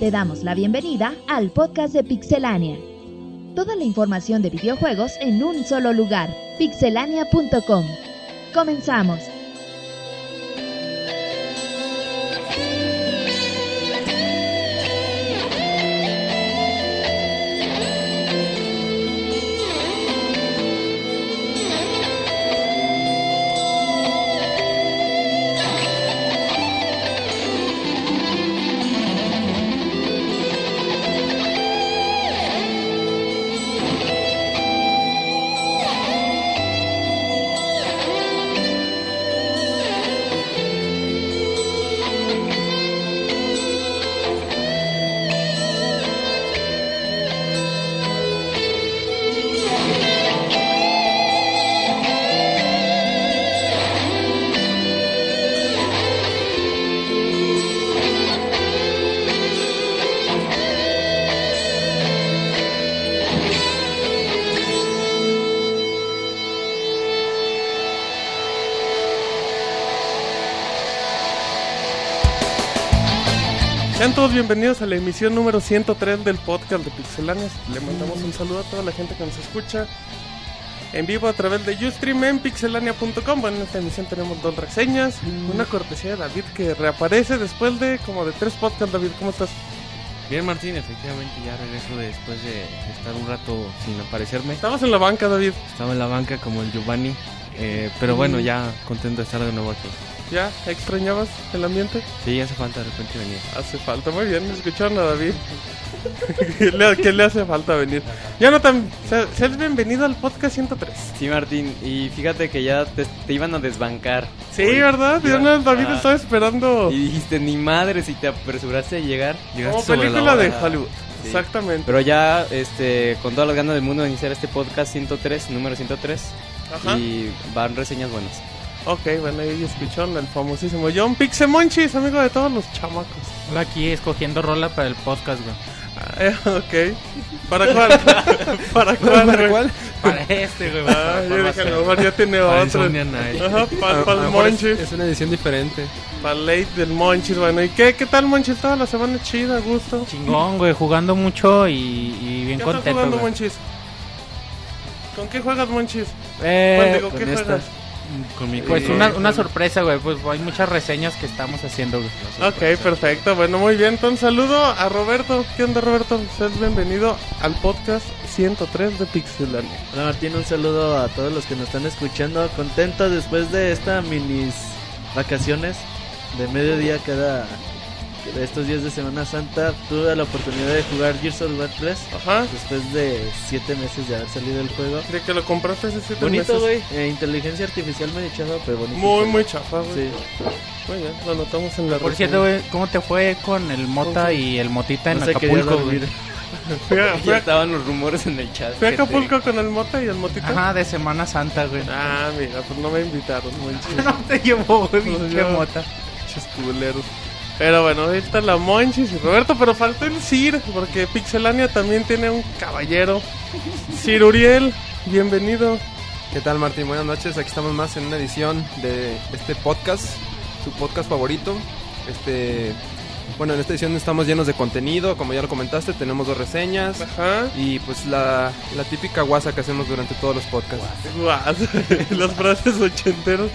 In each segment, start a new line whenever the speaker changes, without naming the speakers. Te damos la bienvenida al podcast de Pixelania. Toda la información de videojuegos en un solo lugar, pixelania.com. Comenzamos.
Sean todos bienvenidos a la emisión número 103 del podcast de Pixelanias. Le mandamos un saludo a toda la gente que nos escucha en vivo a través de Ustream en pixelania.com. Bueno, en esta emisión tenemos dos reseñas, una cortesía de David que reaparece después de como de tres podcasts. David, ¿cómo estás?
Bien, Martín, efectivamente ya regreso de- después de estar un rato sin aparecerme.
Estabas en la banca, David. Mm.
Estaba en la banca como el Giovanni, eh, pero bueno, ya contento de estar de nuevo aquí.
¿Ya extrañabas el ambiente?
Sí, hace falta de repente venir.
Hace falta, muy bien, escucharon a David. ¿Qué le- ¿Qué le hace falta venir? Ya no tan... Seas bienvenido al podcast 103.
Sí, Martín, y fíjate que ya te, te iban a desbancar.
Sí, ¿verdad?
Iban
Yo no, David
a-
estaba esperando...
Y dijiste, ni madre si te apresuraste a llegar.
Llegaste
Como
sobre la
película
hora.
de Hollywood.
Sí.
Exactamente.
Pero ya, este, con todas las ganas del mundo de iniciar este podcast 103, número 103.
Ajá.
Y van reseñas buenas.
Ok, bueno, ahí escucharon al famosísimo John Pixemonchis, amigo de todos los chamacos.
Yo aquí escogiendo rola para el podcast, güey.
Ah, eh, ok. ¿Para cuál? ¿Para cuál? güey?
Para este, güey.
Ah,
para-
yo
para
dije, a lo mejor ya tiene
Para
otro.
Insomnia eh. Night.
Ajá, para
A
el
lo mejor es,
Monchis.
ah, es una edición diferente.
Para el late del Monchis, bueno. ¿Y qué, qué tal, Monchis? Toda la semana chida, a gusto.
Chingón, güey. Jugando mucho y, y
¿Qué
bien
estás
contento,
jugando,
güey.
Monchis? ¿Con qué juegas, Monchis? Bueno,
Eh,
digo, ¿qué
con esta.
juegas?
Con mi
pues
eh,
una, una sorpresa, güey. Pues hay muchas reseñas que estamos haciendo, güey.
Ok, perfecto. Bueno, muy bien. Entonces, saludo a Roberto. ¿Qué onda, Roberto? Seas bienvenido al podcast 103 de Pixelania.
Hola Martín, un saludo a todos los que nos están escuchando. Contento después de esta minis vacaciones de mediodía cada de estos días de Semana Santa. Tuve la oportunidad de jugar Gears of War 3
Ajá.
después de 7 meses de haber salido el juego.
De que lo compraste hace siete
Bonito,
meses.
güey. Eh, inteligencia artificial medio chafa, pero bonito.
Muy, muy chafa, güey.
Sí.
Muy bien, lo notamos en la
Por
reseña.
cierto, güey, ¿cómo te fue con el Mota y el Motita en
No se quería
Acapulco, güey?
dormir.
Fui a, fui
Ya
a-
estaban los rumores en el chat.
fui a
Este,
gente.
Acapulco con el mota y el motito.
Ajá, de Semana Santa, güey.
Ah, mira, pues no me invitaron. Muy chido.
No te llevó, güey,
No,
pinche
yo-
Mota.
Pinches culeros. Pero bueno, ahí está la Monchis y Roberto, pero faltó el Sir, porque Pixelania también tiene un caballero. Sir Uriel, bienvenido.
¿Qué tal, Martín? Buenas noches. Aquí estamos más en una edición de este podcast, su podcast favorito. Este, bueno, en esta edición estamos llenos de contenido, como ya lo comentaste, tenemos dos reseñas
Ajá.
y pues la, la típica guasa que hacemos durante todos los podcasts.
Guas, las frases ochenteras.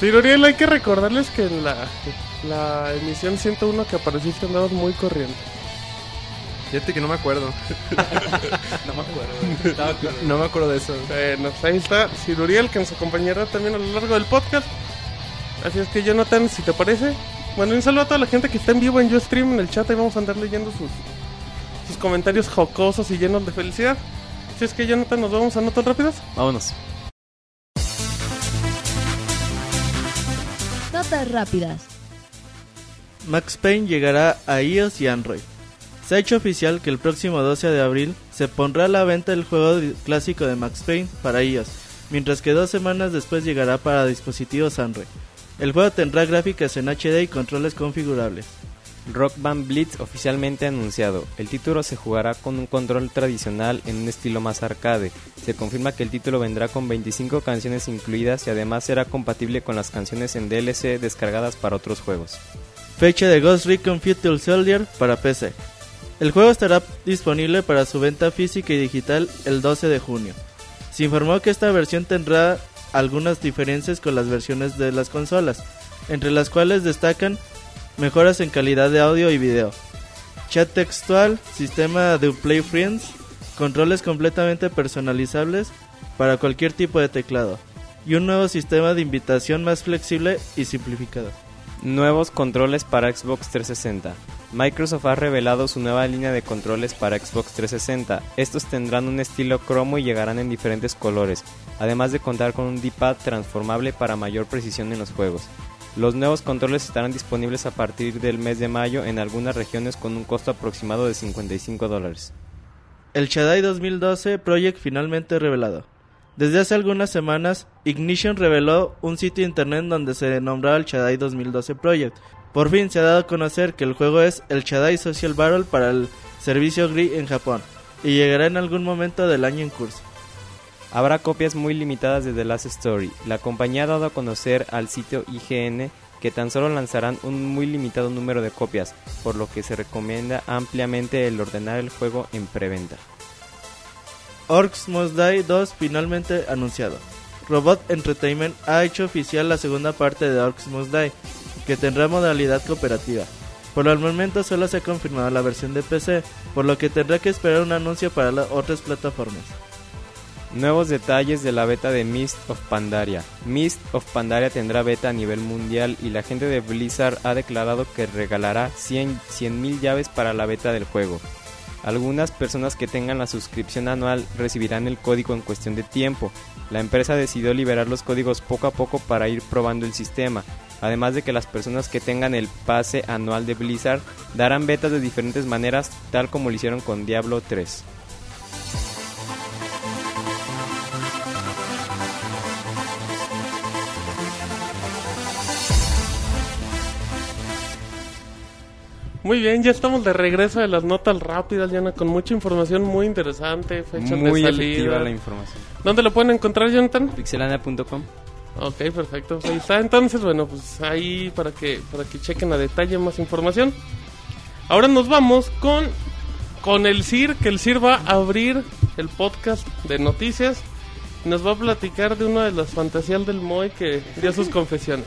Sí, Uriel, hay que recordarles que en la, la emisión 101 que apareciste andabas muy corriente.
Fíjate que no me acuerdo.
Estaba con-
No me acuerdo de eso.
Bueno, pues ahí está Sir Uriel, que nos acompañará también a lo largo del podcast. Así es que Jonathan, si te parece. Bueno, un saludo a toda la gente que está en vivo en YouStream, en el chat, ahí vamos a andar leyendo sus, sus comentarios jocosos y llenos de felicidad. Así es que Jonathan, nos vamos a notas rápidas.
Vámonos.
Notas rápidas.
Max Payne llegará a iOS y Android. Se ha hecho oficial que el próximo 12 de abril se pondrá a la venta el juego di- clásico de Max Payne para iOS, mientras que dos semanas después llegará para dispositivos Android. El juego tendrá gráficas en HD y controles configurables.
Rock Band Blitz oficialmente anunciado. El título se jugará con un control tradicional en un estilo más arcade. Se confirma que el título vendrá con 25 canciones incluidas y además será compatible con las canciones en DLC descargadas para otros juegos.
Fecha de Ghost Recon Future Soldier para PC. El juego estará disponible para su venta física y digital el 12 de junio. Se informó que esta versión tendrá algunas diferencias con las versiones de las consolas, entre las cuales destacan mejoras en calidad de audio y video, chat textual, sistema de Play Friends, controles completamente personalizables para cualquier tipo de teclado y un nuevo sistema de invitación más flexible y simplificado.
Nuevos controles para Xbox 360. Microsoft ha revelado su nueva línea de controles para Xbox 360. Estos tendrán un estilo cromo y llegarán en diferentes colores, además de contar con un D-pad transformable para mayor precisión en los juegos. Los nuevos controles estarán disponibles a partir del mes de mayo en algunas regiones con un costo aproximado de 55 dólares.
El Shadai 2012 Project finalmente revelado. Desde hace algunas semanas, Ignition reveló un sitio internet donde se nombraba el Shadai 2012 Project. Por fin se ha dado a conocer que el juego es el Shadai Social Battle para el servicio GRI en Japón y llegará en algún momento del año en curso.
Habrá copias muy limitadas de The Last Story. La compañía ha dado a conocer al sitio IGN que tan solo lanzarán un muy limitado número de copias, por lo que se recomienda ampliamente el ordenar el juego en preventa.
Orcs Must Die 2 finalmente anunciado. Robot Entertainment ha hecho oficial la segunda parte de Orcs Must Die, que tendrá modalidad cooperativa. Por el momento solo se ha confirmado la versión de PC, por lo que tendrá que esperar un anuncio para las otras plataformas.
Nuevos detalles de la beta de Mist of Pandaria. Mist of Pandaria tendrá beta a nivel mundial y la gente de Blizzard ha declarado que regalará 100 100.000 llaves para la beta del juego. Algunas personas que tengan la suscripción anual recibirán el código en cuestión de tiempo. La empresa decidió liberar los códigos poco a poco para ir probando el sistema, además de que las personas que tengan el pase anual de Blizzard darán betas de diferentes maneras, tal como lo hicieron con Diablo 3.
Muy bien, ya estamos de regreso de las notas rápidas, Yana, con mucha información muy interesante, fechas
Muy
de
efectiva
salida.
la información.
¿Dónde lo pueden encontrar, Jonathan?
Pixelania.com
Ok, perfecto. Ahí está. Entonces, bueno, pues ahí para que, para que chequen a detalle más información. Ahora nos vamos con, con el CIR, que el CIR va a abrir el podcast de noticias. Nos va a platicar de una de las fantasías del Moy que dio sus confesiones.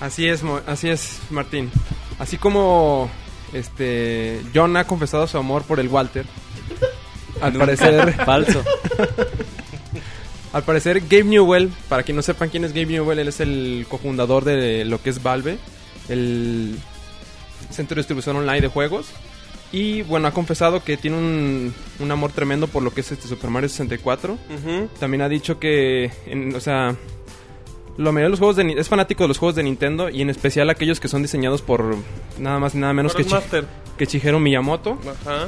Así es, Mo- así es, Martín. Así como este John ha confesado su amor por el Walter. Al parecer,
Falso.
al parecer Gabe Newell, para quien no sepan quién es Gabe Newell, él es el cofundador de lo que es Valve, el centro de distribución online de juegos. Y bueno, ha confesado que tiene un, un amor tremendo por lo que es este Super Mario 64. También ha dicho que, en- o sea, la mayoría de los juegos de, Ni- es fanático de los juegos de Nintendo y en especial aquellos que son diseñados por nada más y nada menos
Por
que,
el
Chi-
Master.
que Shigeru Miyamoto.
Ajá.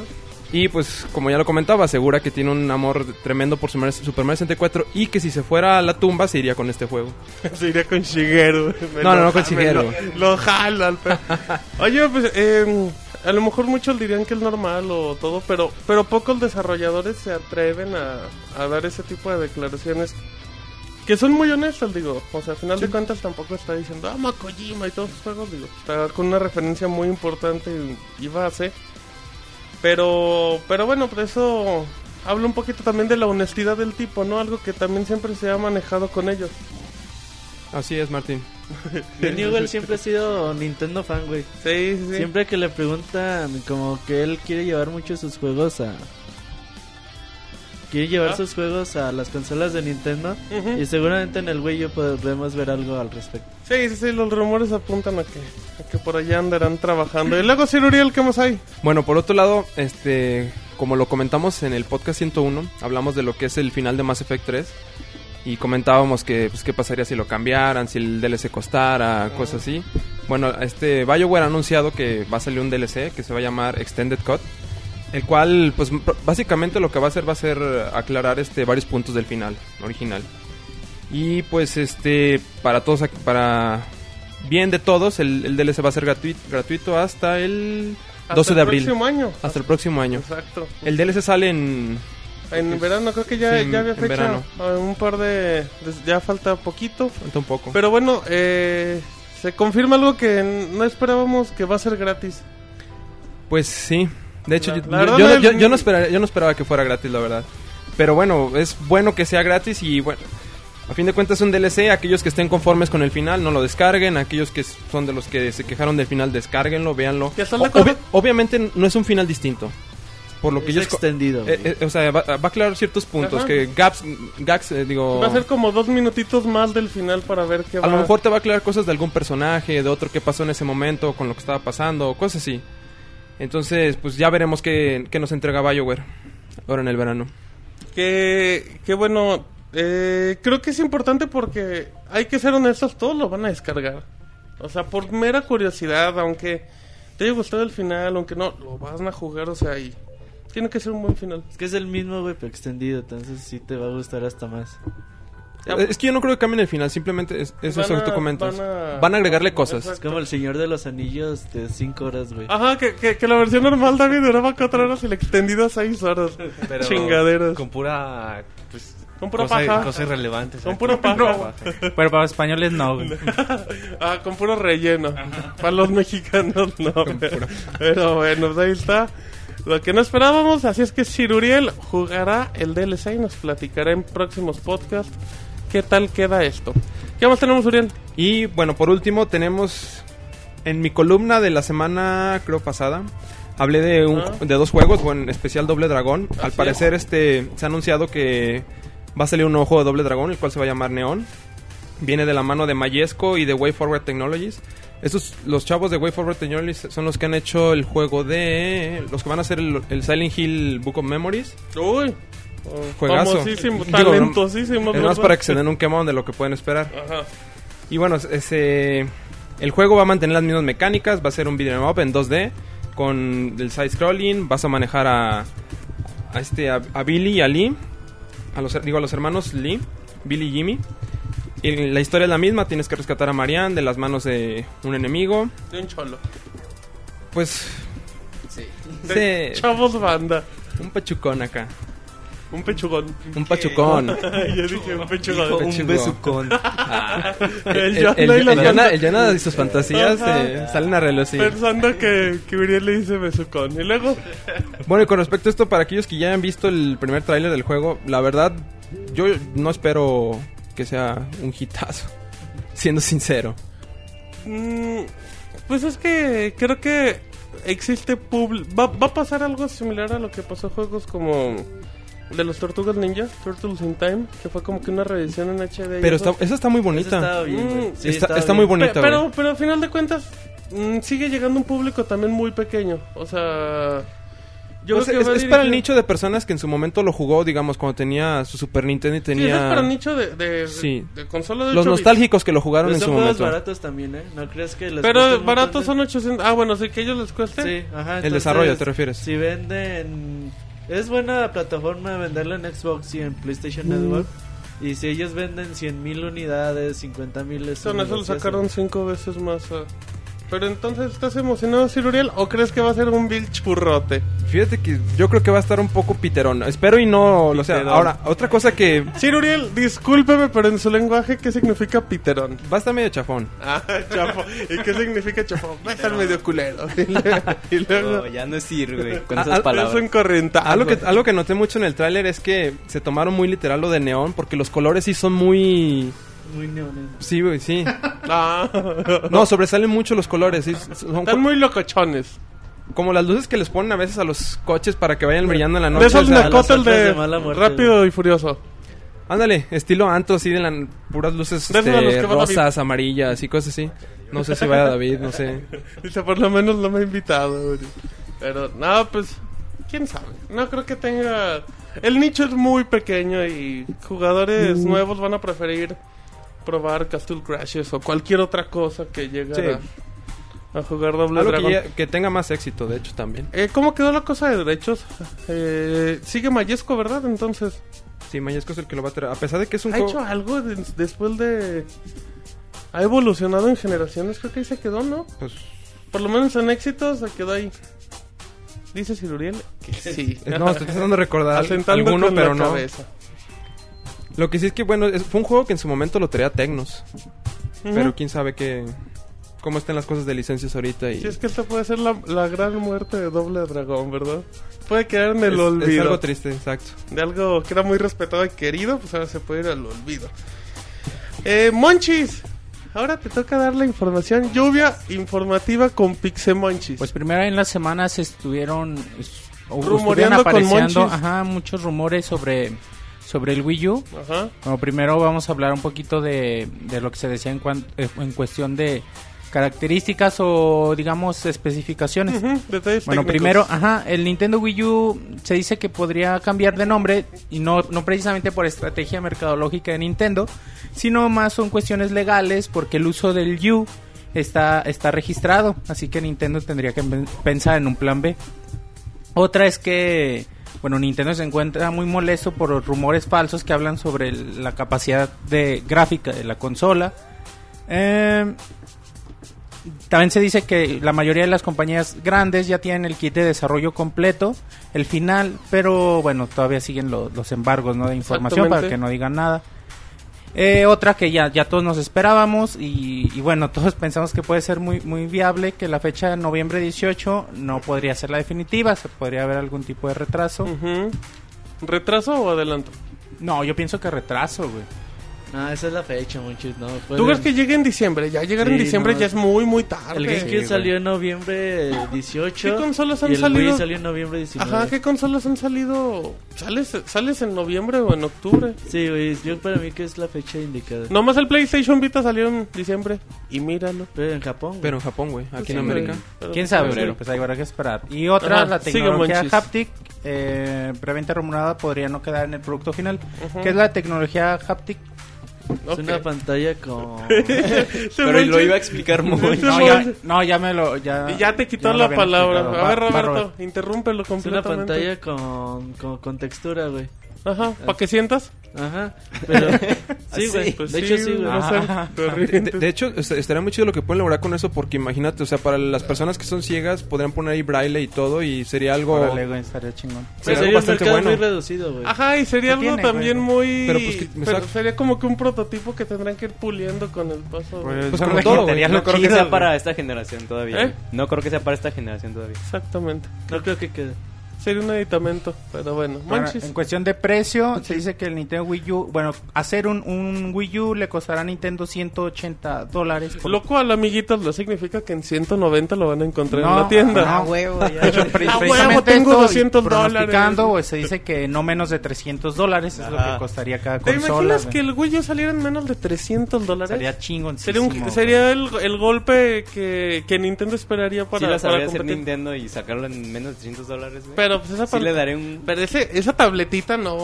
Y pues, como ya lo comentaba, asegura que tiene un amor tremendo por Super Mario- Super Mario 64 y que si se fuera a la tumba se iría con este juego.
Se iría con Shigeru. Me
No, no, no con
me
Shigeru.
Lo, lo jalo al pe- Oye, pues eh, a lo mejor muchos dirían que es normal o todo, pero, pero pocos desarrolladores se atreven a, a dar ese tipo de declaraciones que son muy honestas, digo. O sea, al final de cuentas tampoco está diciendo, ah, Kojima y todos sus juegos, digo. Está con una referencia muy importante y- y base. Pero, pero bueno, por eso habla un poquito también de la honestidad del tipo, ¿no? Algo que también siempre se ha manejado con ellos.
Así es, Martín.
Newell siempre ha sido Nintendo fan, güey.
Sí, sí, sí.
Siempre que le preguntan, como que él quiere llevar mucho sus juegos a. Quiere llevar
Ah.
sus juegos a las consolas de Nintendo.
Ujú.
Y seguramente en el Wii yo podremos ver algo al respecto.
Sí, sí, sí, los rumores apuntan a que, a que por allá andarán trabajando. Y luego, Sir Uriel, ¿qué más hay?
Bueno, por otro lado, este, como lo comentamos en el podcast 101, hablamos de lo que es el final de Mass Effect 3 y comentábamos que pues qué pasaría si lo cambiaran, si el DLC costara, cosas así. Bueno, este BioWare ha anunciado que va a salir un DLC que se va a llamar Extended Cut, el cual pues pr- básicamente lo que va a hacer va a ser aclarar este varios puntos del final original. Y pues este para todos ac- para bien de todos el, el DLC va a ser gratuito gratuito hasta el
Hasta
12 de
el
abril.
próximo año.
Hasta el próximo año.
Exacto.
El DLC sale en...
En verano, creo que ya,
Sí,
ya había
en
fecha.
verano.
Ah, Un par de. des- Ya falta poquito.
Falta un poco.
Pero bueno, eh, se confirma algo que n- no esperábamos que va a ser gratis.
Pues sí, De hecho,
La-
yo,
la verdad
yo-
no-
yo- yo no esperaba, yo no esperaba que fuera gratis, la verdad. Pero bueno, es bueno que sea gratis y bueno. A fin de cuentas es un DLC, aquellos que estén conformes con el final no lo descarguen, aquellos que son de los que se quejaron del final descárguenlo, véanlo.
¿Ya están de
O-
acuerdo?
obvi- obviamente no es un final distinto. Por lo que
Es
ellos co-
extendido. güey.
eh, eh, o sea, va, va a aclarar ciertos puntos
Ajá.
que gaps, gags, eh, digo...
Va a ser como dos minutitos más del final para ver qué
A
va.
lo mejor te va a aclarar cosas de algún personaje, de otro que pasó en ese momento, con lo que estaba pasando, cosas así. Entonces, pues ya veremos qué, qué nos entrega BioWare ahora en el verano.
Que, que bueno, eh, creo que es importante porque hay que ser honestos, todos lo van a descargar. O sea, por mera curiosidad, aunque te haya gustado el final, aunque no, lo van a jugar, o sea, y tiene que ser un buen final.
Es que es el mismo, güey, pero extendido. Entonces sí te va a gustar hasta más.
Ya.
Eh, Es que yo no creo que cambien el final, simplemente es, es
Van
eso que tú
a-
comentas.
van a-
Van a, agregarle
Es
cosas.
como el Señor de los Anillos de 5 horas, güey.
Ajá, que, que, que la versión normal también duraba 4 horas y la extendida 6 horas.
Pero
Chingaderas.
Con pura. Pues,
Con pura
cosa-
paja.
Cosas irrelevantes.
Con
aquí,
pura paja.
Pero para los españoles no, güey.
Ah, con puro relleno. Para los mexicanos no. Pero, pero bueno, pues ahí está. Lo que no esperábamos, así es que Siruriel jugará el DLC y nos platicará en próximos podcasts qué tal queda esto. ¿Qué más tenemos, Uriel?
Y bueno, por último, tenemos en mi columna de la semana, creo pasada, hablé de, un-
Ajá.
de dos juegos, bueno, en especial Doble Dragón. Al
Ah. Así
parecer, este se ha anunciado que va a salir un nuevo juego de Doble Dragón, el cual se va a llamar Neon. Viene de la mano de Mayesco y de Way Forward Technologies. Estos, los chavos de Way Forward Technologies son los que han hecho el juego de. Los que van a hacer el, el Silent Hill Book of Memories.
Uy.
Juegazo.
Oh, Famosísimo,
Digo,
talentosísimo.
Es más
¿verdad?
para que se den un quemón de lo que pueden esperar.
Ajá.
Y bueno, ese, el juego va a mantener las mismas mecánicas, va a ser un beat'em up en 2D con el side scrolling, vas a manejar a a este a, a Billy y a Lee, a los digo a los hermanos Lee, Billy y Jimmy. Y la historia es la misma, tienes que rescatar a Marianne de las manos de un enemigo.
De un cholo.
Pues
De
sí,
Chavos banda.
un pachucón acá,
Un pechugón.
un pachucón.
Yo dije un pechugón.
Pechugo.
besucón.
El
Ah. El,
Jonah
el-
y la
el Jonah-
banda.
el Jonah y sus fantasías
Ajá.
eh, salen a relucir.
Pensando que, que Uriel le dice besucón. Y luego,
Bueno, y con respecto a esto, para aquellos que ya han visto el primer tráiler del juego, la verdad, yo no espero que sea un hitazo, siendo sincero.
Mm, pues es que creo que existe publi- va, va a pasar algo similar a lo que pasó en juegos como de los Tortugas Ninja, Turtles in Time, que fue como que una reedición en HD. y
Pero
eso.
está, esa está muy
Eso
bonita.
estaba bien, güey.
Mm,
Sí,
está
estaba
está
bien.
muy
Pe-
bonita,
pero,
güey.
pero al final de cuentas mm, sigue llegando un público también muy pequeño, o sea, yo
O sea,
creo que
Pues es,
va
es para el
dirigido-
nicho de personas que en su momento lo jugó, digamos, cuando tenía su Super Nintendo y
Sí, eso es para el
tenía
nicho de, de,
Sí.
de consola de
los
8 bits.
nostálgicos que lo jugaron
Pero
en
son
su
juegos
momento.
baratos también, ¿eh? ¿No crees que les cuesta
Pero
un
baratos
montón
son 800. Ah, bueno, sí que a ellos les cueste.
de- Sí, ajá.
El desarrollo, ¿te refieres?
Si venden... Es buena plataforma venderlo en Xbox y en
Mm.
PlayStation Network. Y si ellos venden 100.000 unidades, 50.000... es
Eso,
un
no, eso lo
negociazo.
sacaron cinco veces más. ah. Pero entonces, ¿estás emocionado, Sir Uriel? ¿O crees que va a ser un vil churrote?
Fíjate que yo creo que va a estar un poco piterón. Espero y no lo sea.
Piterón.
Ahora, otra cosa que
Sir Uriel, discúlpeme, pero en su lenguaje, ¿qué significa piterón?
va a estar medio chafón.
Ah, chafo. ¿Y qué significa chafo? Va a estar medio culero. Y luego- y luego...
No, ya no sirve con
Ah,
esas
ah,
palabras.
Es un corrientado.
Algo que, algo que noté mucho en el tráiler es que se tomaron muy literal lo de neón, porque los colores sí son muy...
Muy neones.
Sí, güey, sí.
Ah,
No, sobresalen mucho los colores. sí, son
están
co-
muy locochones.
como las luces que les ponen a veces a los coches para que vayan brillando en la
De
noche.
esos
o sea,
naco-
nacotas
las otras
de,
de mala muerte.
Rápido y Furioso.
ándale, estilo anto, así de las puras luces
De esos a
este,
los que van a
rosas, amarillas y cosas así. No sé si vaya David, no sé.
Dice, por lo menos no me ha invitado. güey. Pero, no, pues, quién sabe. No creo que tenga. El nicho es muy pequeño y
Mm.
jugadores nuevos van a preferir probar Castle Crashes o cualquier otra cosa que llegue
Sí.
a, a jugar Doble
Algo que,
Dragon.
ya- que tenga más éxito, de hecho, también.
Eh, ¿Cómo quedó la cosa de derechos? Eh, sigue Mayesco, ¿verdad? Entonces,
Sí, Mayesco es el que lo va a traer. A pesar de que es un
¿ha hecho
juego...
algo de- después de.? Ha evolucionado en generaciones, creo que ahí se quedó, ¿no?
pues,
Por lo menos en éxitos se quedó ahí. Dice Ciruriel que sí.
no, estoy tratando de recordar
Asentando
alguno,
con la
pero no.
cabeza.
Lo que sí es que, bueno, es- fue un juego que en su momento lo traía Tecnos.
Ujú.
Pero quién sabe qué. cómo están las cosas de licencias ahorita y
Si es que esta puede ser la, la gran muerte de Doble Dragón, ¿verdad? Puede quedar en el
es-
olvido.
es algo triste, exacto.
de algo que era muy respetado y querido, pues ahora se puede ir al olvido. Eh, Monchis, ahora te toca dar la información lluvia informativa con Pixemonchis.
Pues primero en las semanas estuvieron es- o
Rumoreando
estuvieron
con
apareciendo
Monchis.
ajá, muchos rumores sobre, sobre el Wii U.
Ajá.
Bueno, primero vamos a hablar un poquito de, de lo que se decía en, cuan- eh, en cuestión de características o digamos especificaciones.
Ujú, detalles
Bueno,
técnicos.
primero, ajá, el Nintendo Wii U se dice que podría cambiar de nombre y no, no precisamente por estrategia mercadológica de Nintendo, sino más son cuestiones legales porque el uso del U está, está registrado, así que Nintendo tendría que pen- pensar en un plan B. Otra es que, bueno, Nintendo se encuentra muy molesto por los rumores falsos que hablan sobre el- la capacidad de gráfica de la consola. Eh, también se dice que la mayoría de las compañías grandes ya tienen el kit de desarrollo completo, el final, pero bueno, todavía siguen lo- los embargos ¿no? de información para
Exactamente.
que no digan nada. Eh, otra que ya, ya todos nos esperábamos y, y bueno, todos pensamos que puede ser muy, muy viable, que la fecha de noviembre 18 no podría ser la definitiva, se podría haber algún tipo de retraso.
Ujú. ¿Retraso o adelanto?
No, yo pienso que retraso, güey.
Ah, esa es la fecha, muchachos. No,
¿Tú crees que llegue en diciembre? Ya llegar en
Sí,
diciembre
no.
ya es muy, muy tarde.
El GameCube salió en noviembre eh, 18.
¿Qué consolas han
y el
salido?
Wii salió en noviembre 19.
Ajá, ¿qué consolas han salido? ¿Sales, ¿Sales en noviembre o en octubre?
Sí, güey, yo para mí que es la fecha indicada.
Nomás el PlayStation Vita salió en diciembre. Y míralo.
Pero en Japón, güey.
Pero en Japón, güey, aquí en
Sí,
América.
güey. Pero-
¿Quién sabe?
pero-
Pues ahí habrá que esperar. Y otra,
Ajá,
la
sigue,
tecnología
Monchis.
haptic, eh, preventa rumorada, podría no quedar en el producto final, que es la tecnología haptic.
Es una
Ok.
pantalla con...
Este
Pero lo
Monchis-
iba a explicar muy.
Este
No ya,
Monchis-
no, ya me lo... Ya,
Y ya te
ya
quitó
me lo
la
habían
palabra.
explicado.
A
Va-
ver,
va,
Roberto,
Roberto.
interrúmpelo
es una
completamente.
pantalla con, con, con textura, güey.
Ajá, ¿para que sientas?
Ajá. Pero... sí, güey.
Pues
de hecho, sí, güey.
no sé,
De,
corriente.
de hecho, est- estaría muy chido lo que pueden lograr con eso porque imagínate, o sea, para las personas que son ciegas podrían poner ahí braille y todo y sería algo...
Órale, güey, estaría chingón.
Pero
Pero
algo
sería un
bastante
mercado
bueno.
muy reducido, güey.
Ajá, y sería
¿Qué
algo
tiene,
también muy...
Pero, pues, que- me
pero
saca-
sería como que un prototipo que tendrán que ir puliendo con el paso. de-
Pues
con
como
la
todo,
gente
güey.
haría
No
lo
creo que
chido,
sea
güey.
para esta generación todavía.
¿Eh?
No creo que sea para esta generación todavía.
Exactamente.
No creo que quede.
Sería un editamento, pero bueno.
Bueno,
Monchis.
en cuestión de precio, se dice que el Nintendo Wii U, bueno, hacer un, un Wii U le costará a Nintendo 180 dólares. por-
Lo cual, amiguitos, lo significa que en 190 lo van a encontrar en
No,
la tienda.
ah, huevo, ya. De hecho, pre-
Ah, huevo,
precisamente
tengo
estoy
200
pronosticando,
dólares.
pues, se dice que no menos de 300 dólares es lo que costaría cada
¿Te
consola.
imaginas que el Wii U saliera en menos de 300 dólares?
Sería chingón.
Sería, un- sería el, el golpe que, que Nintendo esperaría para,
sí la
para
sabría hacer
competir.
Nintendo y sacarlo en menos de 300 dólares, güey.
Pero pues esa
sí
pan-
le daré un...
pero ese- esa tabletita no.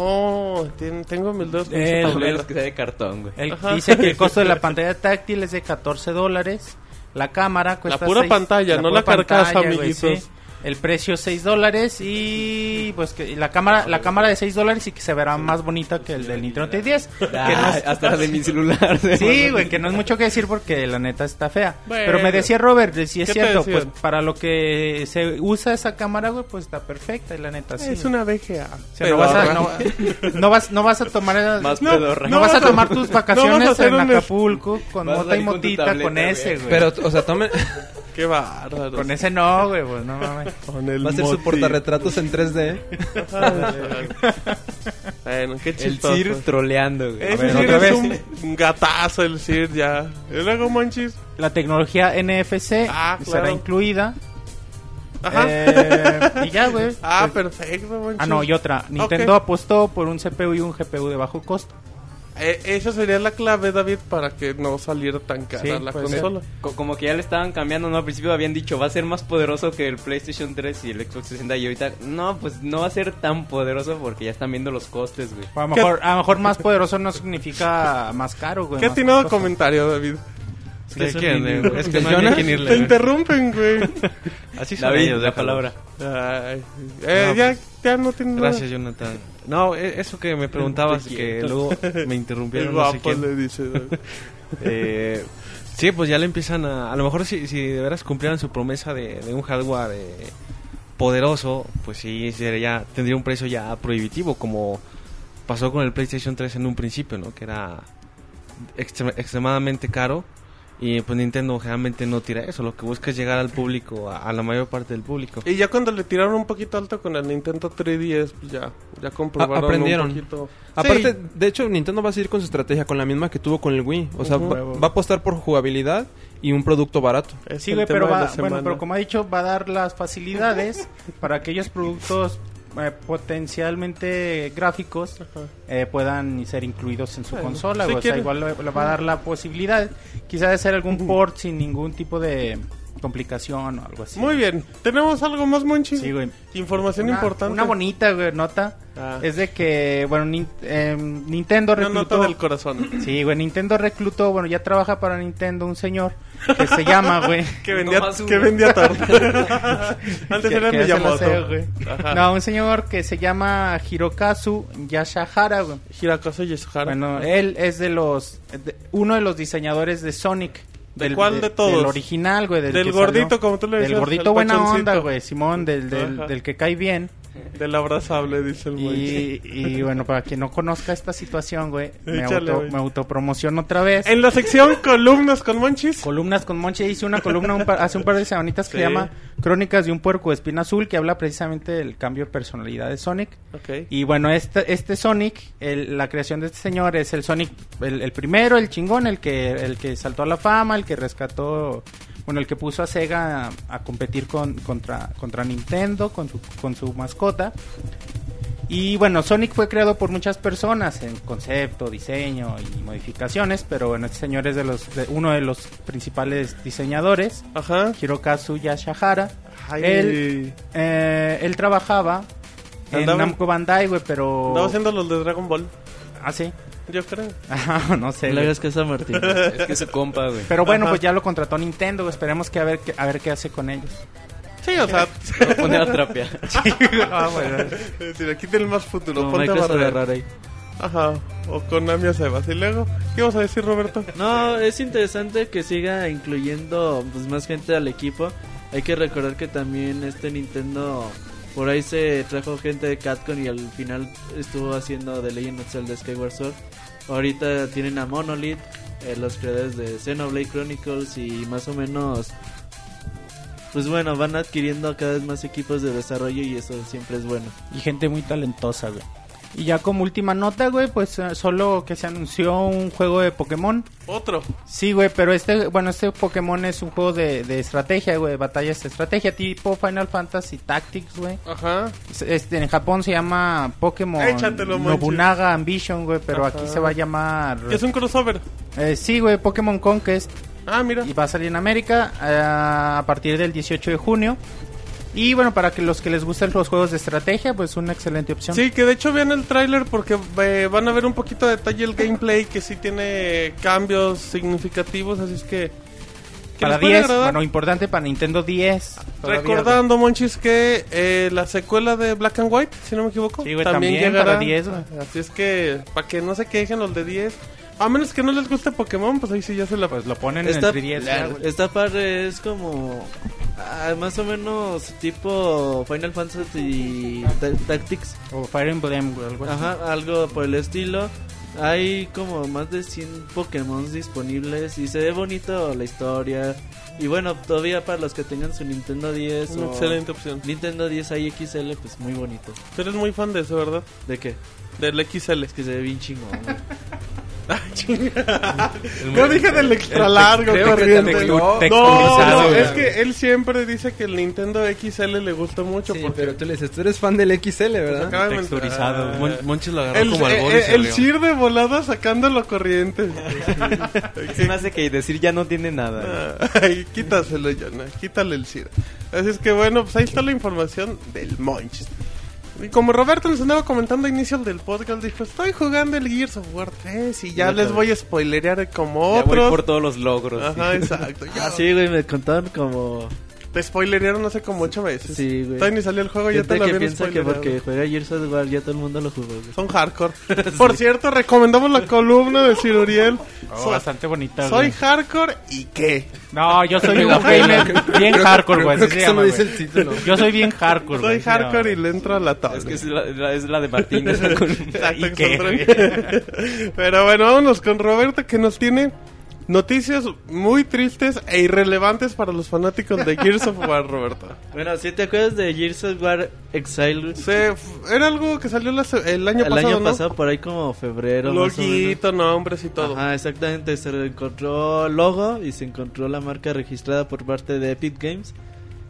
Tien- tengo mil dedos con esa
El-
Por lo
tableta.
menos que sea de cartón, güey.
El-
Ajá.
dice que el costo de la pantalla táctil es de 14 dólares. La cámara cuesta
pura
seis-
pantalla, no
pura
la carcasa,
pantalla, güey,
amiguitos.
sí. El precio 6 dólares y pues que y la cámara la cámara de 6 dólares y que se verá más bonita que el del Nintendo 10
Ah, Hasta la de mi celular.
Sí, güey, que no es mucho que decir porque la neta está fea.
Bueno.
Pero me decía Robert, si es
¿Qué te
cierto,
decían?
pues para lo que se usa esa cámara, güey, pues está perfecta, y la neta sí.
Es
güey.
una VGA.
O sea, no vas, a, no, no vas, no vas a tomar esas-
Más
no,
pedorra.
no vas a tomar tus
no vas a
vacaciones
hacer
en
un-
Acapulco con
Vas a
mota y
ir con tu
motita,
tableta,
con ese, güey.
Pero, o sea, tomen...
Qué bárbaro.
Con ese no, güey, pues no mames.
Con el
Va a ser su
moti.
portarretratos en 3D.
bueno, qué
El
chistoso.
Sir troleando, güey.
Ese
ver,
Sir
otra
es
vez.
un- un gatazo, el Sir, ya. Y luego, Monchis.
La tecnología NFC
Ah, claro.
será incluida.
Ajá.
Eh, y ya, güey.
Ah,
Pues-
perfecto, Monchis.
Ah, no, y otra. Nintendo apostó por un CPU y un GPU de bajo costo.
Eh, esa sería la clave, David, para que no saliera tan cara
Sí, pues, eh,
la
puede
consola.
Co- Como que ya le estaban cambiando, ¿no? Al principio habían dicho, va a ser más poderoso que el PlayStation 3 y el Xbox 60. Y ahorita, no, pues no va a ser tan poderoso porque ya están viendo los costes, güey.
O A lo mejor, a lo mejor más poderoso no significa más caro, güey.
¿Qué
más
atinado
costoso.
comentario, David?
que es un
quién,
niño.
güey? Es que no hay ni a quién irle,
Te
güey.
interrumpen, güey.
Así son
David,
ellos,
la
déjalos.
palabra.
Ay, eh,
No, pues,
ya, ya no tiene nada.
Gracias, Jonathan. No, e- eso que me preguntabas, que luego me
El
interrumpieron, no sé
guapo
quién.
le dice. David.
Eh, sí, pues ya le empiezan a... A lo mejor si, si de veras cumplieran su promesa de, de un hardware eh, poderoso, pues sí, sería, tendría un precio ya prohibitivo, como pasó con el PlayStation 3 en un principio, ¿no? Que era extre- extremadamente caro Y pues Nintendo generalmente no tira eso, lo que busca es llegar al público, a, a la mayor parte del público.
Y ya cuando le tiraron un poquito alto con el Nintendo 3DS, pues ya, ya comprobaron
A- aprendieron.
un poquito.
Aparte,
Sí,
de hecho, Nintendo va a seguir con su estrategia, con la misma que tuvo con el Wii. O sea,
Ujú.
va, va a apostar por jugabilidad y un producto barato.
es
Eh, Sí,
el
güey,
tema
pero,
de la
va- bueno,
semana.
pero como ha dicho, va a dar las facilidades para aquellos productos eh, potencialmente gráficos eh, puedan ser incluidos pues, en su
Bueno,
consola.
si
güey. O sea,
quiere-
igual le, le va a dar la posibilidad quizá de hacer algún port sin ningún tipo de complicación o algo así.
Muy bien, tenemos algo más, Monchi.
Sí, güey.
Información
Una-
importante.
Una bonita güey, nota
Ah.
es de que, bueno, nin- em, Nintendo
Una nota
reclutó...
del corazón.
Sí, güey, Nintendo reclutó, bueno, ya trabaja para Nintendo un señor que se llama, güey...
Que vendía,
Nomás uno.
que vendía tarde. Antes
Que-
era
que hace la SEO,
Miyamoto.
güey.
Ajá.
No, un señor que se llama Hirokazu Yashahara, güey.
Hirakazu Yoshihara.
Bueno, él es de los de- uno de los diseñadores de Sonic.
¿De cuál de todos?
Del original, güey.
Del
que
gordito, como tú le
Del
decías,
gordito
el
buena
pachoncito.
onda, güey. Simón, del,
Ajá.
del, del que cae bien.
Del abrazable, dice el Monchi.
Y, y, bueno, para quien no conozca esta situación, güey, me,
Échale,
auto,
güey.
me autopromociono otra vez.
En la sección columnas con Monchis.
Columnas con Monche hice una columna un par- hace un par de semanitas que se
Sí.
llama Crónicas de un puerco de espina azul que habla precisamente del cambio de personalidad de Sonic.
Ok.
Y bueno, este, este Sonic, el- la creación de este señor es el Sonic, el, el primero, el chingón, el que, el que saltó a la fama, el que rescató, bueno, el que puso a Sega a, a competir con, contra, contra Nintendo, con su, con su mascota. Y bueno, Sonic fue creado por muchas personas en concepto, diseño y modificaciones, pero bueno, este señor es de los, de uno de los principales diseñadores,
Ajá.
Hirokazu Yashahara.
Ay.
Él, eh, él trabajaba en
Andaba-
Namco Bandai, güey, pero...
Andaba haciendo los de Dragon Ball.
Ah, sí.
Yo creo.
Ajá, no sé.
Le
güey.
hagas que a Martín.
Es que es su compa, güey.
Pero bueno,
Ajá.
pues ya lo contrató Nintendo. güey. Esperemos que a ver qué, a ver qué hace con ellos.
Sí, o sea.
Lo pone a trapear.
Ah, bueno.
es decir, aquí tiene más futuro.
Como
Ponte a
Microsoft de
barrer.
Rarey.
Ajá. O con Amia Sebas. Y luego, ¿qué ibas a decir, Roberto?
No, es interesante que siga incluyendo pues, más gente al equipo. Hay que recordar que también este Nintendo por ahí se trajo gente de Capcom y al final estuvo haciendo The Legend of Zelda Skyward Sword. Ahorita tienen a Monolith, eh, los creadores de Xenoblade Chronicles y más o menos pues bueno, van adquiriendo cada vez más equipos de desarrollo y eso siempre es bueno.
Y gente muy talentosa, güey. Y ya como última nota, güey, pues eh, solo que se anunció un juego de Pokémon.
Otro.
Sí, güey, pero este, bueno, este Pokémon es un juego de, de estrategia, güey, batallas de estrategia, tipo Final Fantasy Tactics, güey.
Ajá.
Este, en Japón se llama Pokémon
Échatelo, Monchis.
Nobunaga Ambition, güey, pero aquí
Ajá.
se va a llamar...
Que Es un crossover.
Eh, sí, güey, Pokémon Conquest.
Ah, mira.
Y va a salir en América eh, a partir del 18 de junio. Y bueno, para que los que les gusten los juegos de estrategia, pues una excelente opción.
Sí, que de hecho vean el tráiler porque eh, van a ver un poquito de detalle el gameplay que sí tiene cambios significativos, así es que... que
para
les puede
10,
agradar.
bueno, importante para Nintendo 10. todavía, güey.
Recordando, Monchis, que eh, la secuela de Black and White, si no me equivoco,
Sí, güey, también para 10, güey.
Así es que, para que no se quejen los de 10, a menos que no les guste Pokémon, pues ahí sí ya se la...
Pues lo ponen
Esta,
en el 3DS. ya, güey.
esta parte es como ah, más o menos tipo Final Fantasy Ta- Tactics.
O Fire Emblem, güey, algo así.
Ajá, algo por el estilo. Hay como más de 100 Pokémon disponibles y se ve bonito la historia. Y bueno, todavía para los que tengan su Nintendo 10
Una
o
excelente opción.
Nintendo 10 AXL, pues muy bonito.
Tú eres muy fan de eso, ¿verdad?
¿De qué?
Del XL.
Es que se ve bien chingón. güey.
Yo dije del extra largo,
creo que
corriente.
te textu-
No,
texturizado,
no,
güey.
es que él siempre dice que el Nintendo XL le gusta mucho porque...
pero tú le dices, tú eres fan del XL, ¿verdad?
Acaba de
Texturizado,
mencionar.
Ah. Mon- Monchis lo agarró
El,
como al
eh,
borde y
eh,
se
el
rió.
Sir de volada sacándolo corriente.
Se me hace que decir ya no tiene nada.
Ay, quítaselo, Yana. Quítale el Sir. Así es que bueno, pues ahí está la información del Monchis. Y como Roberto nos andaba comentando a inicios del podcast, dijo: Estoy jugando el Gears of War 3 y ya
Ya
les
sabes.
voy a spoilerear como
Ya voy
otros.
por todos los logros.
Ajá, exacto. Ya,
Ah, sí, güey, me contaron como
Te spoilerearon hace como ocho veces.
Sí, güey.
Todavía ni salió el juego, ya te
gente que
lo habían
piensa que
spoilereado.
porque juega Gears of War ya todo el mundo lo jugó, güey.
Son hardcore. Por cierto, recomendamos la columna de Sir Uriel.
Oh,
So-
bastante bonita,
soy
güey.
hardcore y
Eh.
qué.
No, yo soy un gamer bien hardcore, güey. así se llama, güey.
título.
Yo soy bien hardcore,
Soy
güey. así se llama,
hardcore y
güey.
le entro a la tabla.
Es que es la, la- es la de Martín. esa con-
Exacto,
¿Y qué?
que son tres. Pero bueno, vámonos con Roberto que nos tiene Noticias muy tristes e irrelevantes para los fanáticos de Gears of War, Roberto.
Bueno, si te acuerdas de Gears of War Exile
Se f- era algo que salió la se- el año
el
pasado,
año
¿no?
pasado, por ahí como febrero. más o menos.
Loguito, nombres y todo.
Ajá, exactamente. Se encontró logo y se encontró la marca registrada por parte de Epic Games.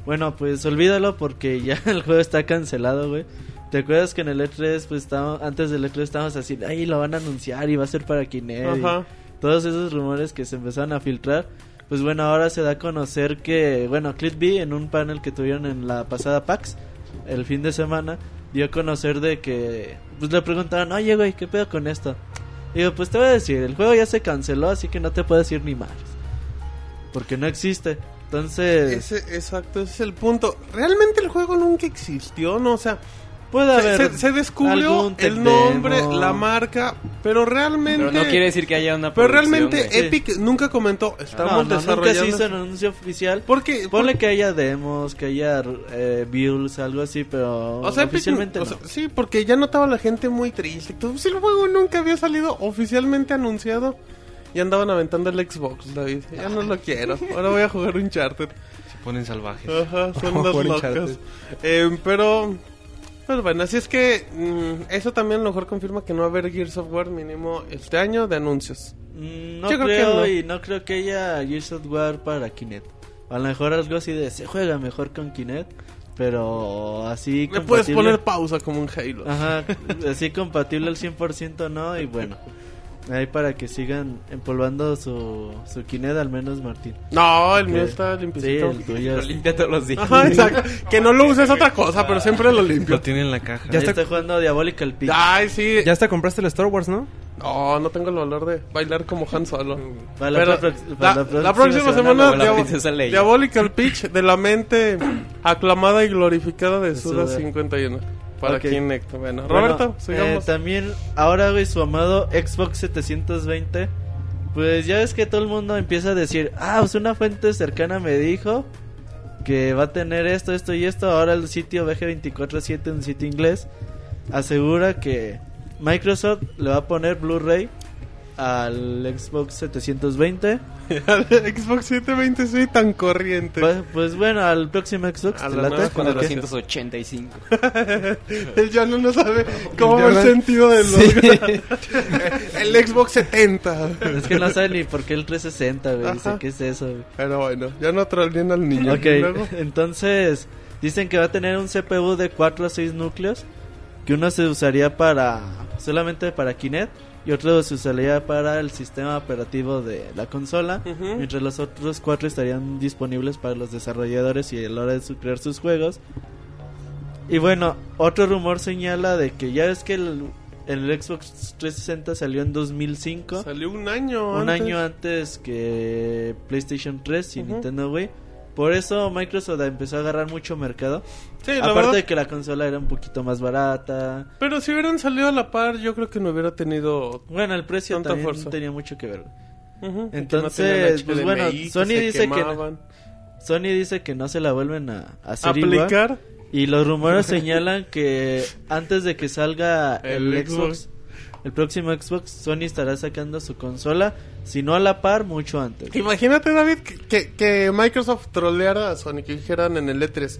Bueno, pues olvídalo porque ya el juego está cancelado, güey. ¿Te acuerdas que en el E3, pues estábamos, antes del E3 estábamos así, ay, lo van a anunciar y va a ser para Kinect. y
Ajá.
Todos esos rumores que se empezaron a filtrar. Pues bueno, ahora se da a conocer que, bueno, Clitby en un panel que tuvieron en la pasada PAX, el fin de semana, dio a conocer de que, pues le preguntaron, oye, güey, ¿qué pedo con esto? Digo, pues te voy a decir, el juego ya se canceló, así que no te puedo decir ni más. Porque no existe. Entonces,
Ese, exacto, ese es el punto. Realmente el juego nunca existió, ¿no? O sea,
puede
se,
haber.
se- se descubrió
algún tech
el nombre,
demo.
la marca, pero realmente...
Pero no quiere decir que haya una
pero
producción,
realmente
güey.
güey.
Epic nunca comentó,
No,
estamos
no, nunca
desarrollando...
se hizo un anuncio oficial.
Porque...
Ponle que haya demos, que haya eh, builds, algo así, pero
O sea, Epic-
oficialmente
o
no.
sea, sí, porque ya notaba la gente muy triste. Entonces, el juego nunca había salido oficialmente anunciado. Y andaban aventando el Xbox, David. Ya no lo quiero. Ahora voy a jugar un charter.
Se ponen salvajes.
Ajá, son las
Por
locas.
Uncharted.
Eh, pero, pero bueno, así es que mm, eso también a lo mejor confirma que no va a haber Gears of War mínimo este año de anuncios.
Mm, No
Yo
creo,
creo que no.
y no creo que haya Gears of War para Kinect. A lo mejor algo así de se juega mejor con Kinect, pero así
Le puedes
compatible-
poner pausa como un Halo.
Ajá, así compatible al 100% no, y bueno. Ahí para que sigan empolvando su, su Kinect, al menos Martín.
No, el mío
Ok.
está
Sí,
limpiecito.
el tuyo.
Lo
es-
limpia todos los días.
Ajá, exacto. Que no lo uses otra cosa, pero siempre
Lo
lo limpio.
tiene en la caja.
Ya
Ya
está,
está-
jugando Diabolical Peach.
Ay, sí.
Ya hasta compraste el Star Wars, ¿no?
No, no tengo el valor de bailar como Han Solo.
Para la
Pero
pro-
la,
para la
la próxima semana,
luego la
Diabo-
princesa Leia.
Diabolical Pitch de la mente aclamada y glorificada de
De
Suda
Suda.
51. Para
eh. Ok.
Kinect. Bueno,
Bueno,
Roberto,
eh,
sigamos.
también, ahora, güey, su amado Xbox 720. Pues ya ves que todo el mundo empieza a decir: Ah, pues una fuente cercana me dijo que va a tener esto, esto y esto. Ahora el sitio BG247, un sitio inglés, asegura que Microsoft le va a poner Blu-ray al Xbox 720.
Al Xbox 720 soy tan corriente.
Pues, pues bueno, al próximo Xbox.
A
¿te
la
late?
nueva
Con
¿O
el
qué?
285.
Él ya no lo sabe cómo
Ya
va el
no-
sentido de los... el Xbox 70.
Es que no sabe ni por qué el 360, güey. Dice,
Ajá.
¿qué es eso, güey?
Pero bueno, ya no trolleen al niño.
Ok,
Y luego,
entonces dicen que va a tener un CPU de 4 a 6 núcleos, que uno se usaría para solamente para Kinect y otro se usaría para el sistema operativo de la consola,
Ujú.
mientras los otros 4 estarían disponibles para los desarrolladores y a la hora de su- crear sus juegos. Y bueno, otro rumor señala de que ya es que el, el Xbox 360 salió en 2005
Salió un año
un
antes.
año antes que PlayStation 3 y
Ujú.
Nintendo Wii. Por eso Microsoft empezó a agarrar mucho mercado.
Sí, la
Aparte
verdad.
de que la consola era un poquito más barata.
Pero si hubieran salido a la par, yo creo que no hubiera tenido...
Bueno, el precio
Tanta
también
fuerza.
tenía mucho que ver.
Ujú, que no
Entonces,
tenía la
pues
HDMI,
bueno,
que
Sony
se
dice que no.
quemaban.
Sony dice que no se la vuelven a, a hacer igual.
aplicar.
Y los rumores señalan que antes de que salga el,
El
Xbox, el próximo Xbox, Sony estará sacando su consola, si no a la par, mucho antes.
Imagínate, David, que, que- que Microsoft troleara a Sony, que dijeran en el E3.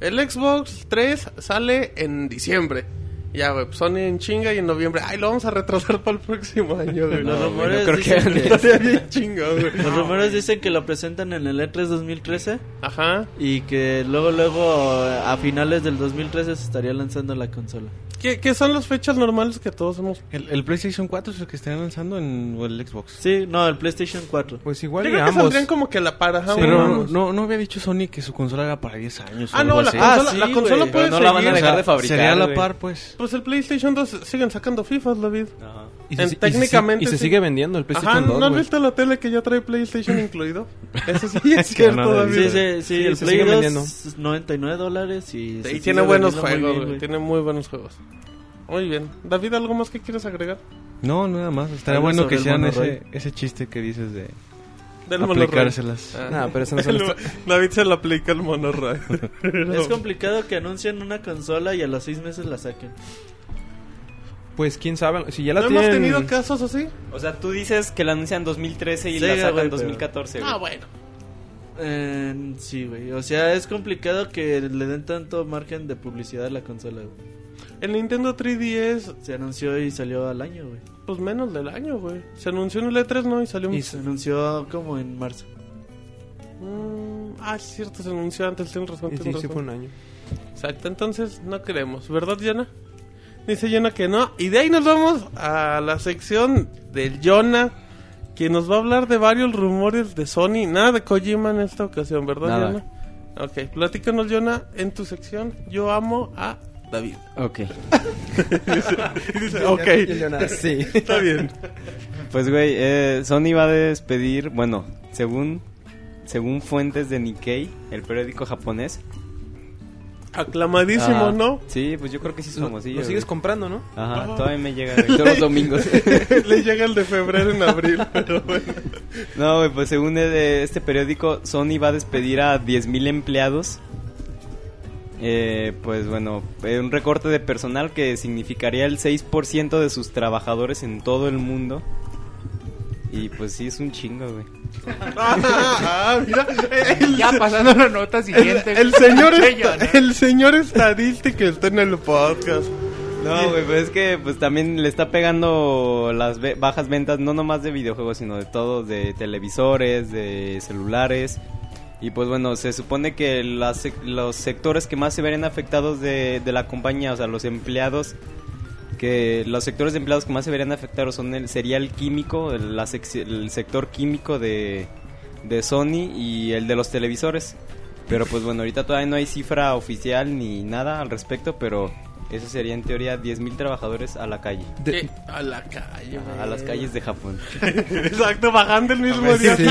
El Xbox 3 sale en diciembre. Ya, güey, pues Sony en chinga y en noviembre. Ay, lo vamos a retrasar para el próximo año, güey.
Los
No, güey,
rumores
no creo
dicen
que hagan
que-
eso.
Estaría bien chingado, güey.
Los rumores dicen que lo presentan en el E E3 2013.
Ajá.
Y que luego, luego, a finales del 2013 se estaría lanzando la consola.
¿Qué, qué son las fechas normales que todos hemos?
El, el PlayStation 4 es el que están lanzando en o el Xbox.
Sí, no, el PlayStation 4.
Pues
Yo
igual y
creo que
ambos.
saldrían como que a la para. ajá,
Pero
uno,
no,
uno.
no, no había dicho Sony que su consola era para 10 años. o
Ah, no,
algo
la
así.
consola,
Ah, sí,
la consola
güey.
puede
Pero no la van a
seguir.
dejar de fabricar,
Sería a la
güey.
par, pues.
Pues el PlayStation 2 siguen sacando FIFA, David.
Y
En-
si- y si-
técnicamente
Y se
sí.
sigue vendiendo el PlayStation
Ajá, ¿no
2,
has
güey.
visto la tele que ya trae PlayStation incluido? Eso sí es
Que
cierto,
no, David.
David.
Sí, sí, sí,
Sí,
el
se
Play
sigue
2
vendiendo.
es 99 dólares y... se
Y
sigue
tiene
vendiendo
buenos
muy
juegos,
bien,
güey.
güey.
Tiene muy buenos juegos. Muy bien. David, ¿algo más que quieres agregar?
No, nada más. Estaría
Algo
bueno
sobre
que
el
hacían
Monorail.
ese, ese chiste que dices de
Del monorraíl.
aplicárselas.
Ah.
Nah, pero eso no son
El- David se lo aplica al monorraíl.
Es complicado que anuncien una consola y a los 6 meses la saquen.
Pues quién sabe, si ya la
¿No hemos
tienen...
tenido casos así?
O sea, tú dices que la anuncian en 2013 y la
Sega,
sacan
güey,
en
pero-
2014. güey.
Ah, bueno.
Eh, sí, güey. O sea, es complicado que le den tanto margen de publicidad a la consola, güey.
El Nintendo 3DS,
Se anunció y salió al año, güey.
pues menos del año, güey. Se anunció en el E3, ¿no? Y salió un...
Y se anunció como en marzo.
Mm, ah, es cierto, se anunció antes, tienes razón,
Sí,
tienes
sí, sí,
razón.
fue un año.
Exacto, entonces no creemos, ¿verdad, Yana? Dice Yana que no. Y de ahí nos vamos a la sección del Yana, que nos va a hablar de varios rumores de Sony. Nada de Kojima en esta ocasión, ¿verdad,
Nada.
Yana? Ok, platícanos, Yana, en tu sección Yo amo a David.
Ok.
Dice, ok,
Sí.
está bien.
Pues, güey, eh, Sony va a despedir, bueno, según, según fuentes de Nikkei, el periódico japonés.
Aclamadísimo,
ah,
¿no?
Sí, pues yo creo que sí es
Lo, lo
famosillo.
sigues
güey.
comprando, ¿no?
Ajá,
Ah.
todavía me llega güey, todos los domingos.
Le llega el de febrero en abril, pero bueno.
no, güey, pues según el de este periódico, Sony va a despedir a 10.000 empleados. Eh, pues bueno, eh, un recorte de personal que significaría el 6% de sus trabajadores en todo el mundo. Y pues sí, es un chingo, güey.
Ah, ah, mira, el-
Ya pasando a la nota
El,
siguiente.
el señor este.
Che,
esta-
Jonah.
el señor estadístico está en el podcast.
No, güey, pues es que pues también le está pegando las ve- bajas ventas, no nomás de videojuegos, sino de todo, de televisores, de celulares. Y pues bueno, se supone que las sec- los sectores que más se verían afectados de, de la compañía, o sea, los empleados, que los sectores de empleados que más se verían afectados son el sería el químico, el, la sec- el sector químico de, de Sony y el de los televisores. Pero pues bueno, ahorita todavía no hay cifra oficial ni nada al respecto, pero eso sería en teoría 10.000 trabajadores a la calle,
Eh, A la calle,
a,
güey.
las calles de Japón.
Exacto, bajando el mismo
Hombre,
día.
sí,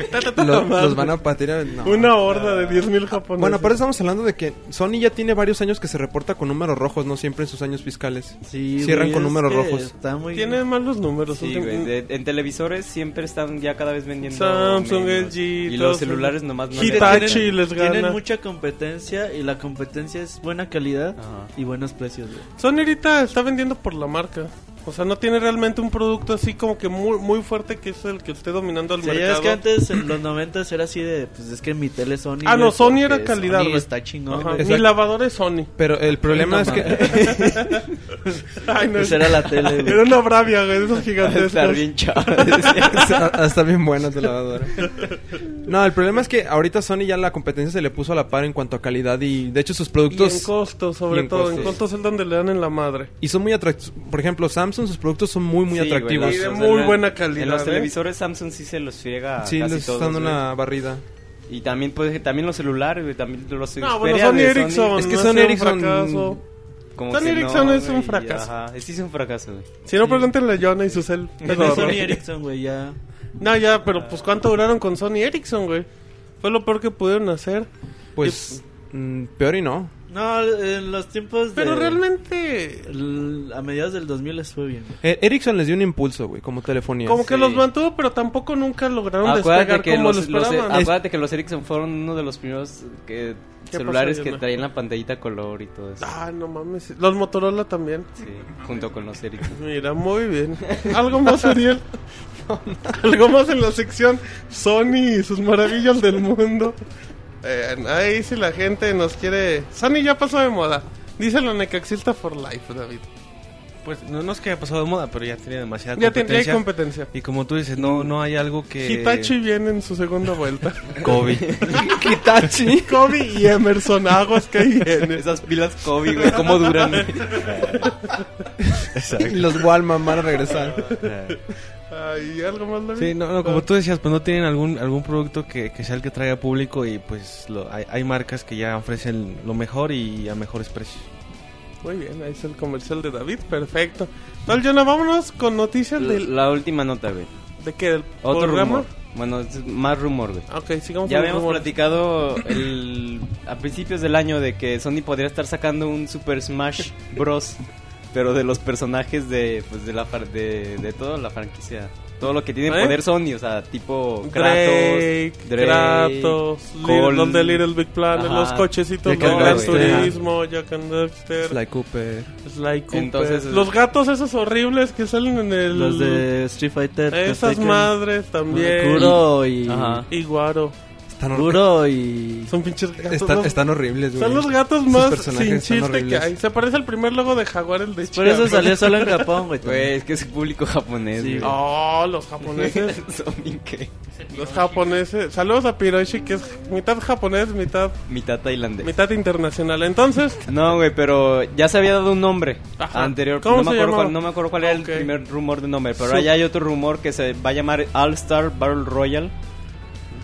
Ta, ta, ta, ta,
Lo-
madre.
los van a patear. no.
Una horda de 10.000 japoneses.
Bueno, aparte estamos hablando de que Sony ya tiene varios años que se reporta con números rojos, no siempre en sus años fiscales.
Sí,
Cierran
güey,
con
es
números
que
rojos.
Está muy
tienen malos números.
Sí,
son-
güey, de- en televisores siempre están ya cada vez vendiendo
Samsung,
menos.
LG,
y
todos
los celulares nomás no le
Hitachi
venden.
les gana.
Tienen mucha competencia y la competencia es buena calidad
Ajá.
y buenos precios, güey.
Sony ahorita está vendiendo por la marca. O sea, no tiene realmente un producto así como que muy, muy fuerte que es el que esté dominando el
O sea, ya
mercado.
ves que antes en los 90 era así de, pues es que mi tele es Sony.
Ah, no,
güey,
Sony era
porque
calidad,
Sony
güey.
está chingón.
Ajá,
güey.
Mi lavadora es Sony.
Pero el problema es que
Ay, no,
Pues era la tele, güey.
Era una bravia, güey, de esos
Estar
gigantescos.
bien chavos.
Ah, Está bien buena tu lavadora. No, el problema es que ahorita Sony ya la competencia se le puso a la par en cuanto a calidad y de hecho sus
Y en
productos
costos, sobre
y en
todo. En
costos.
costos es donde le dan en la madre.
y son muy atractivos. Por ejemplo, Samsung sus productos son muy muy
Sí, güey,
atractivos.
Y de
los-
muy
en-
buena calidad,
En los
¿eh?
televisores Samsung sí se los friega.
Sí,
casi
les
todos,
están dando
güey.
una barrida.
Y también, pues, también los celulares, güey, también los
No, bueno,
feria
Sony
de
Ericsson.
Es que
no
Sony
ha sido un
Ericsson-
fracaso.
como
Sony
que
Ericsson es un
güey,
fracaso.
Ajá, sí es un fracaso, güey.
Si no, pues pregúntenle a Jonah y su cel.
Tiene Sony Ericsson, güey, ya.
No, ya, pero pues ¿cuánto duraron con Sony Ericsson, güey? Fue lo peor que pudieron hacer.
Pues mm, peor y no.
No, eh, en los tiempos de...
Pero realmente...
el- a mediados del 2000 les fue bien. güey.
Eh, Ericsson les dio un impulso, güey, como telefonía.
Como que
sí.
los mantuvo, pero tampoco nunca lograron
Acuérdate
despegar
que
como
los,
lo
los- eh,
esperaban.
acuérdate que los Ericsson fueron uno de los primeros que-
¿Qué
celulares
pasó,
que
Diana?
traían la pantallita color y todo eso.
Ah, no mames. Los Motorola también.
Sí, junto con los Ericsson.
Mira, muy bien. Algo más, Ariel. Algo más en la sección Sony y sus maravillas del mundo. Eh, ahí si la gente nos quiere... Sony ya pasó de moda. Díselo Necaxista for Life, David.
Pues no, no es que haya pasado de moda, pero ya tiene demasiada
Ya
competencia.
tendría competencia.
y como tú dices, no, no hay algo que...
Hitachi viene en su segunda vuelta.
Kobe.
Hitachi. Kobe y Emerson Aguas que ahí viene.
Esas pilas Kobe, güey, ¿cómo duran? güey?
los Walmart van a regresar.
Ay, algo más David?
Sí, no, no,
Ah.
como tú decías, pues no tienen algún algún producto que, que sea el que traiga público y pues lo- hay, hay marcas que ya ofrecen lo mejor y a mejores precios.
Muy bien, ahí está el comercial de David. Perfecto. Entonces, Jonah, vámonos con noticias del...
la última nota, güey.
¿De qué? ¿Del
Otro
programa?
rumor. Bueno, es más rumor, güey.
Ah, Ok, sigamos
Ya
con el
habíamos
rumor.
platicado el- a principios del año de que Sony podría estar sacando un Super Smash Bros. pero de los personajes de, pues, de, la far- de, de toda la franquicia. Todo lo que tiene
¿Eh?
poder Sony, o sea, tipo
Drake,
Kratos, Drake,
Kratos, Little-
Cole.
donde Little Big Planet,
Ajá.
los cochecitos,
Jack
los
and
Gran
Daxter.
Turismo, Jack and Dexter,
Sly Cooper.
Sly Cooper.
Entonces,
los gatos esos horribles que salen en el...
Los de Street Fighter.
Mm. Esas
Tekken,
madres también.
Kuro y.
Ajá.
Y Guaro.
Están, hor-
Kuro y.
Son pinches gatos.
están-
¿no?
están horribles, güey.
Son los gatos
Esos
más
personajes
sin
están
chiste que
horribles.
hay. Se parece al primer logo de Jaguar, el de
Por eso
Chiapas.
salió solo en Japón, güey.
Güey, es que es público japonés,
Sí,
güey.
Oh, los japoneses.
Son increíbles.
los japoneses. Saludos a Piroshi, que es mitad japonés, mitad,
Mitad tailandés.
mitad internacional. Entonces,
No, güey, pero ya se había dado un nombre
Ajá.
anterior.
¿Cómo
no,
se
me acuerdo
llamaba?
cuál, no me acuerdo cuál era
Ok.
el primer rumor de nombre, pero
Su-
ahora ya hay otro rumor que se va a llamar All Star Battle Royale,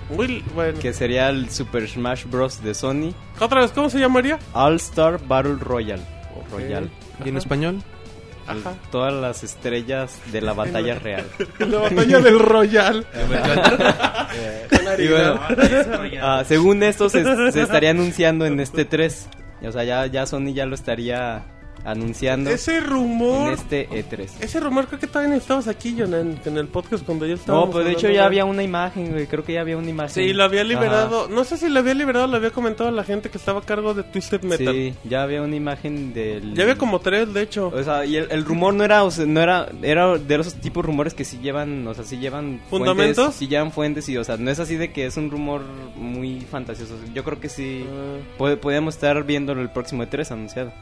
Will, bueno.
que sería el Super Smash Bros. de Sony.
¿Otra vez cómo se llamaría?
All Star Battle Royale. o Royale.
¿Y en español?
Ajá.
Todas las estrellas de la batalla real. Eh,
La batalla del Royal.
Y bueno, ah, según esto se, se estaría anunciando en este 3. O sea, ya, ya Sony ya lo estaría anunciando
Ese
en
rumor.
este E3.
Ese rumor creo que todavía no estabas aquí, Jonan, en el podcast cuando yo estaba.
No, pues de hecho ya había una imagen, güey. Creo que ya había una imagen.
Sí, lo había
Ajá.
liberado. No sé si lo había liberado, lo había comentado a la gente que estaba a cargo de Twisted Metal.
Sí, ya había una imagen del.
Ya había como tres, de hecho.
O sea, y el, el rumor no era, o sea, no era, era de esos tipos de rumores que sí llevan, o sea, sí llevan
¿Fundamentos?
fuentes, sí llevan fuentes y, o sea, no es así de que es un rumor muy fantasioso. Yo creo que sí
Ah,
puede- podemos estar viéndolo el próximo E3 anunciado.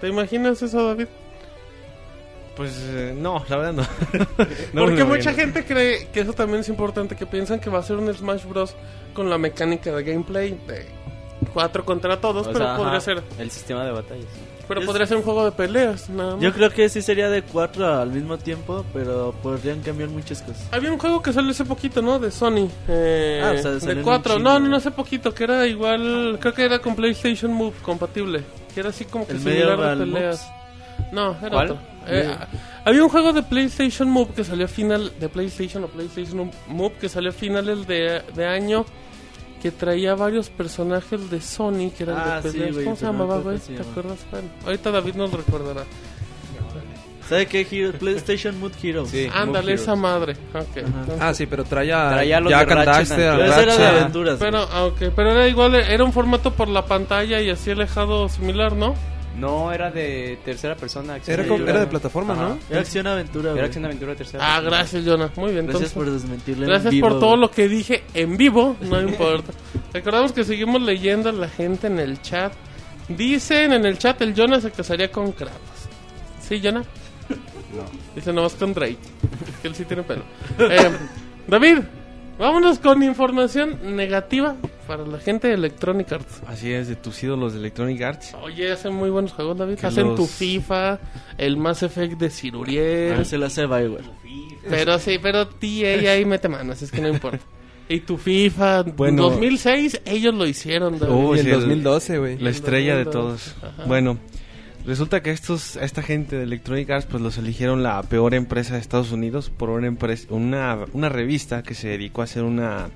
¿Te imaginas eso, David?
Pues eh, no, la verdad no. No,
Porque
no,
mucha
no.
gente cree que eso también es importante, que piensan que va a ser un Smash Bros. con la mecánica de gameplay de cuatro contra todos,
O
Pues, pero
sea,
podría
ajá,
ser,
El sistema de batallas.
pero
Yo-
podría ser un juego de peleas, nada más.
Yo creo que sí sería de cuatro al mismo tiempo, pero podrían cambiar muchas cosas.
Había un juego que salió hace poquito, ¿no? De Sony. eh,
Ah, o sea, salió
de
un
4.
chingo,
No, no, no,
¿no?
hace poquito, que era igual. Creo que era con PlayStation Move compatible. Que era así como que
El
similar
Medieval
de peleas. No, era
¿Cuál?
otro. Eh, a- había un juego de PlayStation Move que salió a final. De PlayStation o PlayStation Move que salió a finales de, de año. Que traía varios personajes de Sony que eran
Ah,
de
sí,
peleas.
güey,
¿Cómo se
pero no
llamaba,
me acuerdo
güey?
cómo se
¿Te
llama.
acuerdas? Bueno, ahorita David nos recordará.
¿Sabe qué? Hero- PlayStation Mood Hero.
Sí.
Ándale, esa madre. Ok. entonces-
Ah, sí, pero traía,
Traía los
Jack
de
and
Ratchet
Daxter,
and
Pero ese era de
Ratchet.
aventuras.
Pero, ah, ok, pero era igual, era un formato por la pantalla y así alejado similar, ¿no?
No, era de tercera persona. acción
Era, como-
aventura.
era de plataforma,
Ajá.
¿no?
güey. Era acción aventura,
Era
güey.
acción aventura de tercera
Ah,
persona.
gracias, Jonah. Muy bien,
Gracias
entonces.
por desmentirle.
gracias por todo lo que dije en vivo, no importa. Recordamos que seguimos leyendo a la gente en el chat. Dicen en el chat, el Jonah se casaría con Kratos. ¿Sí, Jonah? No. Dice nomás con Drake, que él sí tiene pelo. Eh, David, vámonos con información negativa para la gente de Electronic Arts.
Así es, de tus ídolos de Electronic Arts.
Oye, hacen muy buenos juegos, David.
Que
hacen
los- Ah,
tu FIFA, el Mass Effect de Ciruriel.
Se lo hace Bioware.
pero sí, pero TA ahí mete manos, es que no importa. Y tu FIFA,
Bueno.
2006, ellos lo hicieron, David.
Oh,
Y
sí,
en
el-
2012, güey.
La estrella de
Ajá.
todos. Bueno, resulta que estos, a esta gente de Electronic Arts, pues los eligieron la peor empresa de Estados Unidos por una empresa, una, una revista que se dedicó a hacer una,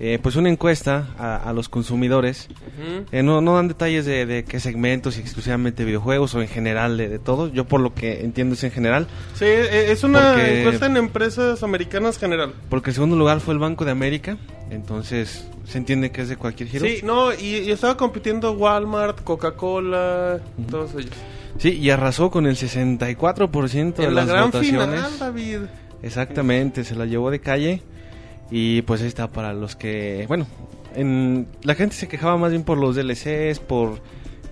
eh, pues una encuesta a, a los consumidores.
Ujú.
Eh, no, no dan detalles de, de qué segmentos, si exclusivamente videojuegos o en general de, de todo. Yo por lo que entiendo es en general.
Sí, eh, es una
Porque-
encuesta en empresas americanas general.
Porque el segundo lugar fue el Banco de América. Entonces se entiende que es de cualquier giro.
Sí, no, y, y estaba compitiendo Walmart, Coca-Cola, todos ellos.
Sí, y arrasó con el 64% de
En la
las
gran
votaciones.
final, David.
Exactamente, se la llevó de calle. Y pues ahí está para los que. Bueno, en, la gente se quejaba más bien por los DLCs, por.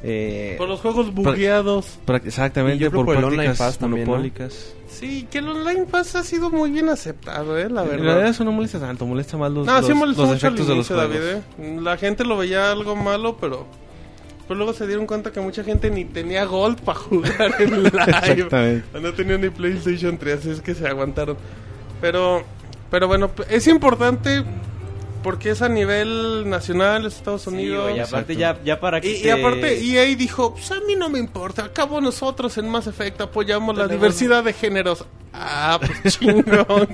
eh,
Por los juegos bugueados.
prac-
Y
exactamente,
yo creo
por
por el Online
prácticas
Pass también, ¿no?
monopólicas.
Sí, que el Online Pass ha sido muy bien aceptado, eh, la
En
verdad.
realidad eso no molesta tanto, molesta más los,
No,
los,
sí molestó
los
mucho al
efectos de los
inicio,
juegos.
David, ¿eh? La gente lo veía algo malo, pero... Pero luego se dieron cuenta que mucha gente ni tenía Gold para jugar en live.
Exactamente.
O no tenía ni PlayStation 3, así es que se aguantaron. Pero, pero bueno, es importante porque es a nivel nacional, es Estados
Sí,
Unidos.
güey, aparte ya, ya para
Y,
que
y
se-
aparte E EA dijo, pues a mí no me importa, acabo nosotros en Mass Effect apoyamos la diversidad de géneros. Ah, pues chingón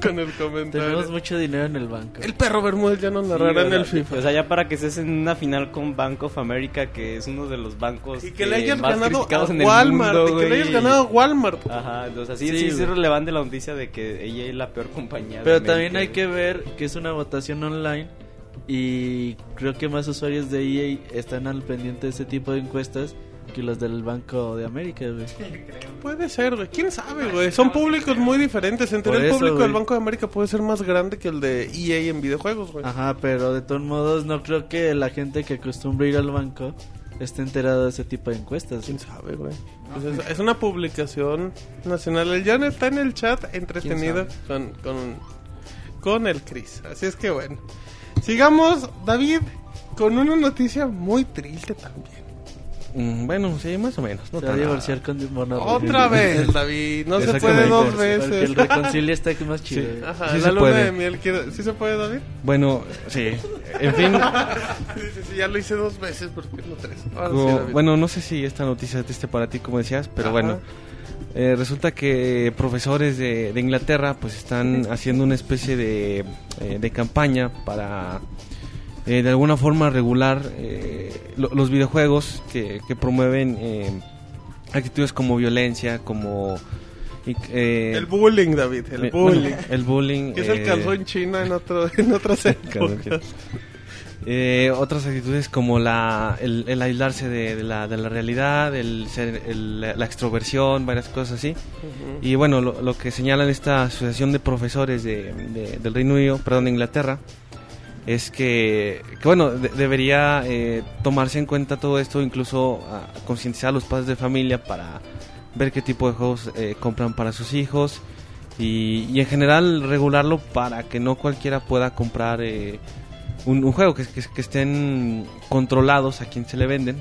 con el comentario.
Tenemos mucho dinero en el banco.
El perro Bermúdez ya nos
Sí,
narrará
o
en
sea,
el FIFA.
O sea, ya para que estés en una final con Bank of America, que es uno de los bancos eh,
y que le hayas
más
ganado a
criticados en el
Walmart.
mundo,
y que le hayas
güey.
ganado a Walmart.
Ajá, entonces así
Sí,
sí, es
güey.
irrelevante la noticia de que ella es la peor compañía. de
Pero
América,
también hay
güey.
que ver que es una votación online y creo que más usuarios de EA están al pendiente de ese tipo de encuestas que los del Banco de América, güey.
Puede ser, güey. ¿Quién sabe, güey? Son públicos muy diferentes. Entre
Por
el
eso,
público del
güey.
Banco de América puede ser más grande que el de EA en videojuegos, güey.
Ajá, pero de todos modos no creo que la gente que acostumbra ir al banco esté enterada de ese tipo de encuestas.
¿Quién sabe, güey? Pues es, es una publicación nacional. El Jan está en el chat entretenido con, con, con el Chris. Así es que bueno. Sigamos, David, con una noticia muy triste también.
Mm, Bueno, sí, más o menos. No
Se va a
tan-
divorciar con Bono.
pues,
Otra vez, David. No se puede
Exactamente.
dos
Porque el
veces.
reconcilia está que más chido. güey.
Ajá,
Sí
la
se
luna
puede.
de miel. quiero- ¿Sí se puede, David?
Bueno, sí. En fin,
Dice, sí, ya lo hice dos veces, ¿por qué no tres? Ahora sí,
como-
David.
bueno, no sé si esta noticia es triste para ti, como decías, pero
Ajá.
bueno. Eh, resulta que profesores de, de Inglaterra pues están haciendo una especie de, eh, de campaña para eh, de alguna forma regular eh, lo- los videojuegos que, que promueven eh, actitudes como violencia, como... y- eh,
El bullying, David, el
eh,
bullying.
bueno, el bullying.
que es el
eh,
calzón chino en, otro, en otras
Calzón chino.
épocas.
Eh, otras actitudes como la, el, el aislarse de, de la, de la realidad, el, ser- el- la extroversión, varias cosas así. Y bueno, lo, lo que señalan esta asociación de profesores de, de- del Reino Unido, perdón, de Inglaterra, es que, que bueno, de- debería eh, tomarse en cuenta todo esto, incluso ah, concientizar a los padres de familia para ver qué tipo de juegos eh, compran para sus hijos y, y en general regularlo para que no cualquiera pueda comprar eh, un, un juego, que, que- que estén controlados a quien se le venden.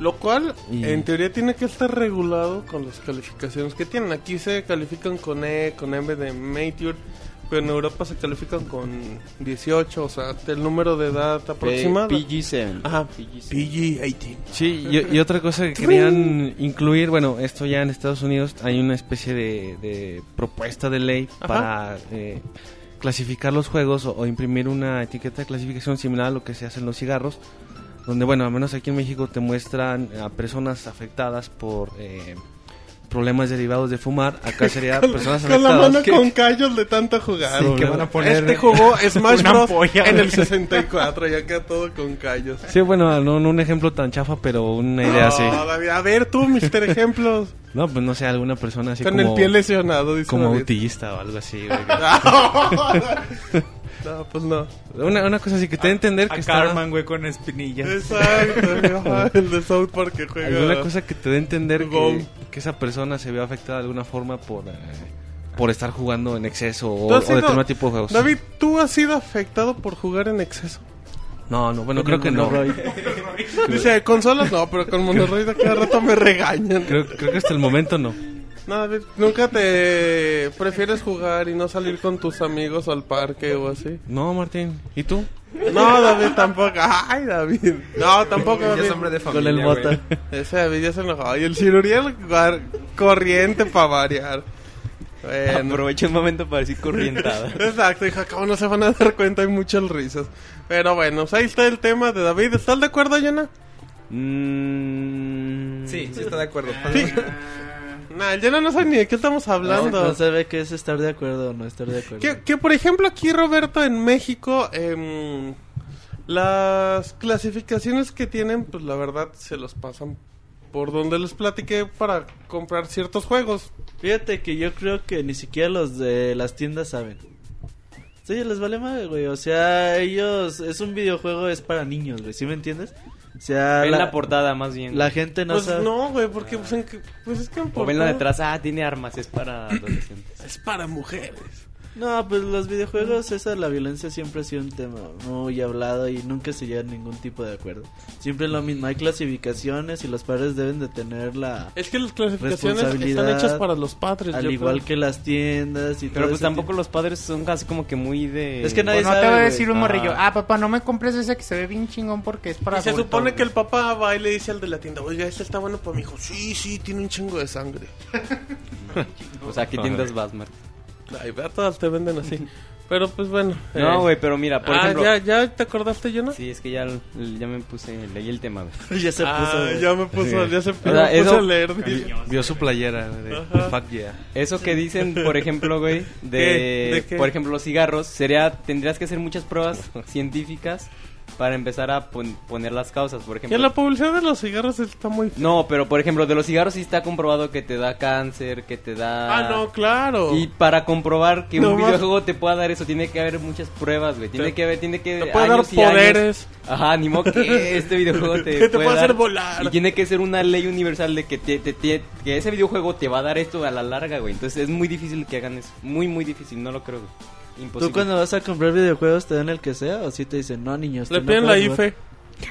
Lo cual,
Y-
en teoría, tiene que estar regulado con las calificaciones que tienen. Aquí se califican con E, con M de Mature, pero en Europa se califican con 18, o sea, el número de edad aproximado.
PG-7.
Ajá,
PG-7.
PG-18.
Sí, y, y otra cosa que querían incluir, bueno, esto ya en Estados Unidos hay una especie de, de propuesta de ley
Ajá.
para eh, clasificar los juegos o, o imprimir una etiqueta de clasificación similar a lo que se hace en los cigarros, donde, bueno, al menos aquí en México te muestran a personas afectadas por eh, problemas derivados de fumar, acá sería personas
Con la mano
afectadas.
con callos de tanto jugar.
Sí,
güey.
que van a poner
Este jugó Smash
una
Bros.
ampolla,
en
güey.
el 64 y acá todo con callos.
Sí, bueno, no, no un ejemplo tan chafa, pero una idea así.
No, David, a ver tú, Mister Ejemplos.
No, pues no sé, alguna persona así
con
como,
el pie lesionado, dice
como
David.
autista o algo así. güey.
No, pues no.
Una, una cosa así que te da a entender que
A
está...
Carman, güey, con espinillas.
Exacto, ajá, el de South Park que
Alguna
juega.
cosa que te dé a entender
Gol.
que, que esa persona se vio afectada de alguna forma por, eh, por estar jugando en exceso o, o
¿Tú has
de
sido-
determinado tipo de juegos.
David, ¿tú has sido afectado por jugar en exceso?
No, no, bueno, creo que no.
Roy.
Dice, consolas no, pero con Monoroid a cada rato me regañan.
Creo, creo que hasta el momento no.
No, David, ¿nunca te prefieres jugar y no salir con tus amigos al parque o así?
No, Martín. ¿Y tú?
No, David, tampoco. Ay, David. No, tampoco,
Ya
David.
es hombre de
Con el
familia, güey.
mota.
Ese David ya se enojó. Y el
Ah,
ciruriel gar- corriente para variar. Bueno.
Aprovecha el momento para decir corrientada.
Exacto, dijo, acabo no se van a dar cuenta, hay muchas risas. Pero bueno, pues ahí está el tema de David. ¿Estás de acuerdo, Yana?
Mm,
Sí, sí está de acuerdo.
Sí. Nah, el Yana no sabe ni de qué estamos hablando.
No, no sabe qué es estar de acuerdo o no estar de acuerdo.
que, que, por ejemplo aquí, Roberto, en México, em, las clasificaciones que tienen, pues la verdad se los pasan por donde les platiqué para comprar ciertos juegos.
Fíjate que yo creo que ni siquiera los de las tiendas saben. Sí, les vale madre, güey. O sea, ellos. Es un videojuego, es para niños, güey. ¿Sí me entiendes? O sea,
Ven la,
la,
portada más bien.
la gente no
pues
sabe.
no, güey, porque pues, en que- pues, es que... en
o venla
portada
detrás. Ah, tiene armas, es para adolescentes.
Es para mujeres.
No, pues los videojuegos, esa la violencia siempre ha sido un tema muy hablado y nunca se llega a ningún tipo de acuerdo. Siempre es lo mismo, hay clasificaciones y los padres deben de tener la...
Es que las clasificaciones están
Responsabilidad,
hechas para los padres. yo
Al
creo.
igual que las tiendas y
Pero
todo
pues
ese
tampoco
tipo.
los padres son casi como que muy de...
Es que nadie
Pues no te
sabe,
va a
güey.
decir un
Ah.
morrillo. Ah, papá, no me compres ese que se ve bien chingón porque es para.
Y se
adulto,
supone que el
güey".
papá va y le dice al de la tienda, oiga, este está bueno para mi hijo. Sí, sí, tiene un chingo de sangre.
pues,
O sea, aquí tiendas Basmart.
Ay, vea, todas te venden así. Pero pues bueno. eh,
No, güey, pero mira, por
ah,
ejemplo...
¿ya, ¿ya te acordaste, Jonah?
Sí, es que ya, ya me puse, leí el tema, güey.
ya se puso.
Ah,
güey.
ya me puso, ya se me
sea,
puse
eso-
a leer. dije,
Vio su playera de Fuck yeah.
Eso que dicen, por ejemplo, güey, de,
¿Qué? ¿De qué?
por ejemplo, los cigarros, sería tendrías que hacer muchas pruebas científicas para empezar a pon- poner las causas, por
Que
ejemplo.
la publicidad de los cigarros está muy... f-
No, pero por ejemplo, de los cigarros sí está comprobado que te da cáncer, que te da
Ah, no, claro.
Y para comprobar que
No
un
más.
videojuego te pueda dar eso, tiene que haber muchas pruebas, güey. Tiene
Te-
que haber, tiene que
te puede dar
años y años.
poderes.
Ajá, ni modo que este videojuego te,
Que te pueda
dar.
hacer volar.
Y tiene que ser una ley universal de que, te, te- te- que ese videojuego te va a dar esto a la larga, güey. Entonces es muy difícil que hagan eso. Muy, muy difícil, no lo creo, güey. Imposible.
¿Tú cuando vas a comprar videojuegos te dan el que sea o si te dicen, no, niños?
Este,
Le piden la E. IFE.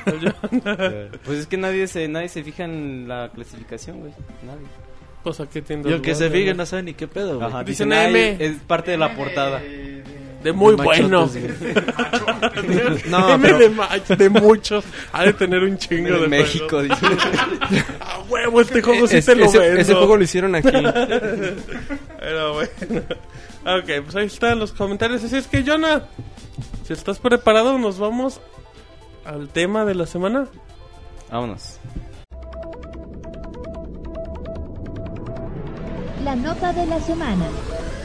Pues es que nadie se, nadie se fija en la clasificación, güey. Nadie.
Pues aquí tiene...
Y aunque se fijen, no saben ni qué pedo, güey.
Ajá,
Dicen
dicen, "Ay,
M".
Es parte de la portada.
De muy
Machotes,
bueno.
güey.
No,
M
pero-
de, mach- de muchos. Ha de tener un chingo de
En México,
juegos.
dicen.
A huevo, este juego sí
Es-
te lo
ese,
vendo.
ese juego lo hicieron aquí.
Pero bueno. Ok, pues ahí están los comentarios. Así es que, Jonah, si estás preparado, nos vamos al tema de la semana.
Vámonos.
La nota de la semana.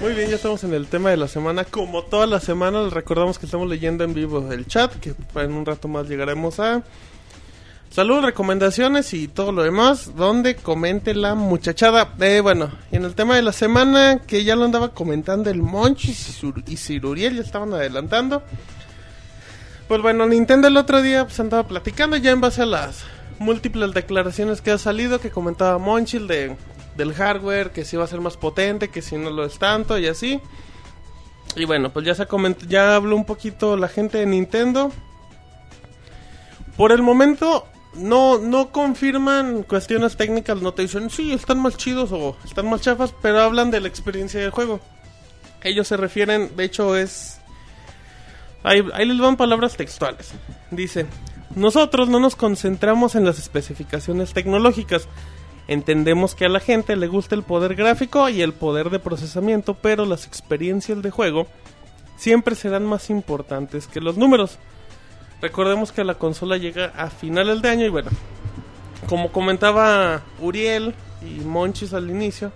Muy bien, ya estamos en el tema de la semana. Como todas las semanas, les recordamos que estamos leyendo en vivo el chat, que en un rato más llegaremos a saludos, recomendaciones y todo lo demás, donde comente la muchachada. Eh, bueno, y en el tema de la semana, que ya lo andaba comentando el Monch y, Sir- y Siruriel, ya estaban adelantando. Pues bueno, Nintendo el otro día pues andaba platicando ya en base a las múltiples declaraciones que ha salido, que comentaba Monchil de, del hardware, que si va a ser más potente, que si no lo es tanto y así. Y bueno, pues ya se comentó, ya habló un poquito la gente de Nintendo. Por el momento no, no confirman cuestiones técnicas, no te dicen sí, están más chidos o están más chafas, pero hablan de la experiencia del juego. Ellos se refieren, de hecho es Ahí, ahí les van palabras textuales. Dice, nosotros no nos concentramos en las especificaciones tecnológicas. Entendemos que a la gente le gusta el poder gráfico y el poder de procesamiento, pero las experiencias de juego siempre serán más importantes que los números. Recordemos que la consola llega a finales de año y bueno, como comentaba Uriel y Monchis al inicio,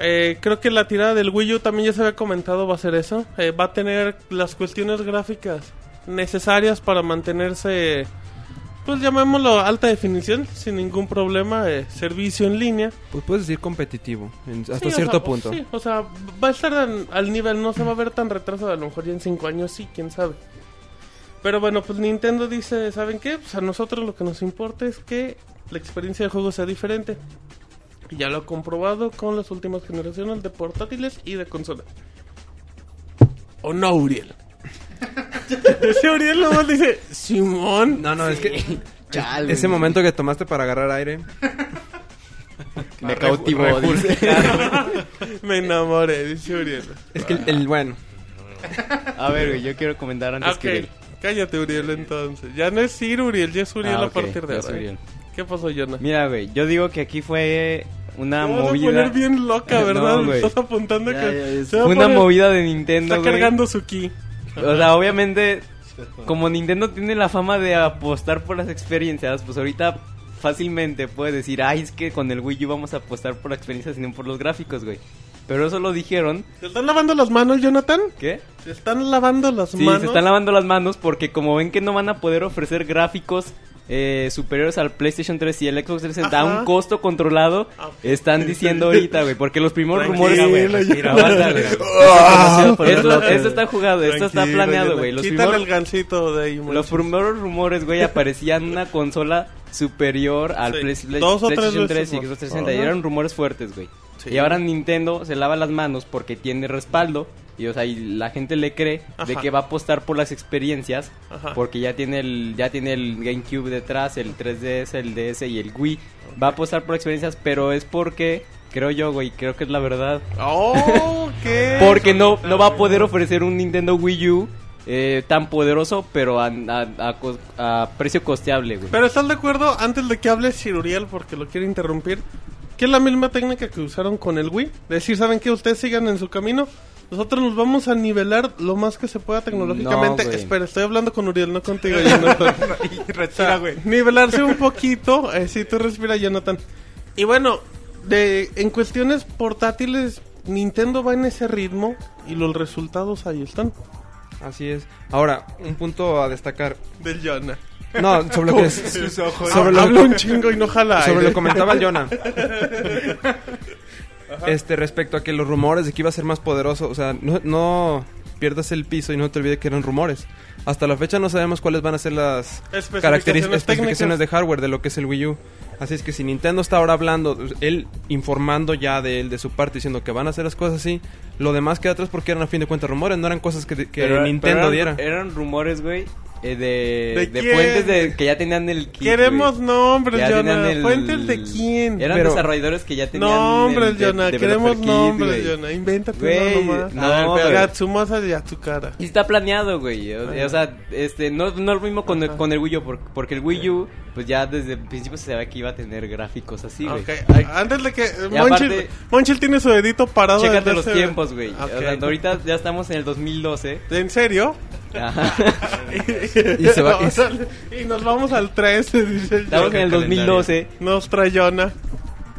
eh, creo que la tirada del Wii U también ya se había comentado va a ser eso. Eh, va a tener las cuestiones gráficas necesarias para mantenerse, pues llamémoslo alta definición, sin ningún problema, eh, servicio en línea.
Pues puedes decir competitivo, en- hasta
Sí, o sea,
cierto
o-
punto.
sí, o sea, va a estar al, al nivel, no se va a ver tan retrasado. A lo mejor ya en 5 años sí, quién sabe. Pero bueno, pues Nintendo dice, ¿saben qué? Pues a nosotros lo que nos importa es que la experiencia de juego sea diferente. Y ya lo ha comprobado con las últimas generaciones de portátiles y de consola. ¿O no, Uriel? Ese Uriel nomás dice, Simón.
No, no, es que... Ese momento que tomaste para agarrar aire.
Me cautivó, dice.
Me enamoré, dice Uriel.
Es que el, el- bueno.
A ver, güey, yo quiero comentar antes
Ok,
que él.
cállate Uriel entonces. Ya no es ir Uriel, ya es Uriel
Ah,
a
ok,
partir de
ya es
ahora. ¿eh?
Uriel.
¿Qué pasó, Jonah?
Mira, güey, yo digo que aquí fue
Te
una
vas a
movida.
poner bien loca,
No,
¿verdad?
güey.
Estás apuntando
Ya,
que...
ya, ya.
se va a
Fue una
poner-
movida de Nintendo.
Está
güey.
cargando su ki.
O sea, obviamente, como Nintendo tiene la fama de apostar por las experiencias, pues ahorita fácilmente puedes decir, ay, es que con el Wii U vamos a apostar por la experiencia, sino por los gráficos, güey. Pero eso lo dijeron.
¿Se están lavando las manos, Jonathan?
¿Qué?
¿Se están lavando las
Sí,
manos?
se están lavando las manos porque como ven que no van a poder ofrecer gráficos eh, superiores al PlayStation 3 y el Xbox 360 a
Ajá.
un costo controlado,
Ah.
están diciendo ahorita, güey, porque los primeros rumores...
Tranquilo,
Aguántale, güey. esto, esto está jugado, esto está
Tranquilo,
planeado,
Jonathan.
güey. Los,
Quítale el
primeros,
gancito de ahí.
los
muchachos.
primeros rumores, güey, aparecían una consola superior al
Sí,
Play- Play-
dos o tres
PlayStation
veces
3 y
más.
Xbox 360. Y
Ajá.
eran rumores fuertes, güey.
Sí.
Y ahora Nintendo se lava las manos porque tiene respaldo. Y, o sea, y la gente le cree de
Ajá.
que va a apostar por las experiencias.
Ajá.
Porque ya tiene, el, ya tiene el GameCube detrás, el 3DS, el DS y el Wii. Va a apostar por experiencias, pero es porque, creo yo, güey, creo que es la verdad.
¡Oh, qué!
Porque no, no va a poder ofrecer un Nintendo Wii U eh, tan poderoso, pero a, a- a cos- a precio costeable, güey.
Pero ¿estás de acuerdo? Antes de que hable Sir Uriel, porque lo quiero interrumpir. Que es la misma técnica que usaron con el Wii. Decir, ¿saben qué? Ustedes sigan en su camino. Nosotros nos vamos a nivelar lo más que se pueda tecnológicamente.
No, güey.
Espera, estoy hablando con Uriel, no contigo, Jonathan.
y
O sea,
retira, güey.
Nivelarse un poquito. eh, si tú respiras, Jonathan. Y bueno, de, en cuestiones portátiles, Nintendo va en ese ritmo y los resultados ahí están.
Así es. Ahora, un punto a destacar.
Del Jonah.
No, sobre lo que es-
Sus ojos.
Sobre lo-
Habla un chingo y no jala.
sobre
aire.
lo que comentaba el Jonah. Este, respecto a que los rumores de que iba a ser más poderoso, o sea, no, no pierdas el piso y no te olvides que eran rumores. Hasta la fecha no sabemos cuáles van a ser las
Especificaciones
características,
técnicas.
especificaciones de hardware de lo que es el Wii U. Así es que si Nintendo está ahora hablando, él informando ya de él, de su parte, diciendo que van a hacer las cosas así, lo demás queda atrás porque eran a fin de cuentas rumores, no eran cosas que, que
Pero-
Nintendo
pero
diera.
eran, eran rumores, güey, eh,
¿De
de, de,
quién?
fuentes de, que ya tenían el kit,
Queremos
güey.
nombres,
Ya tenían
Jonah.
el-
Fuentes de quién.
Eran
Pero-
desarrolladores que ya tenían
Nombres,
el de-
Jonah.
developer
Queremos
kit,
nombres,
güey.
Jonah. Invéntate
Güey,
uno nomás.
no,
A ver,
pero-
pero Gatsumasa y a tu cara.
Y está planeado, güey. O, o sea, este, no, no lo mismo con el, con el Wii U, por- porque el Wii U, pues ya desde el principio se sabía que iba a tener gráficos así, güey.
Ok, Antes de que. eh,
Y
Monchil,
aparte-
Monchil tiene su dedito parado.
Chécate
desde
los
hace-
tiempos, güey.
Ok.
O sea, ahorita ya estamos en el 2012.
¿En serio?
Ajá.
y,
se va-
no, o sea, y nos vamos al 13. dice el
Estamos en el
Jonah.
2012.
Nos trae Jonah.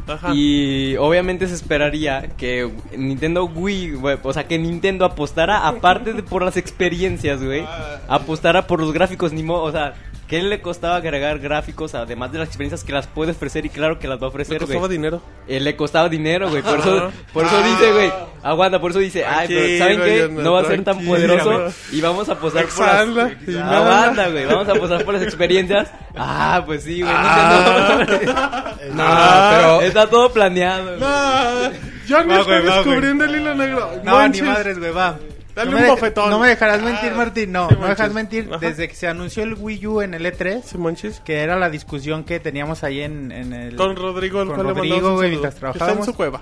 Ajá.
Y obviamente se esperaría que Nintendo Wii, güey, o sea, que Nintendo apostara, aparte de por las experiencias, güey, apostara por los gráficos, ni modo, o sea, ¿qué le costaba agregar gráficos además de las experiencias que las puede ofrecer? Y claro que las va a
Me
ofrecer,
costaba
güey.
dinero.
Eh, le costaba dinero, güey, por eso,
Ajá.
por eso dice, güey, aguanta, por eso dice, ay, pero ¿saben
Tranquilo,
qué?
Jonathan,
No va a ser tan
tranquilo.
poderoso y vamos a apostar por las...
Exhala y nada.
Aguanta, güey, vamos a apostar por las experiencias. Ah, pues sí, güey, Nintendo.
No,
Ah.
pero
Está todo planeado, güey.
No, Johnny
Va,
está
güey, va,
descubriendo el hilo negro.
No,
Monchil,
ni madres, güey, va. no
Dale un
me deja-
bofetón. Ah,
No me dejarás mentir, Martín. No,
sí,
no me dejas
manches.
mentir.
Ajá.
Desde que se anunció el Wii U en el E3,
Sí, Monchis.
que era la discusión que teníamos ahí en, en el...
Con Rodrigo, el
Con
cual le
Rodrigo,
mandamos un
güey,
saludo.
mientras
Está en
trabajábamos.
su cueva.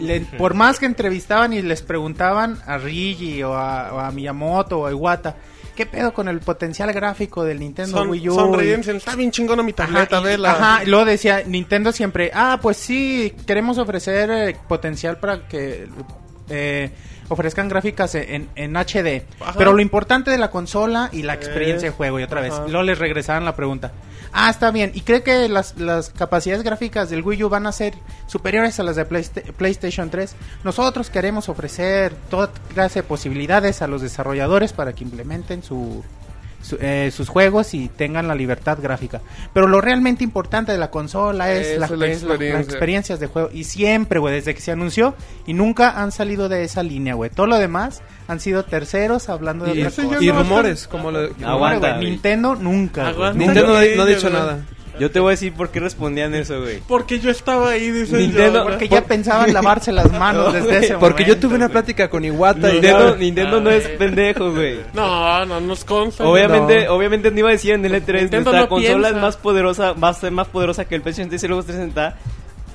le- por más que entrevistaban y les preguntaban a Rigi o a, o a Miyamoto o a Iwata, ¿qué pedo con el potencial gráfico del Nintendo
Son,
Wii U?
sonríense, está bien chingona mi tableta,
Ajá, y,
vela.
ajá, y luego decía Nintendo siempre, ah, pues sí, queremos ofrecer eh, potencial para que eh, ofrezcan gráficas en, en HD.
Ajá.
Pero lo importante de la consola y la experiencia de juego, y otra vez,
Ajá.
luego les regresaban la pregunta. Ah, está bien. ¿Y cree que las, las capacidades gráficas del Wii U van a ser superiores a las de Playste- PlayStation 3? Nosotros queremos ofrecer toda clase de posibilidades a los desarrolladores para que implementen su, su- eh, sus juegos y tengan la libertad gráfica. Pero lo realmente importante de la consola es,
Es
la,
la
es la- las
experiencia.
experiencias de juego. Y siempre, güey, desde que se anunció, y nunca han salido de esa línea, güey. Todo lo demás han sido terceros hablando de
y,
otras
ese ya
cosas.
y
no va a
rumores, como lo-
No, güey,
Aguanta, güey.
Nintendo nunca. güey.
Aguanta.
Nunca-
Nintendo no, ha- no ha
Sí,
dicho
güey.
nada.
Yo te voy a decir por qué respondían eso, güey.
Porque yo estaba ahí, dice
Nintendo,
Jonah.
Porque ya pensaban lavarse las
Oh.
manos desde ese
Porque yo
momento,
tuve una
güey.
plática con Iwata y
Nintendo, Nintendo no es pendejo, güey.
No, no nos consta.
Obviamente, obviamente no iba a decir en el E3,
Pues, Nintendo
nuestra
no
consola
piensa.
es más poderosa, va a ser más poderosa que el PlayStation 3 y luego 360.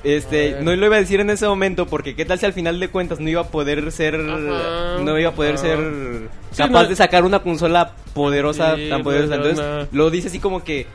Este, no lo iba a decir en ese momento porque qué tal si al final de cuentas no iba a poder ser
Ajá.
no iba a poder
Ajá.
ser
Ah. Sí,
capaz
no-
de sacar una consola poderosa
Sí,
tan poderosa.
no, no,
Entonces,
no.
lo dice así como que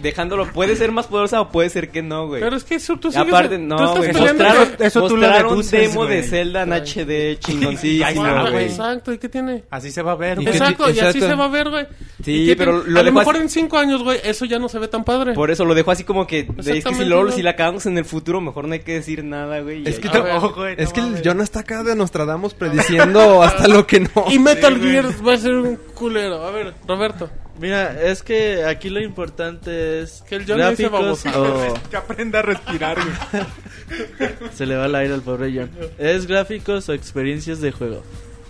dejándolo puede ser más poderosa o puede ser que no, güey.
Pero es que eso tú sigues...
Aparte,
tú
no,
estás
güey.
peleando-
Mostraron,
Eso tú lo
mostraron un
deduces,
demo
güey.
de Zelda en HD
Ahí
chingoncísimo,
está,
Ah,
güey.
Exacto, ¿y qué tiene?
Así se va a ver,
Y
güey.
que-
Exacto, y así
exacto.
se va a ver, güey.
Sí,
¿Y qué
pero
tiene?
lo
A lo
dejó
mejor
así-
en cinco años, güey, eso ya no se ve tan padre.
Por eso lo dejo así como que, es que si,
Exactamente,
lo,
no.
si la cagamos en el futuro, mejor no hay que decir nada, güey. y
Es
ahí-
que,
A
to-
ver.
Ojo, güey,
es
no
que el
mames.
John está acá de Nostradamus prediciendo hasta lo que no.
Y Metal Gear va a ser un culero. A ver, Roberto.
Mira, es que aquí lo importante es
Que el Johnny
Oh.
dice
Oh.
babosadas.
o-
Que aprenda a respirar, güey.
Se le va el aire al pobre John. ¿Es gráficos o experiencias de juego?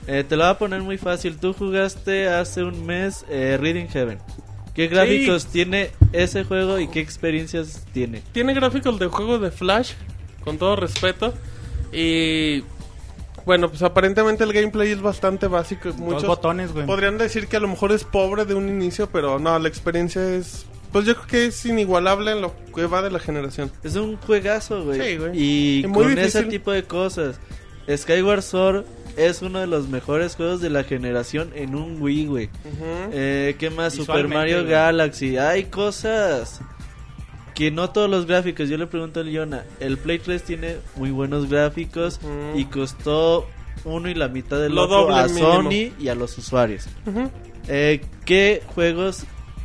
Eh, te lo voy a poner muy fácil. Tú jugaste hace un mes eh, Reading Heaven. ¿Qué gráficos tiene ese juego y qué experiencias tiene?
Tiene gráficos de juego de Flash, con todo respeto. Y... Bueno, pues aparentemente el gameplay es bastante básico. y
Muchos
Muchos
botones, güey.
podrían decir que a lo mejor es pobre de un inicio, pero no, la experiencia es... Pues yo creo que es inigualable en lo que va de la generación.
Es un juegazo, güey.
Sí, güey.
Y,
Y muy
con
difícil.
ese tipo de cosas. Skyward Sword es uno de los mejores juegos de la generación en un Wii, güey.
Ujú.
Eh, ¿Qué más? Super
Visualmente,
Mario
güey.
Galaxy. Hay cosas que no todos los gráficos. Yo le pregunto a Leona, el Play 3 tiene muy buenos gráficos
Ujú.
y costó uno y la mitad del
Lo
otro
doble
a
mínimo.
Sony y a los usuarios.
Ujú.
Eh, ¿Qué juegos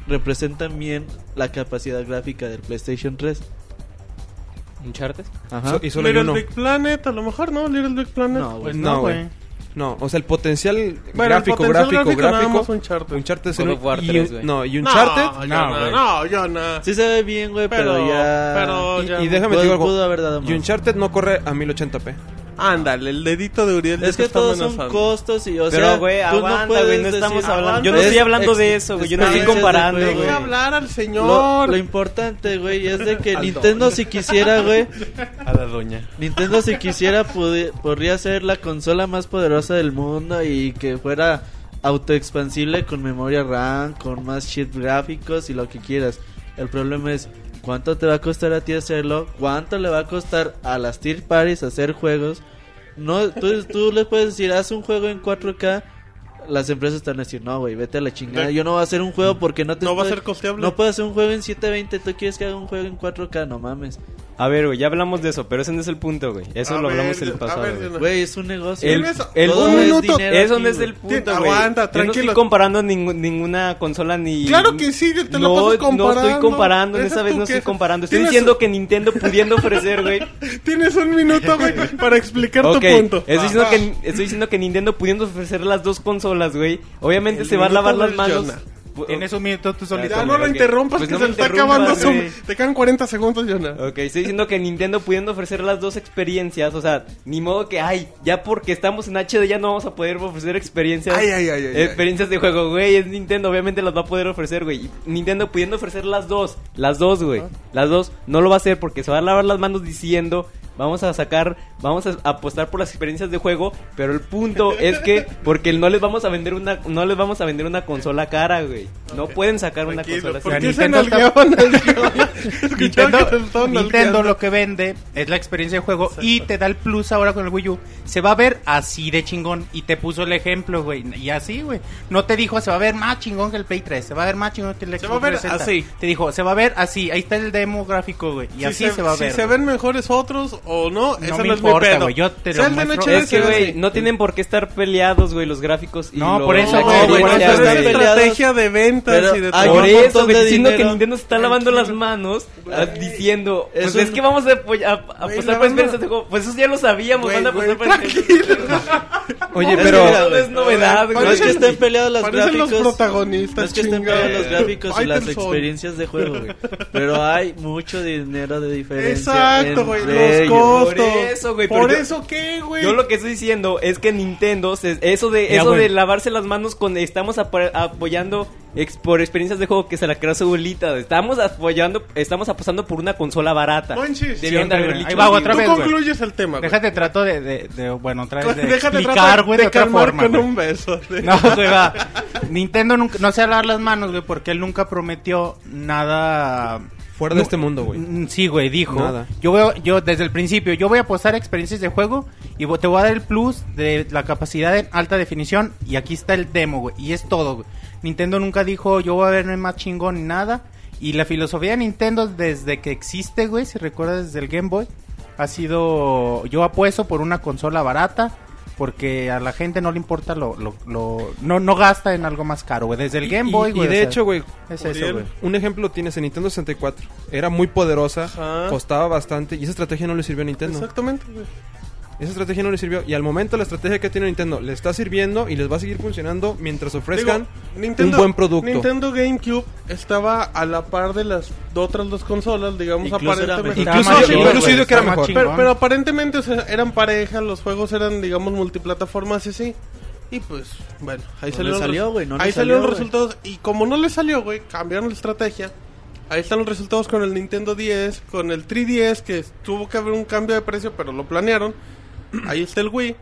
representan bien la capacidad gráfica del PlayStation 3?
¿Uncharted?
Ajá.
So- y solo hay
Little
uno.
Big Planet, a lo mejor, ¿no? Little Big Planet.
No, güey.
Pues
no,
no, güey.
güey. No, o sea, el potencial
Bueno, el
gráfico,
potencial
gráfico,
gráfico nada más
gráfico.
Uncharted.
Uncharted es
God
el-
of War
y
3,
un-
güey.
No, y
No,
Uncharted.
yo
No,
no,
güey.
no, yo no.
Sí se ve bien, güey, pero,
Pero-
ya...
pero-
Y-
ya.
y, déjame
Pudo-
decir algo.
pudo haber dado más.
Y Uncharted no corre a 1080p.
Ándale, el dedito de Uriel.
Es que
está
todos son
amenazando.
costos y, o sea,
Pero, güey,
tú
aguanta,
no puedes
güey, no estamos
decir-
hablando. Yo no
aguanta.
estoy
Es
hablando de
ex-
eso, güey. Yo no estoy
experiencias de
comparando,
juego,
güey.
Deja hablar al
Lo,
señor.
lo importante, güey, es de que Nintendo si quisiera, güey,
A la doña.
Nintendo si quisiera pudi- podría ser la consola más poderosa del mundo y que fuera autoexpansible con memoria RAM, con más shit gráficos y lo que quieras. El problema es cuánto te va a costar a ti hacerlo, cuánto le va a costar a las tier parties hacer juegos. No, tú, tú le puedes decir, haz un juego en 4K. Las empresas están a decir, no, güey, vete a la chingada. Yo no voy a hacer un juego porque no te
No va a
estoy-
ser costeable.
No puedo hacer un juego en 720. Tú quieres que haga un juego en 4K, no mames.
A ver, güey, ya hablamos de eso, pero ese no es el punto, güey. Eso
A
lo
ver,
hablamos el
a
pasado.
ver,
güey.
Leonardo.
Güey, es un negocio.
El,
Tienes
el-
todo
un
es
minuto.
dinero
Eso
aquí,
no es el
güey.
punto, güey.
Aguanta,
Yo no
tranquilo.
estoy comparando ningún- ninguna consola ni.
Claro que sí, te la
no,
pasas comparando.
No estoy comparando, en
Esa
esa
es
vez
tu
no estoy
queja.
comparando. Estoy
Tienes-
diciendo que Nintendo pudiendo ofrecer, güey.
Tienes un minuto, güey, para explicar
Ok,
tu punto.
estoy diciendo,
Ajá.
que, estoy diciendo que Nintendo pudiendo ofrecer las dos consolas, güey. Obviamente
El
se va a
minuto
lavar las
del
manos.
Jonah.
Pu-
Tienes un minuto tú solito.
Ya
Ok,
no lo
ok.
interrumpas,
Pues
que
no
se
me
está
interrumpas,
acabando su.
güey.
Te quedan 40 segundos, Jonah.
Ok, estoy diciendo que Nintendo pudiendo ofrecer las dos experiencias, o sea, ni modo que, ay, ya porque estamos en HD ya no vamos a poder ofrecer experiencias.
Ay, ay, ay, ay, ay.
Experiencias de juego, güey, es Nintendo, obviamente las va a poder ofrecer, güey. Nintendo pudiendo ofrecer las dos, las dos, güey. Las dos, no lo va a hacer porque se va a lavar las manos diciendo, vamos a sacar, vamos a apostar por las experiencias de juego, pero el punto es que porque no les vamos a vender una no les vamos a vender una consola cara, güey. No pueden sacar una
Tranquilo,
consola
¿Por
así.
qué se
Nintendo está-
nalgueaban al Jonah? Escuchaba que se
Nintendo,
estaban
Nintendo
nalgueando.
lo que vende es la experiencia de juego y te da el plus ahora con el Wii U. Se va a ver así de chingón y te puso el ejemplo, güey. Y así, güey. No te dijo se va a ver más chingón que el Play 3, se va a ver más chingón que el Xbox
va a ver
360.
así.
Te dijo, se va a ver así. Ahí está el demográfico, güey. Y
Si
así se, va a ver.
Si se
güey.
ven mejores otros o no,
No
eso
me
no
importa,
es mi pedo.
güey, yo te lo
Sea el de
muestro.
noche,
Es que,
sea el
güey,
de-
no tienen por qué estar peleados, güey, los gráficos. Y
No,
lo-
por eso,
la
No,
güey,
güey, no,
experiencia,
eso
están
es
güey.
peleados.
estrategia de ventas
Pero
y de
hay
todo.
Por
un
eso,
montón
güey,
de
diciendo que
dinero.
Nintendo se está lavando las manos, ah, diciendo,
Es
pues es
un-
que vamos a apoy- a- a apostar por
la
experiencias
banda-
de juego. Pues eso ya lo sabíamos,
Güey,
van a apostar
güey,
por experiencias.
Oye,
Es
pero.
que
Eso no es novedad,
No es que
güey.
Parecen-
estén peleados los
parecen los
gráficos.
protagonistas,
No es que estén
chingada.
peleados los gráficos y
Ahí
las
está el sol.
experiencias de juego, güey. Pero hay mucho dinero de diferencia.
Exacto, güey,
entre
los
ellos.
costos.
Por eso, güey, pero
¿Por
yo-
eso qué, güey?
Yo lo que estoy diciendo es que Nintendo, se- eso de
Ya,
eso
güey.
de lavarse las manos con estamos apo- apoyando ex- por experiencias de juego que se la creó su abuelita. Estamos apoyando, estamos apostando por una consola barata. Debieron
Monchis.
de
Siempre,
haber
güey.
dicho
Ahí va
sí,
otra
Tú
vez, güey.
concluyes el tema, güey.
Déjate trato de, de- de- bueno, otra vez de
Déjate
explicar,
tratar
güey, de,
de
otra
calmar
forma.
con
güey.
un beso. sí.
No, güey, va. Nintendo nunca, no se lavar las manos, güey, porque él nunca prometió nada.
Fuera de este mundo, güey.
Mm, Sí, güey, dijo.
Nada.
Yo veo, yo desde el principio, yo voy a apostar a experiencias de juego y vo- te voy a dar el plus de la capacidad de alta definición y aquí está el demo, güey. Y es todo, güey. Nintendo nunca dijo yo voy a verme más chingón ni nada. Y la filosofía de Nintendo desde que existe, güey, si recuerdas desde el Game Boy, ha sido yo apuesto por una consola barata. Porque a la gente no le importa lo... lo, lo- no, no gasta en algo más caro, güey. Desde el Game
Y-
Boy,
y-
güey.
Y
o
de
sea,
hecho, güey,
es eso,
Uriel,
güey.
un ejemplo tienes en Nintendo 64. Era muy poderosa,
Ajá.
costaba bastante y esa estrategia no le sirvió a Nintendo.
Exactamente, güey.
Esa estrategia no le sirvió y al momento la estrategia que tiene Nintendo le está sirviendo y les va a seguir funcionando mientras ofrezcan
Digo, Nintendo-
un buen producto.
Nintendo GameCube estaba a la par de las otras dos consolas, digamos,
Incluso era mejor.
aparentemente.
Incluso-
Está más
incluso
chingón,
yo
güey,
digo que era
está más
mejor.
chingón.
Pero, pero aparentemente o sea, eran pareja, los juegos eran, digamos, multiplataformas y así. Y pues, bueno, ahí
No
salieron,
le salió,
los-
güey, no le
ahí salieron
salió,
los resultados. Y como no le salió, güey, cambiaron la estrategia. Ahí están los resultados con el Nintendo 10, con el 3DS, que tuvo que haber un cambio de precio, pero lo planearon. Ahí está el Wii.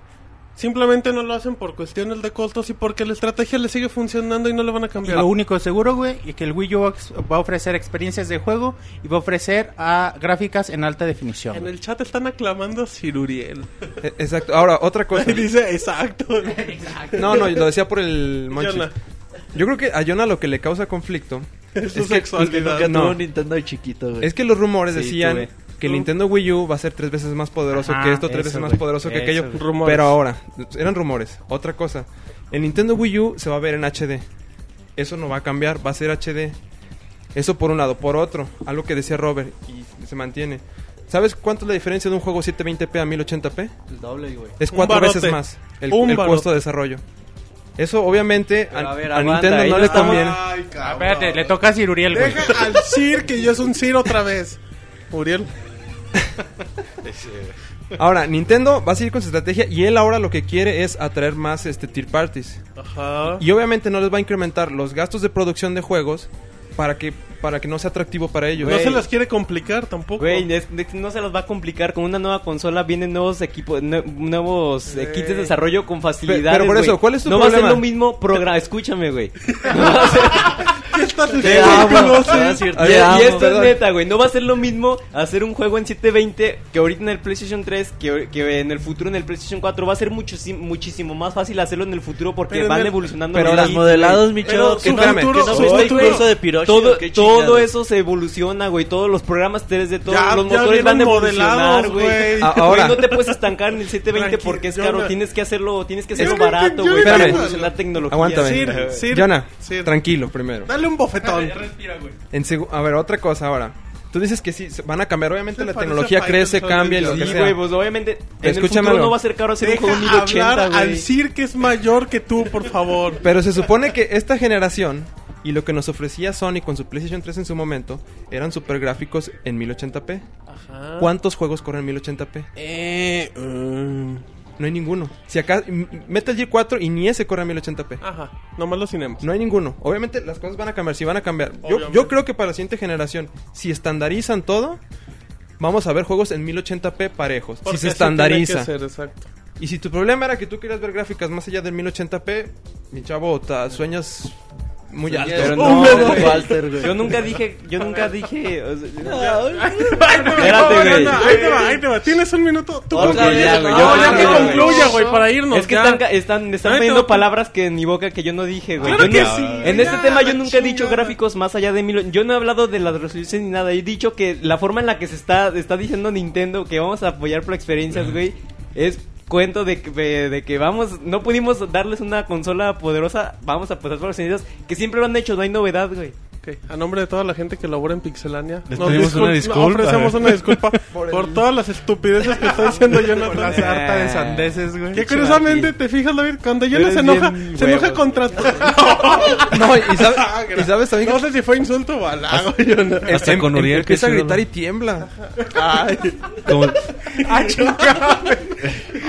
Simplemente no lo hacen por cuestiones de costos y porque la estrategia le sigue funcionando y no le van a
Y
cambiar.
lo único seguro, güey, es que el Wii U va a ex- va a ofrecer experiencias de juego y va a ofrecer a gráficas en alta definición.
En el chat están aclamando a Ciruriel.
E- Exacto. Ahora, otra cosa.
Y dice, exacto.
No, no, lo decía por el Monchis.
Jonah.
Yo creo que a Jonah lo que le causa conflicto
Es
que-
su
Y que
sexualidad.
nunca
no.
tuvo un Nintendo chiquito, güey.
Es que los rumores
Sí,
decían
tuve.
que el Nintendo Wii U va a ser tres veces más poderoso
Ajá,
que esto, tres
eso,
veces más
güey,
poderoso que
eso,
aquello.
güey.
Rumores.
Pero ahora, eran rumores. Otra cosa, el Nintendo Wii U se va a ver en HD. Eso no va a cambiar, va a ser HD. Eso por un lado. Por otro, algo que decía Robert y se mantiene. ¿Sabes cuánto es la diferencia de un juego 720p a 1080p?
El doble, güey.
Es
Un
cuatro
barote.
veces más el,
Un
el
barote.
costo de desarrollo. Eso obviamente
Pero
a,
a ver,
a
aguanta,
Nintendo
ahí
no
no
le
estamos-
conviene.
Ay,
Ah,
cabrón.
Espérate, le toca a Sir Uriel, güey.
Deja al Sir que yo es un Sir otra vez. Uriel.
Ahora, Nintendo va a seguir con su estrategia y él ahora lo que quiere es atraer más este tier parties.
Ajá.
Y obviamente no les va a incrementar los gastos de producción de juegos para que, para que no sea atractivo para ellos.
No se las quiere complicar tampoco.
Güey, de- de- no se los va a complicar. Con una nueva consola vienen nuevos equipos, nue- nuevos eh, kits de desarrollo con facilidad.
pero por eso, ¿cuál es tu
no No va a
problema?
ser lo mismo programa. Escúchame, güey.
¿Qué estás
Te
diciendo?
amo.
No,
te va a
sí.
decir,
A
te
ver, y
amo.
esto es
Perdón.
neta,
güey. No va a ser lo mismo hacer un juego en 720 que ahorita en el PlayStation 3, que, que en el futuro en el PlayStation 4. Va a ser muchísimo, muchísimo más fácil hacerlo en el futuro porque
Pero en
van
el-
evolucionando
Pero
los
las
kits,
modelados,
güey.
mi
Pero
chavo, que
su
no,
futuro-
que no
su
viste el
futuro-
curso de Piroshi.
Todo,
o qué
todo
chingados.
eso se evoluciona, güey. Todos los programas 3D, todos
Ya-
los
ya
motores van a
vienen
evolucionar,
modelados,
güey.
güey.
A-
Ahora
ahora.
no te puedes estancar en el 720
Tranqui-
porque es
yo
caro.
no-
Tienes que hacerlo, tienes que
Yo
hacerlo
no
barato,
entiendo- yo
güey.
no
Para
entiendo.
evolucionar tecnología.
Aguántame.
Sir, Sir,
Jonah,
Sir.
tranquilo primero.
Dale un bofetón.
En segu- a ver, otra cosa ahora. Tú dices que sí, se- van a cambiar. Obviamente
Se
la
parece
tecnología
a
crece,
Python,
cambia y lo
John.
que
Sí,
sea.
güey, pues obviamente en el
Escúchame
futuro
algo.
no va a ser caro hacer un
Deja
juego en 1080,
hablar al
güey.
Sir que es mayor que tú, por favor.
Pero se supone que esta generación y lo que nos ofrecía Sony con su PlayStation 3 en su momento eran super gráficos en 1080p.
Ajá.
¿Cuántos juegos corren 1080p?
Eh, mm,
No hay ninguno. Si acá m- Metal Gear 4 y ni ese corre a 1080p.
ajá, nomás los cinemas.
No hay ninguno. Obviamente las cosas van a cambiar. Si van a cambiar. Yo,
Obviamente.
yo creo que para la siguiente generación, si estandarizan todo, vamos a ver juegos en 1080p parejos.
Porque
si se
así tiene que
estandariza.
ser, exacto.
Y si tu problema era que tú querías ver gráficas más allá del 1080p, mi chavo, ta- sueñas muy alto.
Pero
Oh,
no,
me
era
voy.
Walter, güey.
Yo nunca dije, yo nunca dije. o sea,
No,
Espérate,
no,
güey.
no, ahí te va, ahí te va. Tienes un minuto. Tú
Otra
concluye.
vez, güey.
¿eh? No,
Yo
ya que
creo, güey.
concluya, güey, para irnos.
Es que
ya.
están, ca- están, me están
Ay,
poniendo
no.
palabras que en mi boca que yo no dije, güey.
Claro
Yo
que
no-
sí.
En este
Ya,
tema yo
la
nunca he dicho
chingada.
gráficos más allá de mil... Yo no he hablado de las resoluciones ni nada. He dicho que la forma en la que se está, está diciendo Nintendo que vamos a apoyar por experiencias, güey, es cuento de que, de, de que vamos... No pudimos darles una consola poderosa, vamos a apoyar por experiencias que siempre lo han hecho, no hay novedad, güey.
Ok, A nombre de toda la gente que labora en Pixelania,
Les pedimos una disculpa.
ofrecemos una disculpa por, todas las estupideces que está diciendo
Con la
Jonathan.
sarta de sandeces, güey.
Que curiosamente, te fijas, David, cuando Jonathan
Eres
se enoja,
bien
se
huevos.
enoja contra todo.
No, y, sabe- y sabes también que
No sé si fue insulto o halago, Jonathan.
Hasta
em-
con
em-
Uriel. que
empieza a
sí,
gritar
no-
y tiembla.
como-
Ah, chingame.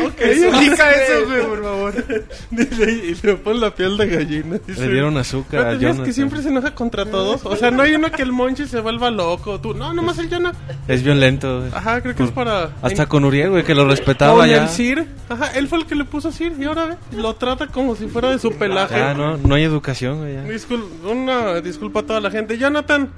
Ok, explica eso, güey, por favor. Dice, y le pon la piel de gallina. dice.
Le dieron
¿No
azúcar
te
a
fijas
Jonathan.
que siempre se enoja contra todos? O sea, no hay uno que el monchi se vuelva loco. Tú, no, nomás el Jonah.
Es violento. güey.
Ajá, creo que es para...
Hasta con Uriel, güey, que lo respetaba
con
ya.
el Sir. Ajá, él fue el que le puso Sir y ahora ve, lo trata como si fuera de su pelaje.
Ya, Ah, no, no hay educación, güey. ya.
Discul- una disculpa a toda la gente. Jonathan,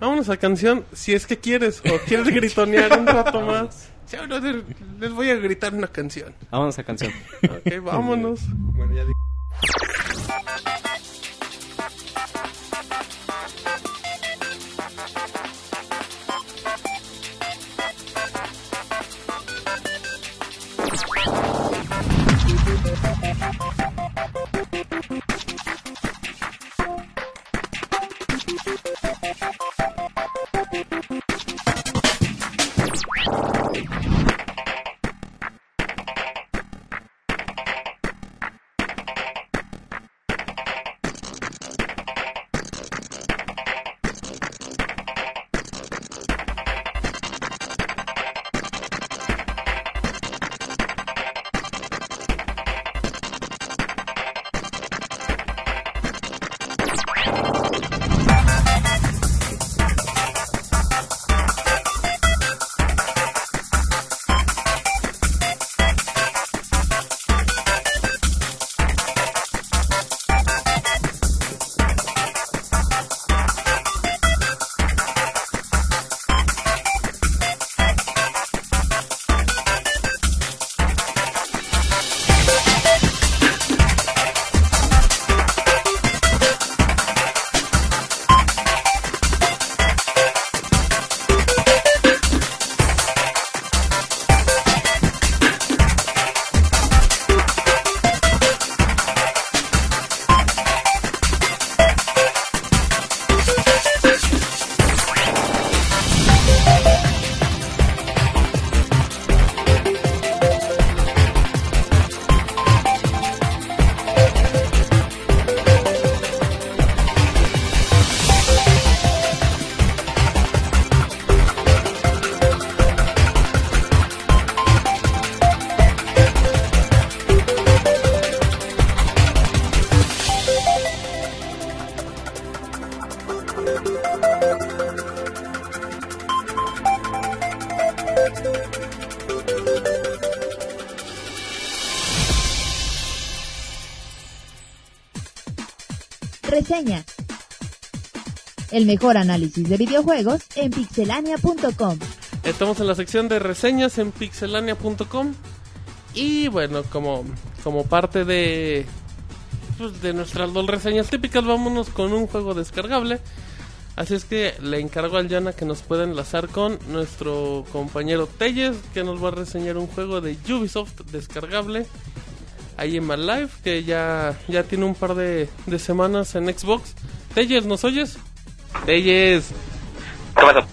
vámonos a canción si es que quieres o quieres gritonear un rato más. Sí, ahora te- Les voy a gritar una canción.
Vamos a canción.
Ok, vámonos.
Reseña. El mejor análisis de videojuegos en pixelania.com.
Estamos en la sección de reseñas en pixelania.com. Y bueno, como, como parte de, pues, de nuestras dos reseñas típicas, vámonos con un juego descargable. Así es que le encargo al Yana que nos pueda enlazar con nuestro compañero Telles, que nos va a reseñar un juego de Ubisoft descargable. Ahí en My Life, que ya, ya tiene un par de, de semanas en Xbox. Telles, ¿nos oyes? Telles.
¿Qué pasó?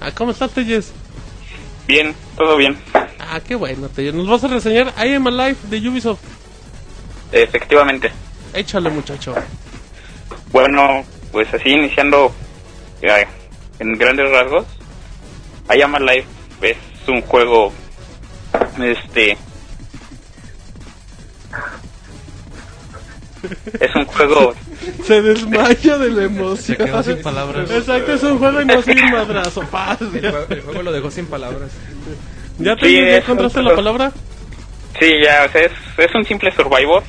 Ah, ¿Cómo estás, Telles?
Bien, todo bien.
Ah, qué bueno, Telles. Nos vas a reseñar I Am Alive de Ubisoft.
Efectivamente.
Échale, muchacho.
Bueno, pues así iniciando eh, en grandes rasgos, I Am Alive es un juego, este, es un juego,
Se desmaya de la
Se
emoción.
quedó sin palabras.
Exacto, es un juego y no sin madrazo. Paz.
El, jue- el juego lo dejó sin palabras.
¿Ya te
Sí,
ya
es un
encontraste
juego.
la palabra?
sí, ya, o sea, es, es un simple survivor,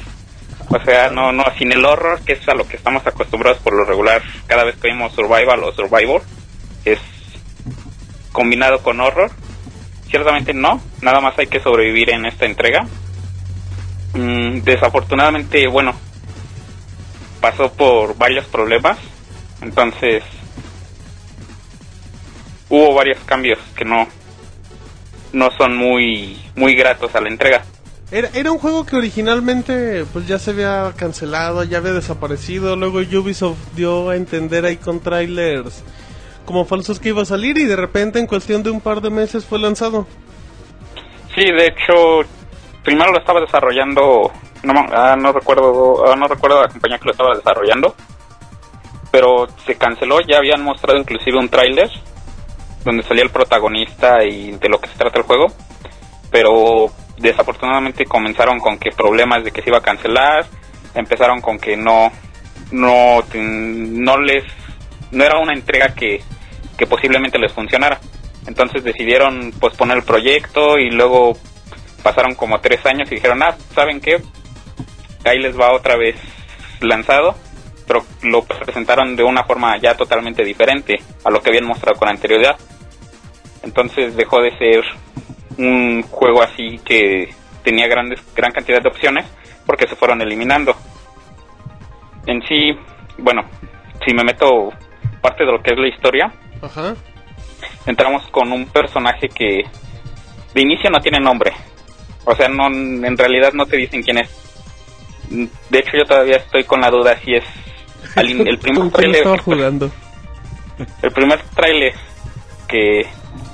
o sea, no, no, sin el horror, que es a lo que estamos acostumbrados por lo regular, cada vez que vemos survival o survivor, es combinado con horror, ciertamente no, nada más hay que sobrevivir en esta entrega. Mm, desafortunadamente, bueno, pasó por varios problemas, entonces hubo varios cambios que no no son muy muy gratos a la entrega.
Era, era un juego que originalmente pues ya se había cancelado, ya había desaparecido. Luego Ubisoft dio a entender ahí con trailers como falsos que iba a salir y de repente en cuestión de un par de meses fue lanzado.
Sí, de hecho, primero lo estaba desarrollando, no, me- ah, no recuerdo, ah, no recuerdo la compañía que lo estaba desarrollando, pero se canceló. Ya habían mostrado inclusive un tráiler donde salía el protagonista y de lo que se trata el juego, pero desafortunadamente comenzaron con que problemas de que se iba a cancelar, empezaron con que no, no, ten- no les, no era una entrega que, que posiblemente les funcionara. Entonces decidieron posponer el proyecto y luego pasaron como tres años y dijeron, ah, ¿saben qué? Ahí les va otra vez lanzado, pero lo presentaron de una forma ya totalmente diferente a lo que habían mostrado con anterioridad. Entonces dejó de ser un juego así que tenía grandes, gran cantidad de opciones porque se fueron eliminando. En sí, bueno, si me meto parte de lo que es la historia,
Ajá.
entramos con un personaje que de inicio no tiene nombre. O sea, no, en realidad no te dicen quién es. De hecho, yo todavía estoy con la duda si es al in- el primer
¿Con quién
trailer
estaba
que-
jugando?
el primer tráiler que,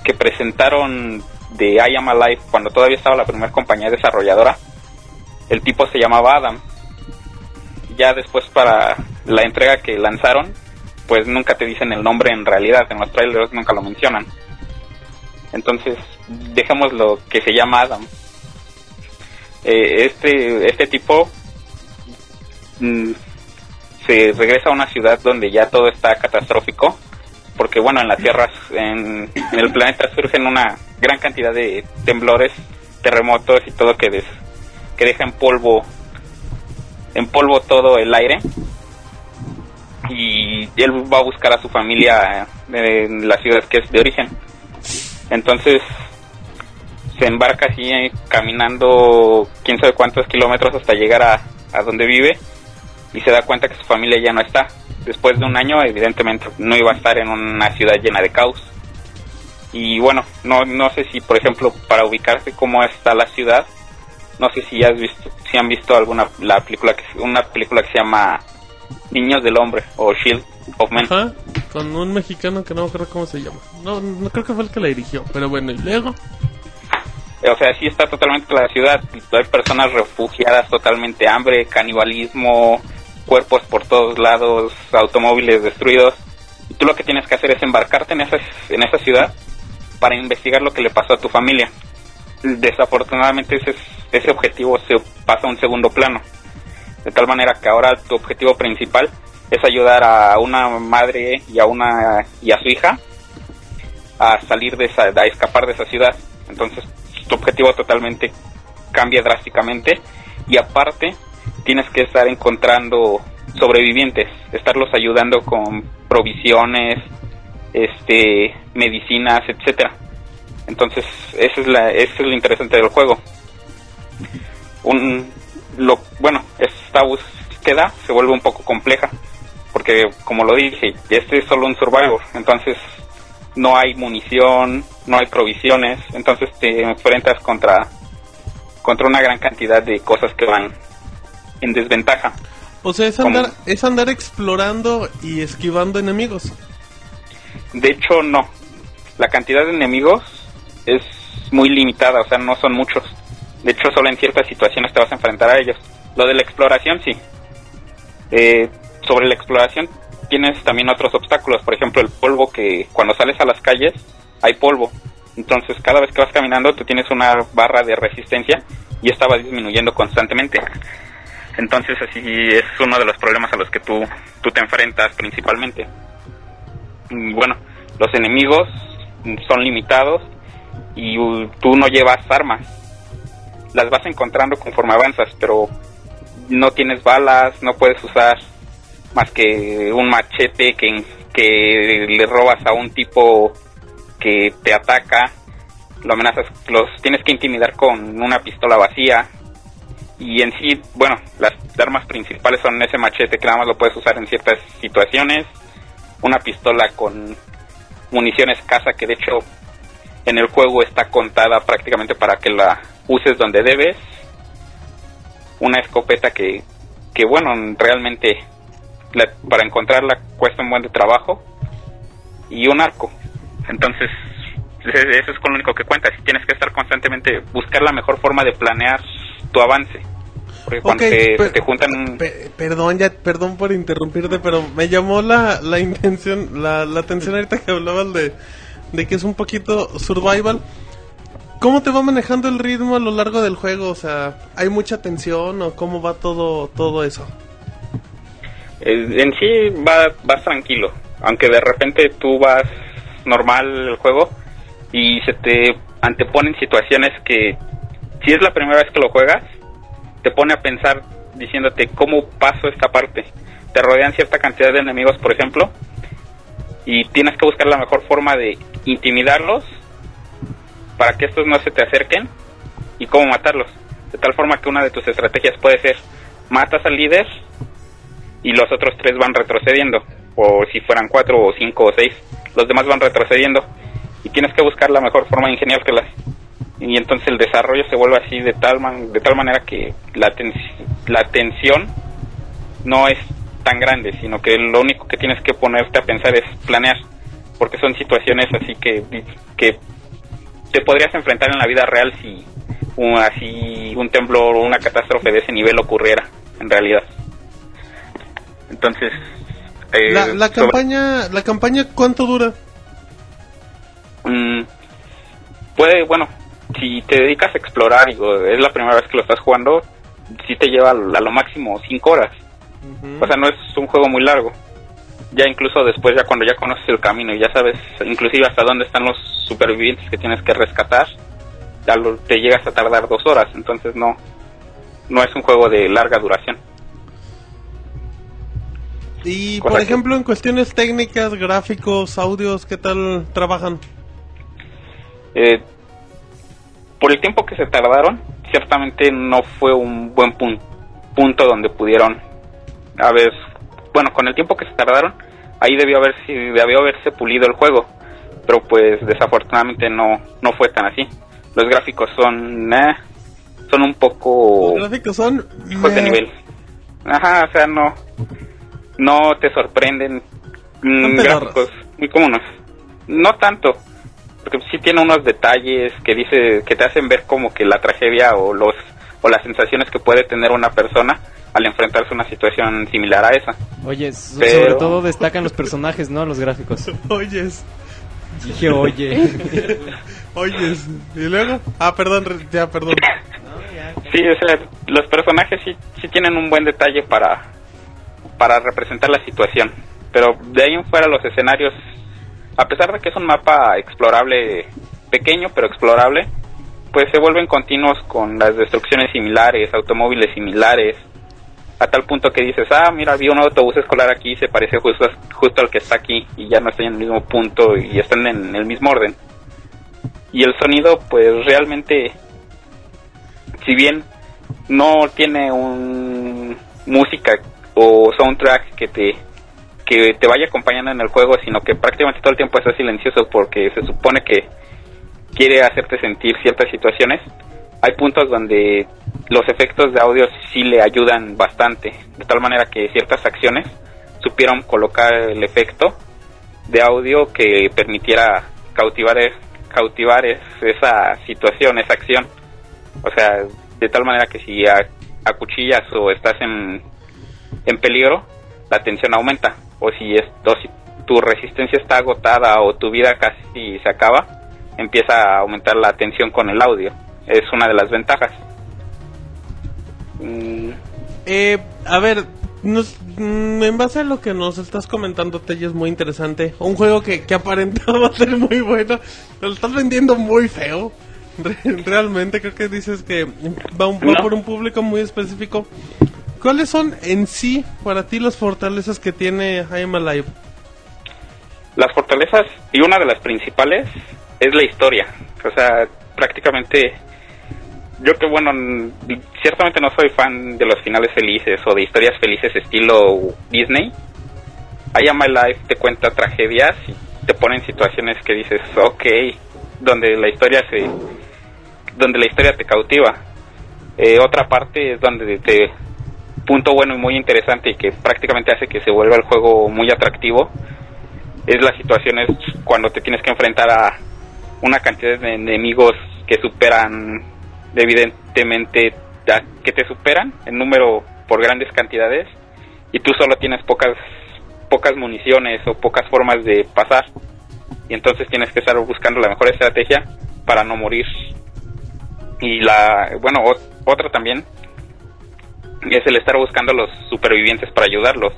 que presentaron de I Am Alive cuando todavía estaba la primera compañía desarrolladora, el tipo se llamaba Adam. Ya después para la entrega que lanzaron, pues nunca te dicen el nombre en realidad, en los trailers nunca lo mencionan. Entonces, dejemos lo que se llama Adam. Eh, este, este tipo mm, se regresa a una ciudad donde ya todo está catastrófico, porque bueno, en la Tierra, en, en el planeta surgen una gran cantidad de temblores, terremotos y todo que, des- que deja en polvo, en polvo todo el aire. Y él va a buscar a su familia eh, en la ciudad que es de origen. Entonces se embarca así eh, caminando quién sabe cuántos kilómetros hasta llegar a, a donde vive y se da cuenta que su familia ya no está. Después de un año, evidentemente, no iba a estar en una ciudad llena de caos. Y bueno, no, no sé si, por ejemplo, para ubicarse cómo está la ciudad, no sé si has visto, si han visto alguna la película que una película que se llama Niños del Hombre o Shield of Men.
Ajá. Con un mexicano que no me acuerdo cómo se llama. No, no creo que fue el que la dirigió, pero bueno, y luego.
O sea, sí está totalmente la ciudad. Hay personas refugiadas, totalmente hambre, canibalismo, cuerpos por todos lados, automóviles destruidos. Y tú lo que tienes que hacer es embarcarte en esa, en esa ciudad para investigar lo que le pasó a tu familia. Desafortunadamente ese, ese objetivo se pasa a un segundo plano. De tal manera que ahora tu objetivo principal es ayudar a una madre y a, una, y a su hija a salir de esa, a escapar de esa ciudad. Entonces, tu objetivo totalmente cambia drásticamente y aparte tienes que estar encontrando sobrevivientes, estarlos ayudando con provisiones, este, medicinas, etcétera. Entonces, esa es la, eso es lo interesante del juego. Un, lo, bueno, esta búsqueda se vuelve un poco compleja, porque como lo dije, este es solo un survivor, entonces no hay munición, no hay provisiones, entonces te enfrentas contra, contra una gran cantidad de cosas que van en desventaja.
O sea, es
¿Cómo?
andar, es andar explorando y esquivando enemigos.
De hecho, no. La cantidad de enemigos es muy limitada, o sea, no son muchos. De hecho, solo en ciertas situaciones te vas a enfrentar a ellos. Lo de la exploración, sí. Eh, sobre la exploración tienes también otros obstáculos, por ejemplo, el polvo que cuando sales a las calles hay polvo. Entonces, cada vez que vas caminando, tú tienes una barra de resistencia y esta va disminuyendo constantemente. Entonces, así es uno de los problemas a los que tú, tú te enfrentas principalmente mm, bueno, los enemigos mm, son limitados y uh, tú no llevas armas. Las vas encontrando conforme avanzas, pero no tienes balas, no puedes usar más que un machete que, que le robas a un tipo que te ataca. Lo amenazas, los tienes que intimidar con una pistola vacía. Y en sí, bueno, las armas principales son ese machete que nada más lo puedes usar en ciertas situaciones una pistola con munición escasa que de hecho en el juego está contada prácticamente para que la uses donde debes. Una escopeta que, que bueno, realmente la- para encontrarla cuesta un buen de trabajo. Y un arco. Entonces, e- eso es con lo único que cuentas. Tienes que estar constantemente, buscar la mejor forma de planear tu avance. Porque cuando
Ok,
te,
per-
te juntan...
pe- perdón, ya, perdón por interrumpirte, pero me llamó la, la intención, la, la atención ahorita que hablabas de, de que es un poquito survival. ¿Cómo te va manejando el ritmo a lo largo del juego? O sea, ¿hay mucha tensión o cómo va todo, todo eso?
Eh, en sí va, vas tranquilo, aunque de repente tú vas normal el juego y se te anteponen situaciones que si es la primera vez que lo juegas, te pone a pensar diciéndote cómo paso esta parte. Te rodean cierta cantidad de enemigos, por ejemplo, y tienes que buscar la mejor forma de intimidarlos para que estos no se te acerquen y cómo matarlos. De tal forma que una de tus estrategias puede ser matas al líder y los otros tres van retrocediendo. O si fueran cuatro o cinco o seis, los demás van retrocediendo. Y tienes que buscar la mejor forma de ingeniártelas. Y entonces el desarrollo se vuelve así de tal, man- de tal manera que la, tens- la tensión no es tan grande, sino que lo único que tienes que ponerte a pensar es planear. Porque son situaciones así que, que te podrías enfrentar en la vida real si un, así un temblor o una catástrofe de ese nivel ocurriera, en realidad. Entonces, eh,
La, la
sobre-
campaña, la campaña ¿cuánto dura?
Mm, puede, bueno, si te dedicas a explorar, digo, es la primera vez que lo estás jugando, sí te lleva a lo a lo máximo 5 horas. O sea, no es un juego muy largo. Ya incluso después, ya cuando ya conoces el camino y ya sabes, inclusive hasta dónde están los supervivientes que tienes que rescatar, ya lo- te llegas a tardar dos horas. Entonces no, no es un juego de larga duración.
Y por
correcto.
ejemplo, en cuestiones técnicas, gráficos, audios, ¿qué tal trabajan?
Eh, por el tiempo que se tardaron, ciertamente no fue un buen pun- punto donde pudieron a ver, bueno, con el tiempo que se tardaron, ahí debió haberse, debió haberse pulido el juego, pero pues desafortunadamente no, no fue tan así. Los gráficos son, eh, son un poco
Los gráficos son
pues de
meh.
nivel. Ajá, Ah, o sea, no, no te sorprenden mm,
Son pedorros.
gráficos muy comunes. No tanto, porque sí tiene unos detalles que dice, que te hacen ver como que la tragedia o los, o las sensaciones que puede tener una persona al enfrentarse a una situación similar a esa.
Oye, so-
Pero-
sobre todo destacan los personajes, ¿no? Los gráficos.
Oyes,
Dije, oye.
oyes. Y luego, ah, perdón, re- ya, perdón.
Sí, o sea, los personajes sí, sí tienen un buen detalle para, para representar la situación. Pero de ahí en fuera los escenarios, a pesar de que es un mapa explorable, pequeño pero explorable, pues se vuelven continuos con las destrucciones similares, automóviles similares, a tal punto que dices, ah, mira, vi un autobús escolar aquí, se parece justo, justo al que está aquí, y ya no están en el mismo punto y están en el mismo orden. Y el sonido, pues realmente, si bien no tiene un música o soundtrack que te que te vaya acompañando en el juego, sino que prácticamente todo el tiempo está silencioso porque se supone que quiere hacerte sentir ciertas situaciones. Hay puntos donde los efectos de audio sí le ayudan bastante, de tal manera que ciertas acciones supieron colocar el efecto de audio que permitiera cautivar, e, cautivar esa situación, esa acción. O sea, de tal manera que si acuchillas o estás en, en peligro, la tensión aumenta. O si, es, o si tu resistencia está agotada o tu vida casi se acaba, empieza a aumentar la tensión con el audio. Es una de las ventajas. Mm,
Eh, a ver, nos- mm, en base a lo que nos estás comentando, Tello, es muy interesante. Un juego que, que aparentaba ser muy bueno, lo estás vendiendo muy feo. Re- Realmente creo que dices que va, un, va
No.
por un público muy específico. ¿Cuáles son en sí para ti las fortalezas que tiene I'm Alive?
las fortalezas y una de las principales es la historia. O sea, prácticamente yo que bueno, n- ciertamente no soy fan de los finales felices o de historias felices estilo Disney. I Am Life te cuenta tragedias y te pone en situaciones que dices, ok, donde la historia se, donde la historia te cautiva. Eh, otra parte es donde te punto bueno y muy interesante y que prácticamente hace que se vuelva el juego muy atractivo es las situaciones cuando te tienes que enfrentar a una cantidad de enemigos que superan evidentemente a- que te superan en número por grandes cantidades y tú solo tienes pocas pocas municiones o pocas formas de pasar y entonces tienes que estar buscando la mejor estrategia para no morir y la bueno ot- otra también es el estar buscando a los supervivientes para ayudarlos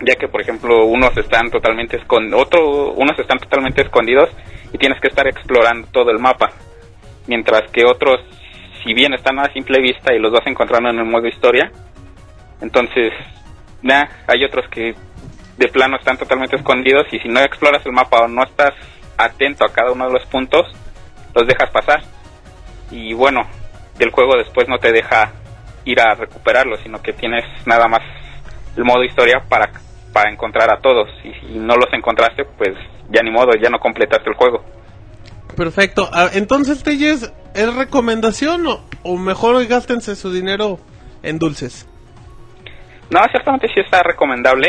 ya que por ejemplo unos están totalmente escon otro unos están totalmente escondidos y tienes que estar explorando todo el mapa mientras que otros si bien están a simple vista y los vas encontrando en el modo historia entonces nah, hay otros que de plano están totalmente escondidos y si no exploras el mapa o no estás atento a cada uno de los puntos los dejas pasar y bueno el juego después no te deja ir a recuperarlo sino que tienes nada más el modo historia para, para encontrar a todos. Y si no los encontraste, pues ya ni modo, ya no completaste el juego.
Perfecto. Ah, Entonces, Tello, ¿es es recomendación o, o mejor gástense su dinero en dulces?
No, ciertamente sí está recomendable.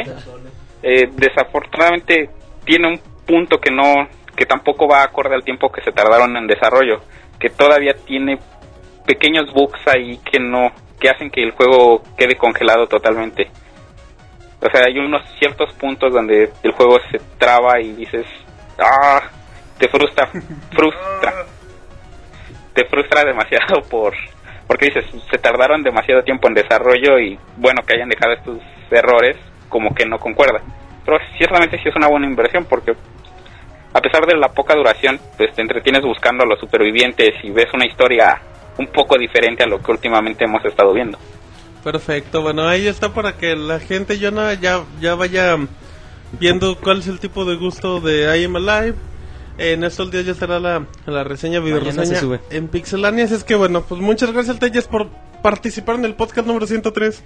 Eh, desafortunadamente tiene un punto que no, que tampoco va acorde al tiempo que se tardaron en desarrollo, que todavía tiene pequeños bugs ahí que no, que hacen que el juego quede congelado totalmente. O sea, hay unos ciertos puntos donde el juego se traba y dices, ah, te frustra, frustra, te frustra demasiado por, porque dices, se tardaron demasiado tiempo en desarrollo y bueno, que hayan dejado estos errores como que no concuerda. Pero ciertamente sí es una buena inversión porque a pesar de la poca duración, pues te entretienes buscando a los supervivientes y ves una historia un poco diferente a lo que últimamente hemos estado viendo.
Perfecto, bueno, ahí está para que la gente yo no- ya, ya vaya viendo cuál es el tipo de gusto de I Am Alive. En estos días ya estará la, la reseña, video
Mañana se sube.
en Pixelania. Así es que bueno, pues muchas gracias, Telles, por participar en el podcast número 103.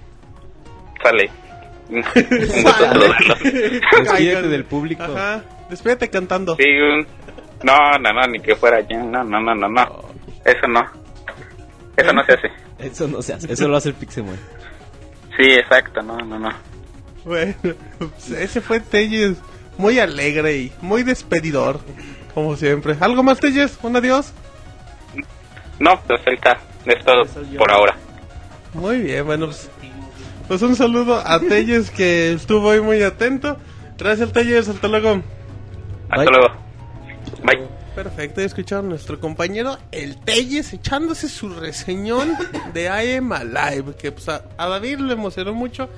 Sale. Un gusto
Sale.
saludarlos.
Despídete del público.
Ajá, despídete cantando.
Sí, un- No, no, no, ni que fuera ya. No, no, no, no, no.
Oh.
Eso no. Eso no se hace.
Eso no se hace, eso lo hace el Pixelmon.
Sí, exacto, no, no, no.
Bueno, pues, ese fue Telles, muy alegre y muy despedidor, como siempre. ¿Algo más, Telles? ¿Un adiós?
No, pues ahorita es todo por ahora.
Muy bien, bueno, pues, pues un saludo a Telles que estuvo hoy muy atento. Gracias, Telles, hasta luego.
Hasta
Bye.
luego. Bye.
Perfecto, ya escucharon a nuestro compañero el Telles echándose su reseñón de I Am Alive, que pues, a, a David le emocionó mucho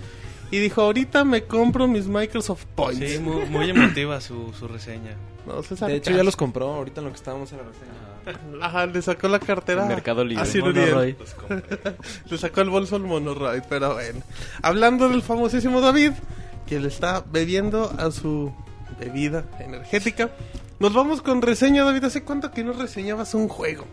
Y dijo, ahorita me compro mis Microsoft Points.
Sí, muy, muy emotiva su, su reseña.
No, se
De
sarcasmo.
hecho, ya los compró ahorita en lo que estábamos en la reseña.
Ajá, le sacó la cartera.
En Mercado Libre.
a Sir Uriel.
Monoroy.
Los compré.
Le sacó el bolso al Monoroid, pero bueno. Hablando del famosísimo David, que le está bebiendo a su bebida energética. Nos vamos con reseña, David. ¿Hace cuánto que no reseñabas un juego?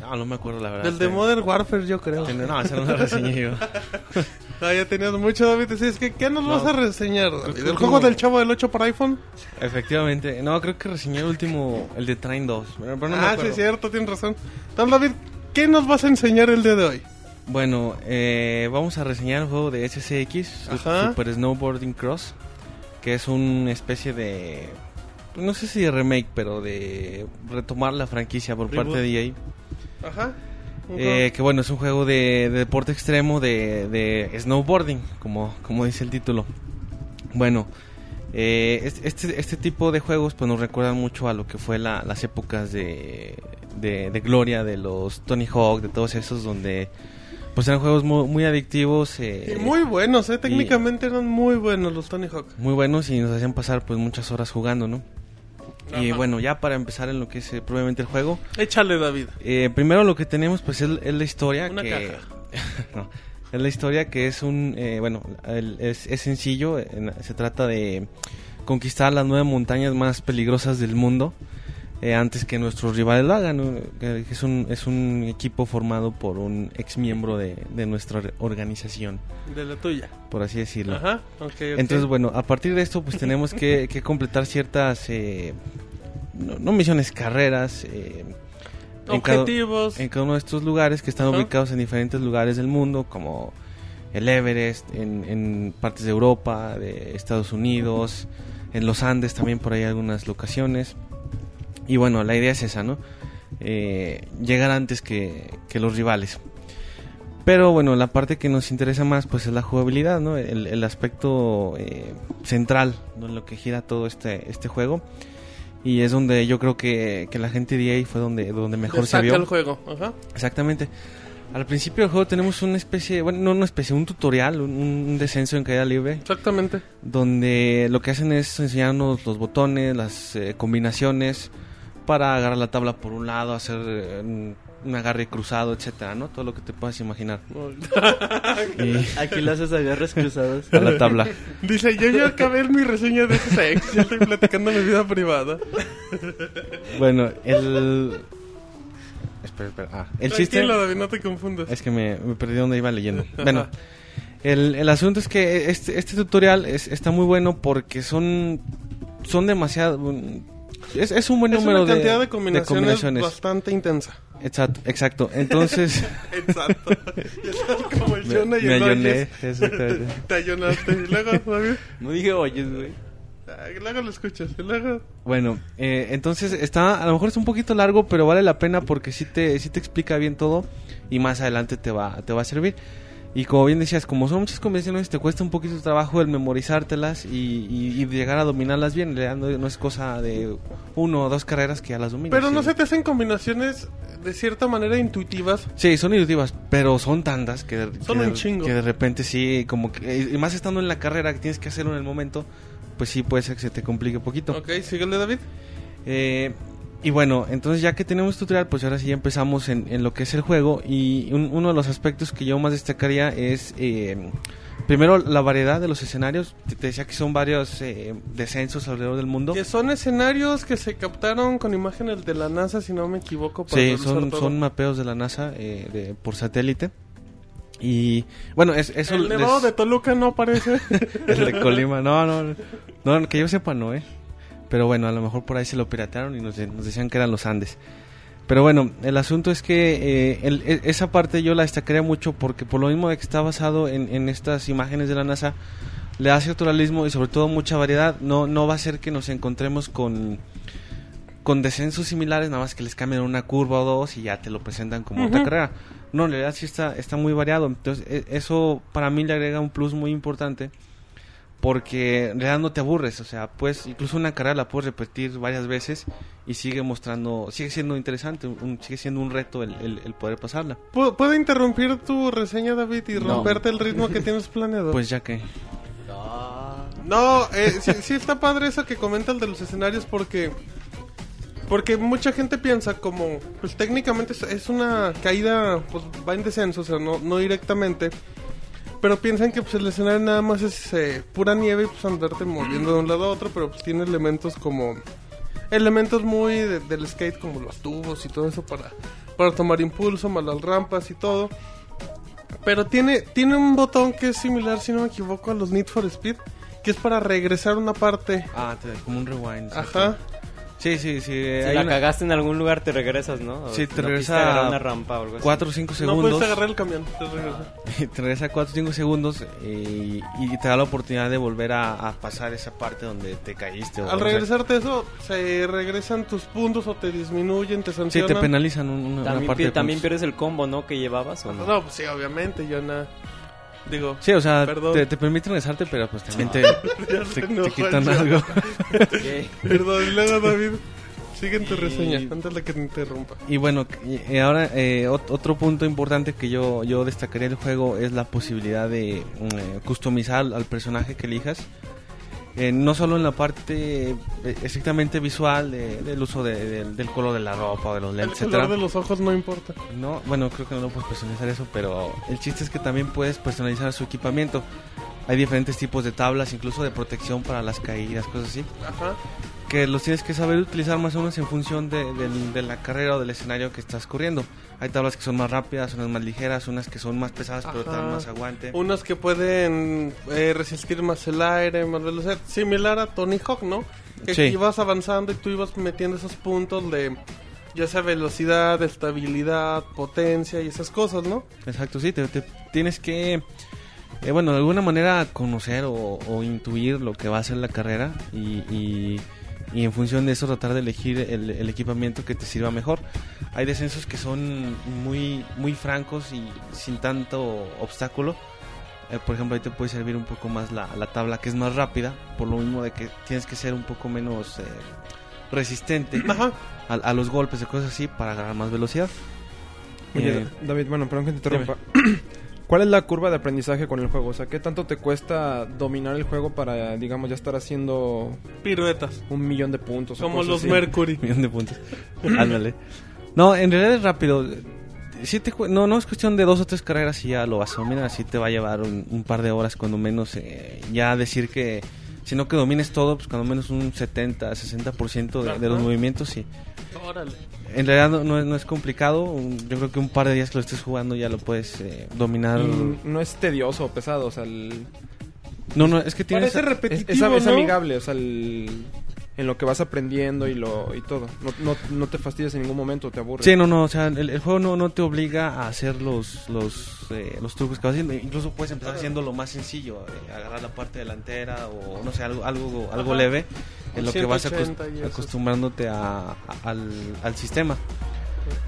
No, no me acuerdo la verdad.
Del de Modern Warfare, yo creo.
Ten- No, esa no la reseñé yo.
No, ya tenías mucho, David. Así es que, ¿qué nos vas a reseñar, David? ¿El
creo
juego
que-
del Chavo del 8 para iPhone?
Efectivamente. No, creo que reseñé el último, el de Train 2. pero- pero no me
ah, sí,
acuerdo.
es cierto, tienes razón. Entonces, David, ¿qué nos vas a enseñar el día de hoy?
Bueno, eh, vamos a reseñar el juego de SSX, Su-
Ajá.
Super Snowboarding Cross, que es una especie de, pues, no sé si de remake, pero de retomar la franquicia por
Reboot.
parte de E EA.
Ajá. Un
Eh, que bueno, es un juego de, de deporte extremo de, de snowboarding, como, como dice el título. Bueno, eh, es- este, este tipo de juegos pues nos recuerdan mucho a lo que fue la- las épocas de, de, de gloria de los Tony Hawk, de todos esos donde pues eran juegos muy, muy adictivos. eh,
Y muy buenos, ¿eh? Técnicamente eran muy buenos los Tony Hawk.
muy buenos y nos hacían pasar pues muchas horas jugando, ¿no? Y bueno, ya para empezar en lo que es eh, probablemente el juego,
Échale, David.
eh, primero lo que tenemos pues es, es la historia
Una
que
caja.
No, es la historia que es un eh, bueno el- es, es sencillo en- se trata de conquistar las nueve montañas más peligrosas del mundo eh, antes que nuestros rivales lo hagan ¿no? Que es un es un equipo formado por un ex miembro de, de nuestra organización
De la tuya.
por así decirlo
Ajá. ok, ok.
entonces, bueno, a partir de esto, pues tenemos que, que completar ciertas, eh, no, no misiones, carreras. eh, en cada-
objetivos.
en cada uno de estos lugares que están
Ajá.
ubicados en diferentes lugares del mundo, como el Everest, en, en partes de Europa, de Estados Unidos, en los Andes también por ahí algunas locaciones. Y bueno, la idea es esa, ¿no? Eh, llegar antes que, que los rivales. Pero bueno, la parte que nos interesa más pues es la jugabilidad, ¿no? El, el aspecto eh, central ¿no? en lo que gira todo este, este juego. Y es donde yo creo que, que la gente de EA fue donde, donde mejor se
Destaca
vio.
el juego. Ajá.
Exactamente. Al principio del juego tenemos una especie, bueno, no una especie, un tutorial, un, un descenso en caída libre,
Exactamente.
donde lo que hacen es enseñarnos los botones, las eh, combinaciones, para agarrar la tabla por un lado, hacer eh, un un agarre cruzado, etcétera, ¿no? Todo lo que te puedas imaginar. Y-
Aquí le haces agarres cruzados.
a la tabla.
Dice, yo ya acabé mi reseña de sex. Ya estoy platicando mi vida privada.
Bueno, el. Espera, espera. Ah, el
Tranquilo,
chiste.
David, no te confundas.
Es que me, me perdí donde iba leyendo. Bueno, el, el asunto es que este, este tutorial es- está muy bueno porque son, son demasiado... mm, Es, es un buen
Es
número
una cantidad de,
de
combinaciones
combinaciones.
bastante intensa.
Exacto, exacto. Entonces...
Exacto. Ya estás como el
me,
Jonah y
me
el
ayoné,
Oyes.
exactamente.
Te ayonaste. Y luego, David.
No dije oyes, güey.
ah, Luego lo escuchas. Y luego.
Bueno, eh, entonces está, a lo mejor es un poquito largo, pero vale la pena porque sí te, sí te explica bien todo y más adelante te va, te va a servir. Y como bien decías, como son muchas convenciones, te cuesta un poquito de trabajo el memorizártelas y, y- y llegar a dominarlas bien. Le- No, no es cosa de uno o dos carreras que ya las dominas.
Pero no
sí.
se te hacen combinaciones de cierta manera intuitivas.
Sí, son intuitivas, pero son tantas que de,
Son
que de-
un chingo.
que de repente sí, como que, eh, y más estando en la carrera que tienes que hacerlo en el momento, pues sí puede ser que se te complique un poquito.
Ok, síguele, David.
Eh, y bueno, entonces ya que tenemos tutorial, pues ahora sí ya empezamos en, en lo que es el juego. Y un- uno de los aspectos que yo más destacaría es, eh, primero, la variedad de los escenarios. Te, te decía que son varios eh, descensos alrededor del mundo.
Que son escenarios que se captaron con imágenes de la NASA, si no me equivoco. para
Sí,
realizar
son,
todo.
son mapeos de la NASA eh, de- por satélite. Y bueno, es, eso
El
les-
nevado de Toluca no aparece.
el de Colima. No, no, no, que yo sepa no, eh. Pero bueno, a lo mejor por ahí se lo piratearon y nos, de- nos decían que eran los Andes. Pero bueno, el asunto es que eh, el- e- esa parte yo la destacaría mucho porque por lo mismo de que está basado en, en estas imágenes de la NASA, le hace otro realismo y sobre todo mucha variedad. No, no va a ser que nos encontremos con, con descensos similares, nada más que les cambian una curva o dos y ya te lo presentan como otra carrera. No, en realidad sí está, está muy variado. Entonces e- eso para mí le agrega un plus muy importante porque en realidad no te aburres, o sea, pues incluso una carrera la puedes repetir varias veces y sigue mostrando, sigue siendo interesante, un- sigue siendo un reto el, el- el poder pasarla.
¿Pu- ¿Puedo interrumpir tu reseña, David, y
No.
romperte el ritmo que tienes planeado?
Pues ya que...
No, eh, sí, sí está padre eso que comenta el de los escenarios porque porque mucha gente piensa como pues técnicamente es, es una caída pues va en descenso, o sea, no no directamente. Pero piensan que pues el escenario nada más es eh, pura nieve y pues andarte moviendo de un lado a otro, pero pues tiene elementos como elementos muy de- del skate como los tubos y todo eso para para tomar impulso, más las rampas y todo. Pero tiene, tiene un botón que es similar, si no me equivoco, a los Need for Speed, que es para regresar una parte.
Ah, te- como un rewind.
Ajá.
Sí, sí, sí.
Si
hay
la
una-
cagaste en algún lugar, te regresas, ¿no? O
Sí,
no
te
quisiste
regresa
agarrar una rampa o algo así.
4 o 5
No puedes
segundos.
agarrar el camión. te regresa.
te regresa 4 o 5 segundos eh, y te da la oportunidad de volver a, a pasar esa parte donde te caíste. o- Ah, o
Al
sea,
regresarte eso, se regresan tus puntos o te disminuyen, te
Sí,
sancionan.
te penalizan un- una, una
También,
parte
pi-
de
también
puntos.
pierdes el combo, ¿no? Que llevabas o no.
No, pues sí, obviamente, yo nada. Digo,
Sí, o sea,
Perdón.
te, te permiten regresarte, pero pues también te,
ya
te-
se
te
enojó
quitan
el
algo.
Ok.
Perdón, y luego David, sigue en tu
Y-
reseña, antes de que te interrumpa.
Y bueno, y- y ahora eh, ot- otro punto importante que yo, yo destacaría del juego es la posibilidad de mm, eh, customizar al, al personaje que elijas. Eh, no solo en la parte eh, estrictamente visual de- del uso de- del- del color de la ropa o de los
El
lentes, etcétera.
color de los ojos no importa.
No, bueno, creo que no lo puedes personalizar eso, pero el chiste es que también puedes personalizar su equipamiento. Hay diferentes tipos de tablas, incluso de protección para las caídas, cosas así
Ajá.
que los tienes que saber utilizar más o menos en función de, del- de la carrera o del escenario que estás corriendo. Hay tablas que son más rápidas, unas más ligeras, unas que son más pesadas pero te
Ajá.
dan más aguante.
Unos que pueden eh, resistir más el aire, más velocidad. Similar a Tony Hawk, ¿no? Que
Sí.
ibas avanzando y tú ibas metiendo esos puntos de, ya sea velocidad, estabilidad, potencia y esas cosas, ¿no?
Exacto, sí, te, te tienes que, eh, bueno, de alguna manera conocer o, o intuir lo que va a ser la carrera y, y- y en función de eso tratar de elegir el, el equipamiento que te sirva mejor. Hay descensos que son muy, muy francos y sin tanto obstáculo. Eh, por ejemplo, ahí te puede servir un poco más la, la tabla que es más rápida, por lo mismo de que tienes que ser un poco menos eh, resistente
Ajá.
a, a los golpes y cosas así para ganar más velocidad.
Oye,
Eh,
David, bueno, perdón que te interrumpa. ¿Cuál es la curva de aprendizaje con el juego? O sea, ¿qué tanto te cuesta dominar el juego para, digamos, ya estar haciendo
Piruetas.
un millón de puntos? o
Como
cosas
los
así?
Mercury.
millón de puntos. Ándale. No, en realidad es rápido. Sí te cu- no, no es cuestión de dos o tres carreras y ya lo vas a dominar. Sí te va a llevar un, un par de horas, cuando menos. eh, ya decir que, si no que domines todo, pues cuando menos un 70, 60% de, de los
Ajá.
movimientos, sí.
Órale.
En realidad no, no es, no es complicado. un- Yo creo que un par de días que lo estés jugando ya lo puedes eh, dominar.
Mm.
Y Mm, no es tedioso o pesado, o sea, el-
No, no, es que tienes...
Parece
es,
repetitivo,
es- es
¿no?
amigable, o sea, el- en lo que vas aprendiendo y lo y todo. No, no, no te fastidias en ningún momento, te aburres.
Sí, no, no, o sea, el, el juego no, no te obliga a hacer los, los, eh, los trucos que vas haciendo. Incluso puedes empezar haciendo lo más sencillo, eh, agarrar la parte delantera o no sé, algo, algo, algo
Ajá.
leve, en
Un
lo que vas acos-
180 y eso.
acostumbrándote a- a- al, al sistema.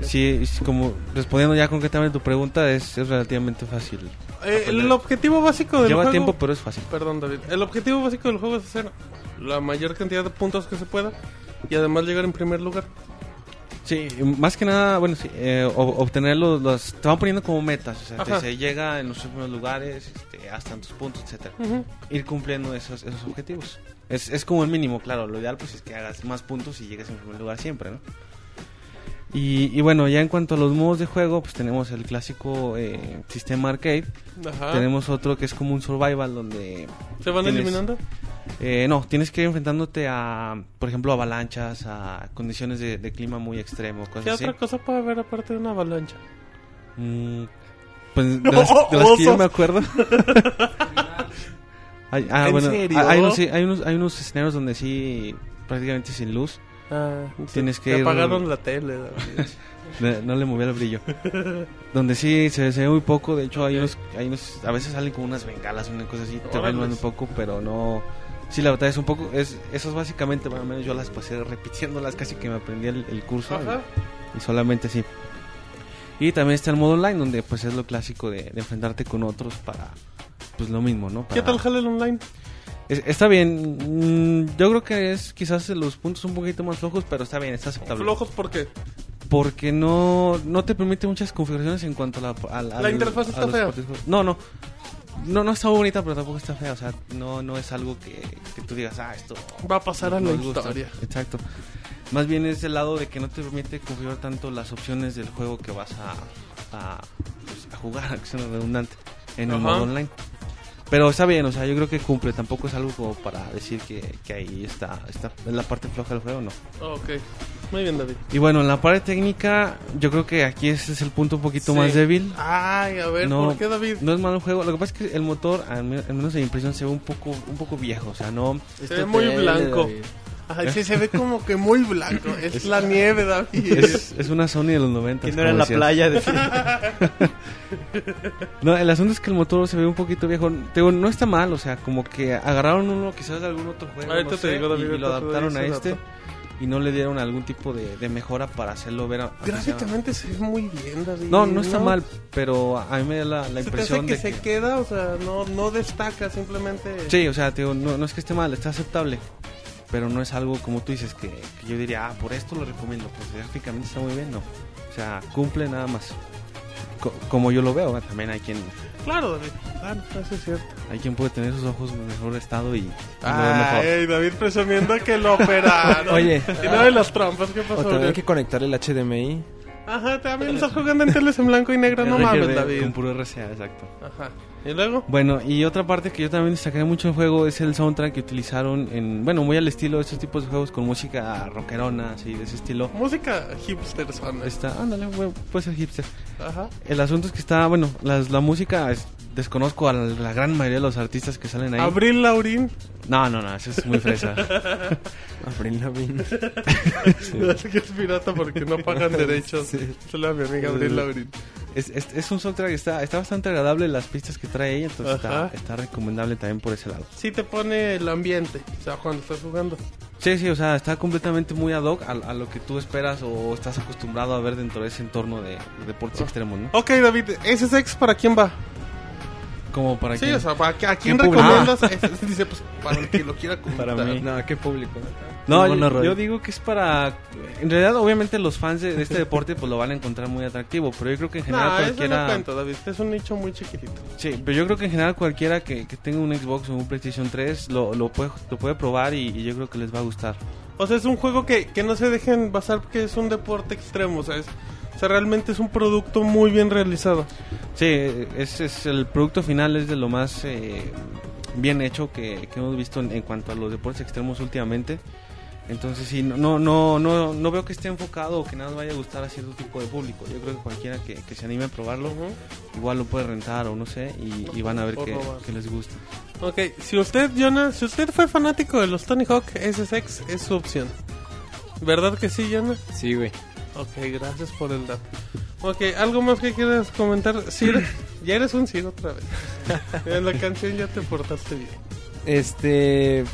Sí, es como respondiendo ya concretamente a tu pregunta, es, es relativamente fácil.
Eh, el objetivo
Ah,
básico del
pues Lleva
juego...
tiempo, pero es fácil.
Perdón, David. El objetivo básico del juego es hacer la mayor cantidad de puntos que se pueda y además llegar en primer lugar.
Sí, más que nada, bueno, sí, eh, ob- obtener los, los- Te van poniendo como metas, o sea, te
Ajá.
dice, llega en los primeros lugares, este, haz tantos puntos, etcétera Ir cumpliendo esos, esos objetivos. Es, es como el mínimo, claro. Lo ideal, pues, es que hagas más puntos y llegues en primer lugar siempre, ¿no? Y, y bueno, ya en cuanto a los modos de juego, pues tenemos el clásico eh, sistema arcade.
Ajá.
Tenemos otro que es como un survival donde...
¿Se van
tienes-
eliminando?
eh, no, tienes que ir enfrentándote a, por ejemplo, avalanchas, a condiciones de, de clima muy extremo, cosas
¿Qué
así.
otra cosa puede haber aparte de una avalancha?
Mm, pues de las, de las que yo me acuerdo. Hay- ah,
¿En
bueno,
serio?
hay unos, sí, hay, unos, hay unos escenarios donde sí, prácticamente sin luz,
Ah,
Tienes
se-
que
te
ir-
apagaron la tele. David.
no, no le movía el brillo. donde sí se, se ve muy poco, de hecho hay unos, hay unos, a veces salen con unas bengalas, una cosa así, te van
Órales.
un poco, pero no... Sí, la verdad es un poco, es, esas básicamente, bueno, al menos yo las pasé repitiéndolas, casi que me aprendí el, el curso.
Ajá.
y solamente así. Y también está el modo online, donde pues es lo clásico de, de enfrentarte con otros para, pues lo mismo, ¿no?
¿Qué
Para-
tal jala el online?
Es- está bien, mm, yo creo que es quizás los puntos un poquito más flojos, pero está bien, está aceptable.
Flojos porque
Porque no, no te permite muchas configuraciones en cuanto a la... a- a-
La interfaz está
los
fea.
particulares. No, no. no, no está bonita, pero tampoco está fea. O sea, no, no es algo que, que tú digas, ah, esto
Va a pasar a la
nos gusta".
historia.
Exacto. Más bien es el lado de que no te permite configurar tanto las opciones del juego que vas a, a, pues, a jugar, que suena redundante, en el
Ajá.
modo online. Pero está bien, o sea, yo creo que cumple. Tampoco es algo como para decir que, que ahí está, está en la parte floja del juego, no.
Ah, Ok. Muy bien, David.
Y bueno, en la parte técnica, yo creo que aquí este es el punto un poquito más
Sí.
débil.
Ay, a ver,
No,
¿por qué, David?
No es malo el juego. Lo que pasa es que el motor, al men- al menos en mi impresión, se ve un poco, un poco viejo. O sea, no.
Se ve muy blanco. Ay,
¿Eh?
sí, se ve como que muy blanco. Es la nieve, David.
Es, es una Sony de los 90.
Que no era en la playa. De...
No, el asunto es que el motor se ve un poquito viejo. Te digo, no está mal, o sea, como que agarraron uno quizás de algún otro juego.
Ahorita
no
te
sé,
digo, David,
y, y lo
ahorita te
adaptaron a
doy ese
este.
dato.
Y no le dieron algún tipo de, de mejora para hacerlo ver. a- a-
Gráficamente se ve muy bien, David.
No, no está mal, pero a mí me da la, la
Se te hace
impresión
que
de
se
que.
queda, o sea, no, no destaca, simplemente.
Sí, o sea, te digo, no, no es que esté mal, está aceptable. Pero no es algo como tú dices que, que yo diría, ah, por esto lo recomiendo, porque gráficamente está muy bien, no. O sea, cumple nada más. Co- como yo lo veo, ah, también hay quien,
Claro, David. Claro, eso es cierto.
hay quien puede tener sus ojos en mejor estado y, y lo ve mejor.
Ay, David presumiendo que lo operaron.
Oye.
Ah, eh, Y no de las trampas, ¿qué
O
pasó?
también hay
David?
que conectar el HDMI.
Ajá, también estás jugando en teles en blanco y negro, no
El
mames,
RGB
David.
Con puro RCA, exacto.
Ajá. ¿Y luego?
Bueno, y otra parte que yo también destacaría mucho del juego es el soundtrack que utilizaron en, bueno, muy al estilo de estos tipos de juegos con música rockerona, así, de ese estilo.
Música hipster suena.
Está, ándale, güey, puede ser hipster.
Ajá.
El asunto es que está, bueno, las, la música, es- desconozco a la, la gran mayoría de los artistas que salen ahí.
Abril Laurín.
No, no, no, eso es muy fresa.
Abril Lavigne.
Es que es pirata porque no pagan derechos. Solo a mi amiga Abril Laurín.
es, es, es un soundtrack, que está, está bastante agradable las pistas que trae ella, entonces está,
Ajá.
está recomendable también por ese lado.
Sí te pone el ambiente, o sea, cuando estás jugando.
Sí, sí, o sea, está completamente muy ad hoc a, a lo que tú esperas o estás acostumbrado a ver dentro de ese entorno de, de deportes extremos, ¿no?
Ok, David, ese sex para quién va?
Como para
Sí,
que...
o sea, ¿para qué- ¿a quién
público? Ah.
recomiendas? Es- es- dice, pues, para el que lo quiera comprar.
No, qué público.
No,
Bueno,
yo,
Roy.
yo digo que es para... En realidad, obviamente, los fans de, de este deporte pues lo van a encontrar muy atractivo, pero yo creo que en general
No, eso
cualquiera...
no cuento, David. Es un nicho muy chiquitito.
Sí, pero yo creo que en general cualquiera que, que tenga un Xbox o un PlayStation 3 lo, lo, puede, lo puede probar y, y yo creo que les va a gustar.
O sea, es un juego que, que no se dejen basar porque es un deporte extremo, o sea, es- o sea, realmente es un producto muy bien realizado.
Sí, es, es el producto final es de lo más eh, bien hecho que, que hemos visto en, en cuanto a los deportes extremos últimamente. Entonces sí, no, no, no, no, no veo que esté enfocado o que nada más vaya a gustar a cierto tipo de público. Yo creo que cualquiera que, que se anime a probarlo, igual lo puede rentar o no sé, y, y van a ver
O
que,
robar.
que les gusta.
Ok, si usted, Jonah, si usted fue fanático de los Tony Hawk, SSX es su opción. ¿Verdad que sí, Jonah?
Sí, güey.
Ok, gracias por el dato. Ok, ¿algo más que quieras comentar? Sir, ya eres un Sir otra vez. En la canción ya te portaste bien.
Este.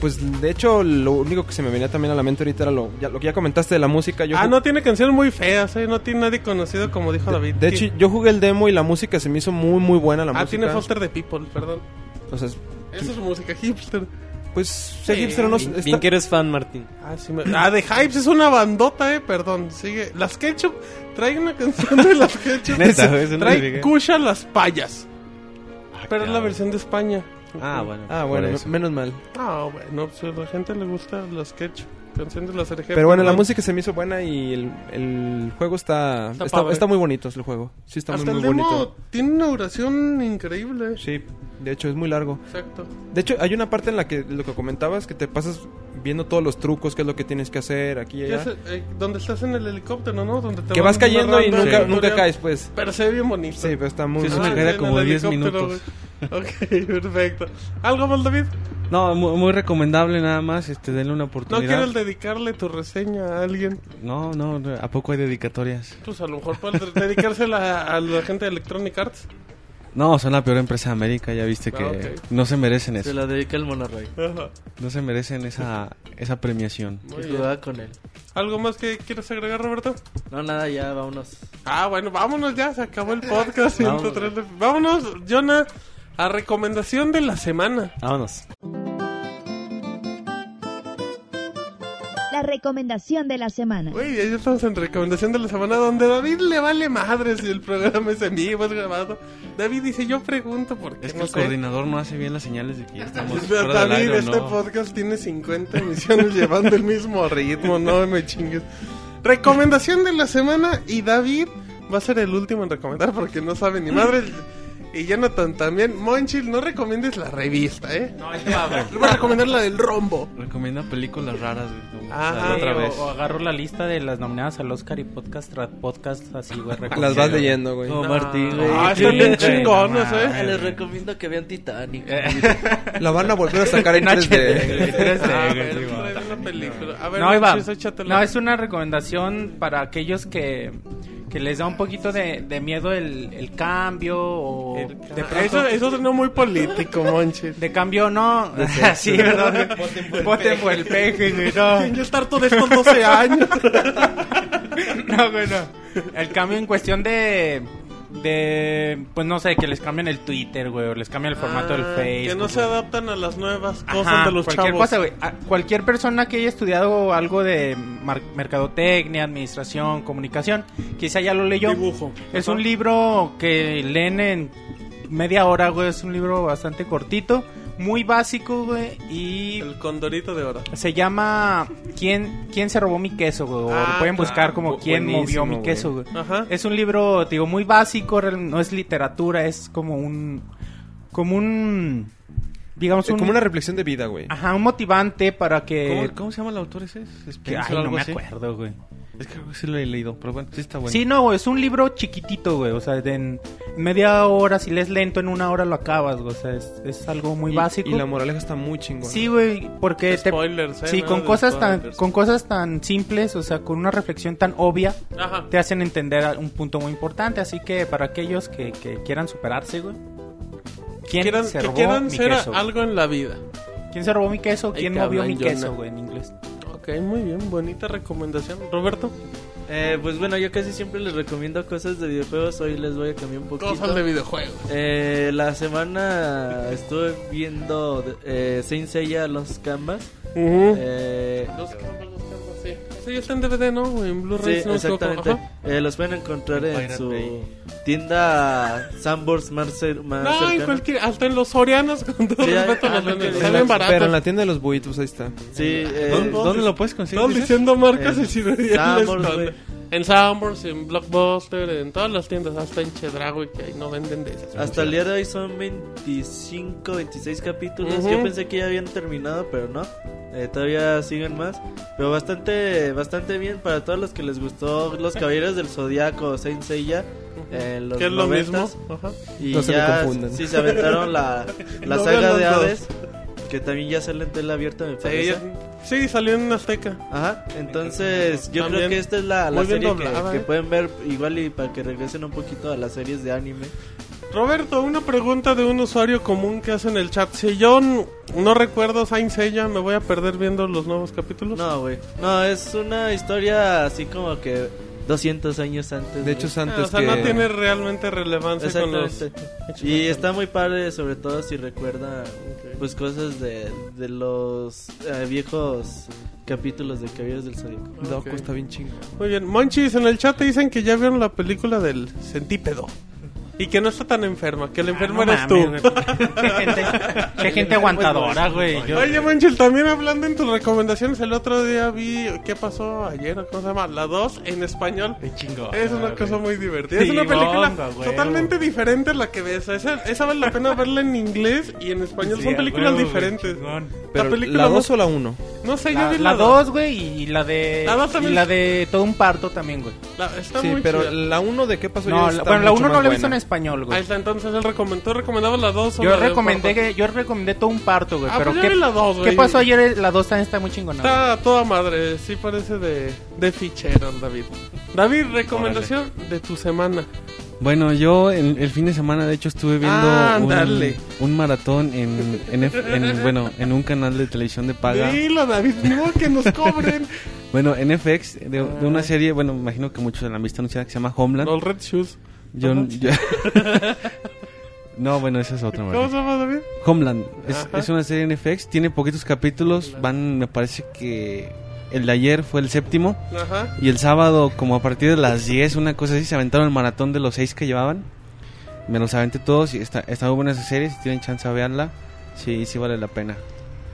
Pues de hecho, lo único que se me venía también a la mente ahorita era lo, ya- lo que ya comentaste de la música. Yo
ah,
ju-
no tiene canciones muy feas, ¿eh? No tiene nadie conocido como dijo David.
De hecho, yo jugué el demo y la música se me hizo muy, muy buena la
ah,
música.
tiene Foster the People, perdón.
O sea, es-
Esa es música hipster.
pues, sí,
Sí,
hipster, no
Bien,
está-
bien que eres fan, Martín.
Ah, sí me- ah, de Hypes es una bandota, eh, perdón. Sigue. Las Ketchup. Trae una canción de las Ketchup.
Neta, güey, eso no me
trae
fijé.
Kusha las payas. Pero es la
cabrón.
versión de España.
Ah, bueno.
Ah,
por
bueno,
eso.
me- menos mal.
Ah, bueno, pues a la gente le gusta las Ketchup. Canción de las RG.
Pero bueno, la
perdón.
música se me hizo buena y el, el juego está
Está
está,
padre.
está muy bonito, es el juego. Sí, está muy,
Hasta
muy
el demo
bonito.
tiene una duración increíble.
Sí, de hecho es muy largo.
Exacto.
De hecho, hay una parte en la que lo que comentabas que te pasas viendo todos los trucos, qué es lo que tienes que hacer aquí y
Que es,
allá.
eh, donde estás en el helicóptero, ¿no? Donde te
Que
van
vas cayendo y
narrando el
nunca, nunca
tutorial.
caes, pues.
Pero se ve bien bonito.
Sí, pero está muy
Sí, es
muy-
una
en
carrera
el
como de 10
helicóptero,
minutos.
güey. Ok, perfecto. ¿Algo más, David?
No, mu- muy, recomendable nada más, este, denle una
¿No
oportunidad.
quieres dedicarle tu reseña a alguien?
No, no, no, ¿a poco hay dedicatorias?
Pues a lo mejor puedes dedicársela a, a la gente de Electronic Arts.
No, son la peor empresa de América, ya viste que
Ah, ok.
no se merecen
Se
eso.
la dedica el monorrey.
Ajá,
No se merecen esa, esa premiación.
muy
Que
bien.
jugaba con él.
¿Algo más que quieres agregar, Roberto?
No, nada, ya, vámonos.
Ah, bueno, vámonos ya, se acabó el podcast. 103 de- Vámonos, Jonah, a recomendación de la semana.
Vámonos.
La la recomendación de la semana.
Güey, ya estamos en recomendación de la semana donde David le vale madres si el programa es en vivo, es grabado. David dice, yo pregunto por qué
Es que
no
el
sé.
coordinador no hace bien las señales de que ya estamos fuera del
David,
aire, ¿o
este
no?
podcast tiene 50 emisiones llevando el mismo ritmo, no me chingues. Recomendación de la semana y David va a ser el último en recomendar porque no sabe ni madre. Y Jonathan también. Monchil, no recomiendes la revista, ¿eh?
No, ahí te va, güey.
Voy a recomendar la del rombo.
Recomienda películas raras, güey. como
Ah,
la otra
Sí, o-
vez.
O, agarro la lista de las nominadas al Oscar y podcast tras podcast así, güey.
Las vas leyendo, güey.
No, Martín, güey.
Ah, están bien
Sí, güey,
chingonas,
no
¿eh?
mames.
Les recomiendo que vean Titanic.
La van a volver a sacar en 3D.
recomendación.
Ah, pero otra vez una película. A ver,
No, ahí va.
Monchis, échatela.
No, es una recomendación para aquellos que, que les da un poquito de, de miedo el, el cambio o de,
El- Ah, Eso,
pronto,
eso sonó muy político, Monchis.
de cambio no. Ah, sí, ¿verdad? Voten por el peje, güey, no.
Yo estar harto de estos 12 años.
No, güey, no. El cambio en cuestión de. De. Pues no sé, que les cambien el Twitter, güey, o les cambien el formato del
Ah,
Facebook.
Que no se
güey.
adaptan a las nuevas
Ajá,
cosas de los
cualquier
chavos.
cosa, güey. A- cualquier persona que haya estudiado algo de mar- mercadotecnia, administración, comunicación, quizá ya lo leyó.
Dibujo.
Es
Ajá.
un libro que leen en media hora, güey. Es un libro bastante cortito, muy básico, güey. Y
El condorito de oro.
se llama ¿Quién, quién se robó mi queso, güey? O
Ah,
lo pueden
claro.
buscar como ¿Quién movió
Buenísimo,
mi
güey.
queso, güey?
Ajá.
Es un libro, te digo, muy básico, real- no es literatura, es como un... Como un... Digamos un...
Como una reflexión de vida, güey.
Ajá, un motivante para que...
¿Cómo, cómo se llama el autor ese?
que-
Spencer,
ay, no
algo
me
así.
acuerdo, güey.
Es que creo que sí lo he leído, pero bueno, sí está bueno.
Sí, no, güey, es un libro chiquitito, güey. O sea, de en media hora, si lees lento, en una hora lo acabas, güey. O sea, es, es algo muy
Y-
básico.
Y la moraleja está muy chingona.
Sí, güey, porque te...
Spoilers, ¿eh?
Sí,
Nada
con
de
cosas, tan,
spoilers.
con cosas tan simples, o sea, con una reflexión tan obvia,
Ajá.
te hacen entender a- un punto muy importante. Así que para aquellos que, que quieran superarse, güey. ¿Quién
Quieran,
se
que
robó
quieran
mi
ser
queso? güey?
algo en la vida.
¿Quién se robó mi queso?
Ay,
¿Quién movió
cabrón,
mi
Jonah.
queso, güey, en inglés?
Ok, muy bien. Bonita recomendación. Roberto,
Eh, pues bueno, yo casi siempre les recomiendo cosas de videojuegos. Hoy les voy a cambiar un poquito.
cosas de videojuegos.
Eh, la semana estuve viendo eh, Saint Seiya Los Canvas. Eh,
Los campos, los campos, sí. Ese ya está en DVD, ¿no? En Blu-ray.
sí,
si no me equivoco.
exactamente.
Ajá.
Eh, los pueden encontrar en
Pirate
su
Bay.
tienda Sambors más, cer- más
No, en
cercana.
cualquier, hasta en los Sorianos, con todo
Sí,
respeto,
ah,
los
no,
venden.
que-
Salen baratos. Eh,
Pero en la tienda de los buitos, Pues ahí está.
Sí, eh,
¿Dónde,
todos
dónde
dic-
lo puedes conseguir?
Todos
dices?
diciendo marcas
En
y si no ya les
Sanborns,
con-
güey.
En Sanborns, en Blockbuster, en todas las tiendas, hasta en Chedrago y que ahí no venden de esas.
hasta el día de hoy son 25, 26 capítulos.
Ujú.
Yo pensé que ya habían terminado, pero no. Eh, todavía siguen más. Pero bastante bastante bien para todos los que les gustó Los Caballeros del Zodiaco, Saint Seiya. eh, los
Que es lo
90s.
mismo. Ajá.
Y
No se me
ya
confundan.
sí se aventaron la, la
No
saga
vean
de
los dos.
aves, que también ya sale en tela abierta, me
Sí,
parece.
ya- sí, salió en Azteca.
Ajá, entonces yo
También.
creo que esta es la, la
Muy bien
serie
doblada,
que, que
eh.
pueden ver igual y para que regresen un poquito a las series de anime.
Roberto, una pregunta de un usuario común que hace en el chat. Si yo n- no recuerdo Saint Seiya, ¿me voy a perder viendo los nuevos capítulos?
No, güey. No, es una historia así como que 200 años antes.
De hecho,
güey.
es
Ah,
antes
o sea,
que...
no tiene realmente relevancia con los...
Exactamente. Y está muy padre, sobre todo si recuerda pues cosas de, de los eh, viejos capítulos de Caballeros del Zodíaco.
Doku
Ok.
pues, está bien chingón.
Muy bien. Monchis, en el chat te dicen que ya vieron la película del centípedo. Y que no está tan enferma, que la enferma
Ah,
eres
no
tú.
mames, güey. Qué gente, qué gente aguantadora, güey. Yo-
Oye, Manchel, también hablando en tus recomendaciones, el otro día vi, ¿qué pasó ayer? ¿Cómo se llama? La 2 en español.
Qué chingón,
Es una
güey.
cosa muy divertida. es
Sí,
una película
bonga, güey.
totalmente diferente a la que ves. Esa, esa vale la pena verla en inglés y en español.
Sí,
Son
a
películas
huevo, güey,
diferentes.
chingón.
Pero,
película
¿la
más-
2 o la 1?
No sé, yo
La,
vi
la
la
dos, güey, y la de...
La dos
y
también
la
es-
de todo un parto también, güey.
La- está
Sí,
muy
pero
chida.
la 1 de qué pasó
No,
ya
la-
está
bueno, la
mucho
uno
más
no la he visto en
buena.
español, güey.
Ahí está, entonces él recomendó, recomendaba la 2.
Yo recomendé que, yo recomendé todo un parto, güey.
Ah,
pero
pues yo
¿qué,
vi la dos, güey.
¿qué pasó ayer? La 2 también está muy chingona. güey.
Está a toda madre, sí parece de, de fichero, el David. David, recomendación de tu semana.
Bueno, yo el, el fin de semana de hecho estuve viendo
Ah,
un,
ándale.
un maratón en, en, F- en- bueno, en un canal de televisión de paga.
Dilo, David, ni modo que nos cobren.
Bueno, en FX de, de una serie, bueno, me imagino que muchos la han visto anunciada que se llama Homeland.
Los Red Shoes.
Yo- yo- no, bueno, esa es otra.
¿Cómo se llama, David?
Homeland es,
Ajá.
es una serie en FX, tiene poquitos capítulos, van me parece que el de ayer fue el séptimo.
Ajá.
Y el sábado, como a partir de las 10, una cosa así, se aventaron el maratón de los 6 que llevaban. Me los aventé todos y está, está muy buena esa serie. Si tienen chance de verla, sí, sí vale la pena.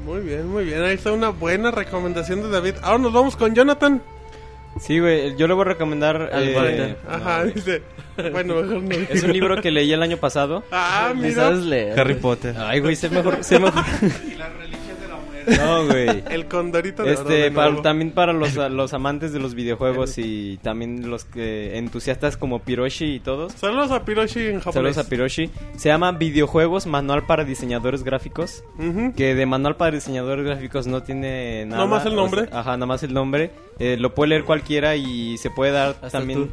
Muy bien, muy bien. Ahí está una buena recomendación de David. Ahora nos vamos con Jonathan.
Sí, güey, yo le voy a recomendar...
Al
eh,
Wagner.
no,
Ajá, dice. Bueno, mejor no.
Es un libro que leí el año pasado.
Ah,
Ni
mira.
sabes leer.
Harry Potter.
Ay, güey, sé mejor, sé mejor. No, güey.
El condorito de oro
Este,
de
para-
nuevo.
también para los, a- los amantes de los videojuegos y también los que entusiastas como Piroshi y todos.
Saludos a Piroshi en japonés.
Saludos a Piroshi. Se llama Videojuegos Manual para Diseñadores Gráficos.
Ujú.
Que de Manual para Diseñadores Gráficos no tiene nada.
Nomás el nombre.
O sea, ajá, nada más el nombre. Eh, lo puede leer cualquiera y se puede dar también.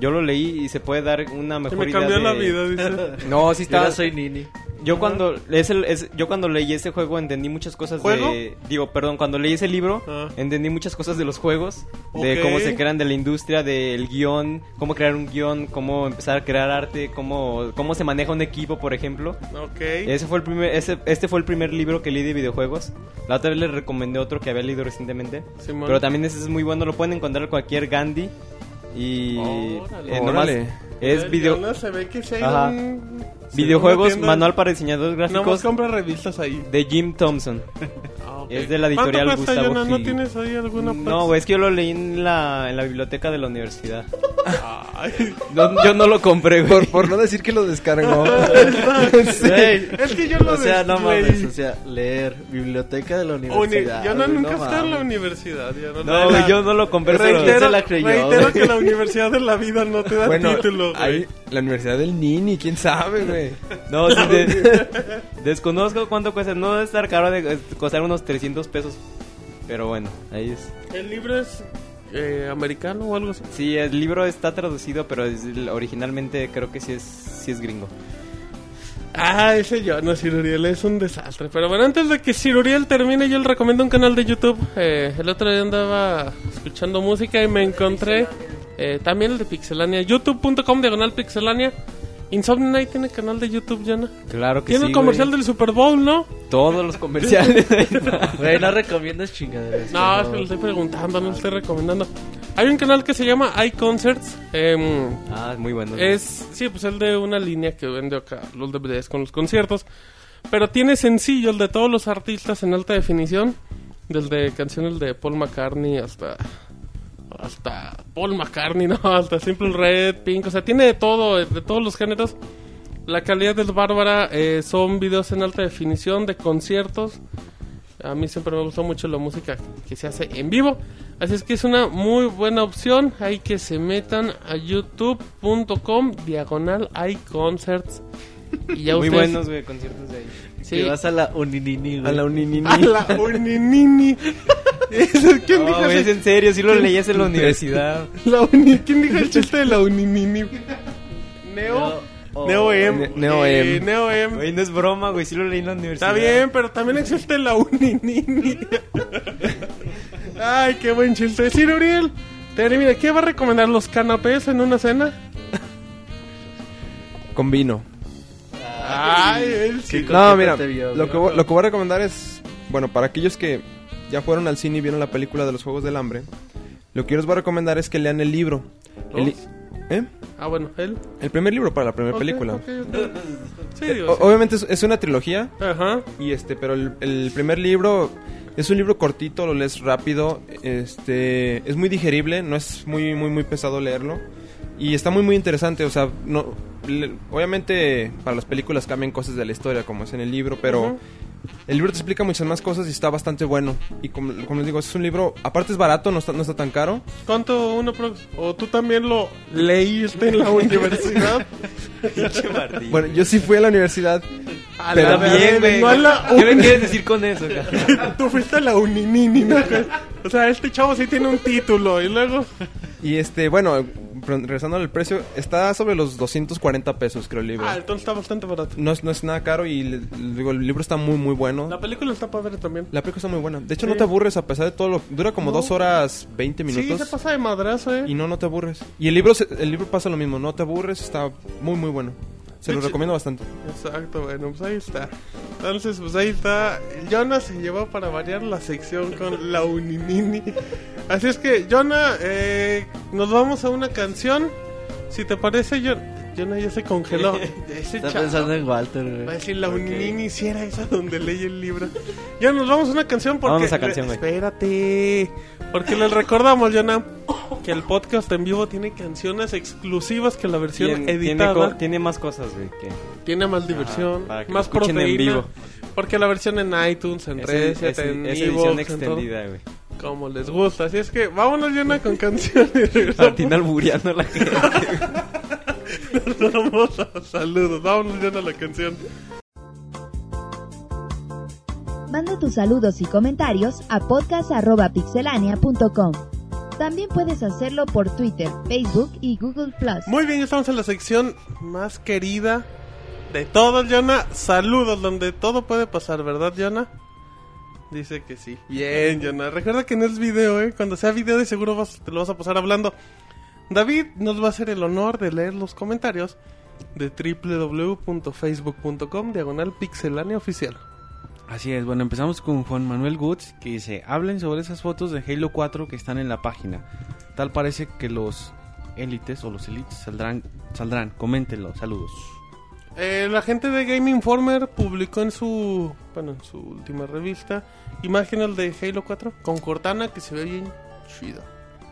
Yo lo leí y se puede dar una
Que
mejor
me
idea
cambió la
de-
vida, dice.
No, sí
Yo
está.
ahora soy Nini.
Yo cuando es el- es- yo cuando leí ese juego entendí muchas cosas
¿Juego?
de digo, perdón, cuando leí ese libro
Ah.
entendí muchas cosas de los juegos, de
Ok.
cómo se crean de la industria, del guión, cómo crear un guión, cómo empezar a crear arte, cómo cómo se maneja un equipo, por ejemplo.
Ok.
Ese fue el primer ese- este fue el primer libro que leí de videojuegos. La otra vez les recomendé otro que había leído recientemente,
Simón.
pero también ese es muy bueno, lo pueden encontrar en cualquier Gandhi y
Órale.
eh, nomás
Órale.
Ya-
es video
ya no se ve que si hay
Ajá.
un...
videojuegos
una tienda-
manual para diseñadores
Nomás
gráficos.
compra revistas ahí.
De Jim Thompson.
Ah, ok.
Es de la editorial
¿Cuánto cuesta,
Gustavo
Jonah? ¿No
Gil.
tienes ahí alguna
No, güey, es que yo lo leí en la, en la biblioteca de la universidad.
Ay.
No, yo no lo compré, güey.
Por, por no decir que lo descargó.
Güey,
Es que yo lo
O sea, no
leí.
mames, o sea, leer biblioteca de la
Uni-
universidad.
Jonah
güey,
nunca está en la
mames.
universidad. ya no-
No, güey, yo no lo compré, pero...
Reitero-
Ese
la creyó,
reitero
güey.
que la universidad de la vida no te da
bueno,
título. güey.
ahí, la Universidad del Nini, quién sabe, güey.
la- No, sí, de- desconozco cuánto cuesta. No debe estar caro, de es- costar unos 300 pesos. Pero bueno, ahí es.
El libro es eh, americano o algo así.
Sí, el libro está traducido, pero es- originalmente creo que sí es, sí es gringo.
Ah, ese yo, no, Siruriel es un desastre. Pero bueno, antes de que Siruriel termine, yo le recomiendo un canal de YouTube. Eh, el otro día andaba escuchando música y me encontré eh, también el de Pixelania. YouTube.com diagonal Pixelania. Insomnia Night tiene canal de YouTube, Jana.
Claro que
Tiene
sí,
el comercial del Super Bowl, ¿no?
Todos los comerciales.
Güey, no recomiendas chingaderas. por
No, es que lo
favor.
estoy preguntando, no lo estoy recomendando. Hay un canal que se llama iConcerts. em,
ah, muy bueno.
Es, sí, pues el de una línea que vende acá los DVDs con los conciertos. Pero tiene sencillo el de todos los artistas en alta definición. Desde canciones de Paul McCartney hasta. Hasta Paul McCartney, ¿no? Hasta Simple Red, Pink. O sea, tiene de todo, de todos los géneros. La calidad es bárbara. eh, son videos en alta definición de conciertos. A mí siempre me gusta mucho la música que se hace en vivo. Así es que es una muy buena opción. Hay que se metan a youtube.com diagonal iConcerts. Y ya
muy
ustedes...
buenos, güey, conciertos de ahí.
Sí.
Que vas a la uninini, güey.
A la Uninini.
A la uninini. Eso, ¿Quién
No,
dijo
güey, es
ese-
en serio, sí lo leí en la universidad.
la uni- ¿Quién dijo el chiste de la uninini? Neo...
Oh,
Neo
Ne-
M.
Neo
Eh,
M.
Neo M.
Güey, no es broma, güey, sí lo leí en la universidad.
Está bien, pero también existe la uninini. Ay, qué buen chiste. Sí, Uriel, termina. ¿Qué va a recomendar los canapés en una cena?
Con vino.
Ay, él sí.
Qué
No, mira,
te vio,
lo
güey.
que, vo- lo que voy a recomendar es, bueno, para aquellos que ya fueron al cine y vieron la película de los Juegos del Hambre, lo que yo les voy a recomendar es que lean el libro. El, li- ¿Eh?
Ah, bueno, él.
El primer libro para la primera
Ok,
película. Eh,
ok, ok. Sí,
O-
digo. sí.
obviamente es, es una trilogía,
Ajá.
y este, pero el, el primer libro es un libro cortito, lo lees rápido, este, es muy digerible, no es muy, muy, muy pesado leerlo. Y está muy, muy interesante, o sea, no, le- obviamente para las películas cambian cosas de la historia, como es en el libro, pero...
Ujú.
El libro te explica muchas más cosas y está bastante bueno. Y como, como les digo, es un libro, aparte es barato, no está, no está tan caro.
¿Cuánto uno prox? ¿O tú también lo leíste en la universidad?
Pinche Martín.
Bueno, yo sí fui a la universidad.
A
Pero
la
También,
verga,
güey.
No a la
¿Qué me quieres decir con eso, cara?
Tú fuiste a la uninini, ¿no? O sea, este chavo sí tiene un título. Y luego.
Y este, bueno, re- regresando al precio, está sobre los 240 pesos, creo, el libro.
Ah, entonces está bastante barato.
No es, no es nada caro y le- le digo, el libro está muy, muy bueno.
La película está padre también.
La película está muy buena. De hecho,
Sí.
no te aburres a pesar de todo lo... Dura como
No.
dos horas 20
Sí, se
minutos.
pasa de madrazo, eh.
y no, no te aburres. Y el libro, se- el libro pasa lo mismo, no te aburres, está muy, muy bueno.
Se lo
Pinche-
recomiendo bastante.
Exacto, bueno, pues ahí está. Entonces, pues ahí está. Jonah se llevó para variar la sección con la Uninini. Así es que, Jonah, eh, nos vamos a una canción. Si te parece, Jon- Jonah ya se congeló. Ese
Está
chavo. Pues,
pensando en Walter,
Va a
güey.
decir la Uninini si era esa donde leí el libro. Ya nos vamos a una canción porque.
Vámonos a canción, güey.
Espérate. Porque les recordamos, Jonah, que el podcast en vivo tiene canciones exclusivas que la versión
Tiene, tiene,
editada
co- tiene más cosas, güey. que-
tiene más diversión,
para que lo
más
escuchen
proteína.
en vivo.
Porque la versión en iTunes, en
Es,
redes,
es-
en
es
iVoox,
edición
en
extendida, güey.
todo, como les gusta. Así es que vámonos Jonah con canciones. y
Al
regresamos.
final muriendo la gente.
Vamos a saludos. Vámonos Jonah a la canción.
Manda tus saludos y comentarios a podcast.pixelania.com. También puedes hacerlo por Twitter, Facebook y Google Plus.
Muy bien, ya estamos en la sección más querida de todos, Jonah. Saludos, donde todo puede pasar, ¿verdad, Jonah? Dice que sí. Bien, Jonah. Recuerda que no es video, ¿eh? Cuando sea video de seguro vas- te lo vas a pasar hablando. David nos va a hacer el honor de leer los comentarios de www.facebook.com diagonal pixelania oficial.
Así es, bueno, empezamos con Juan Manuel Goods, que dice, hablen sobre esas fotos de Halo 4 que están en la página. Tal parece que los élites o los élites saldrán, saldrán, coméntenlo, saludos.
Eh, la gente de Game Informer publicó en su bueno en su última revista imágenes de Halo 4 con Cortana que se ve bien chido.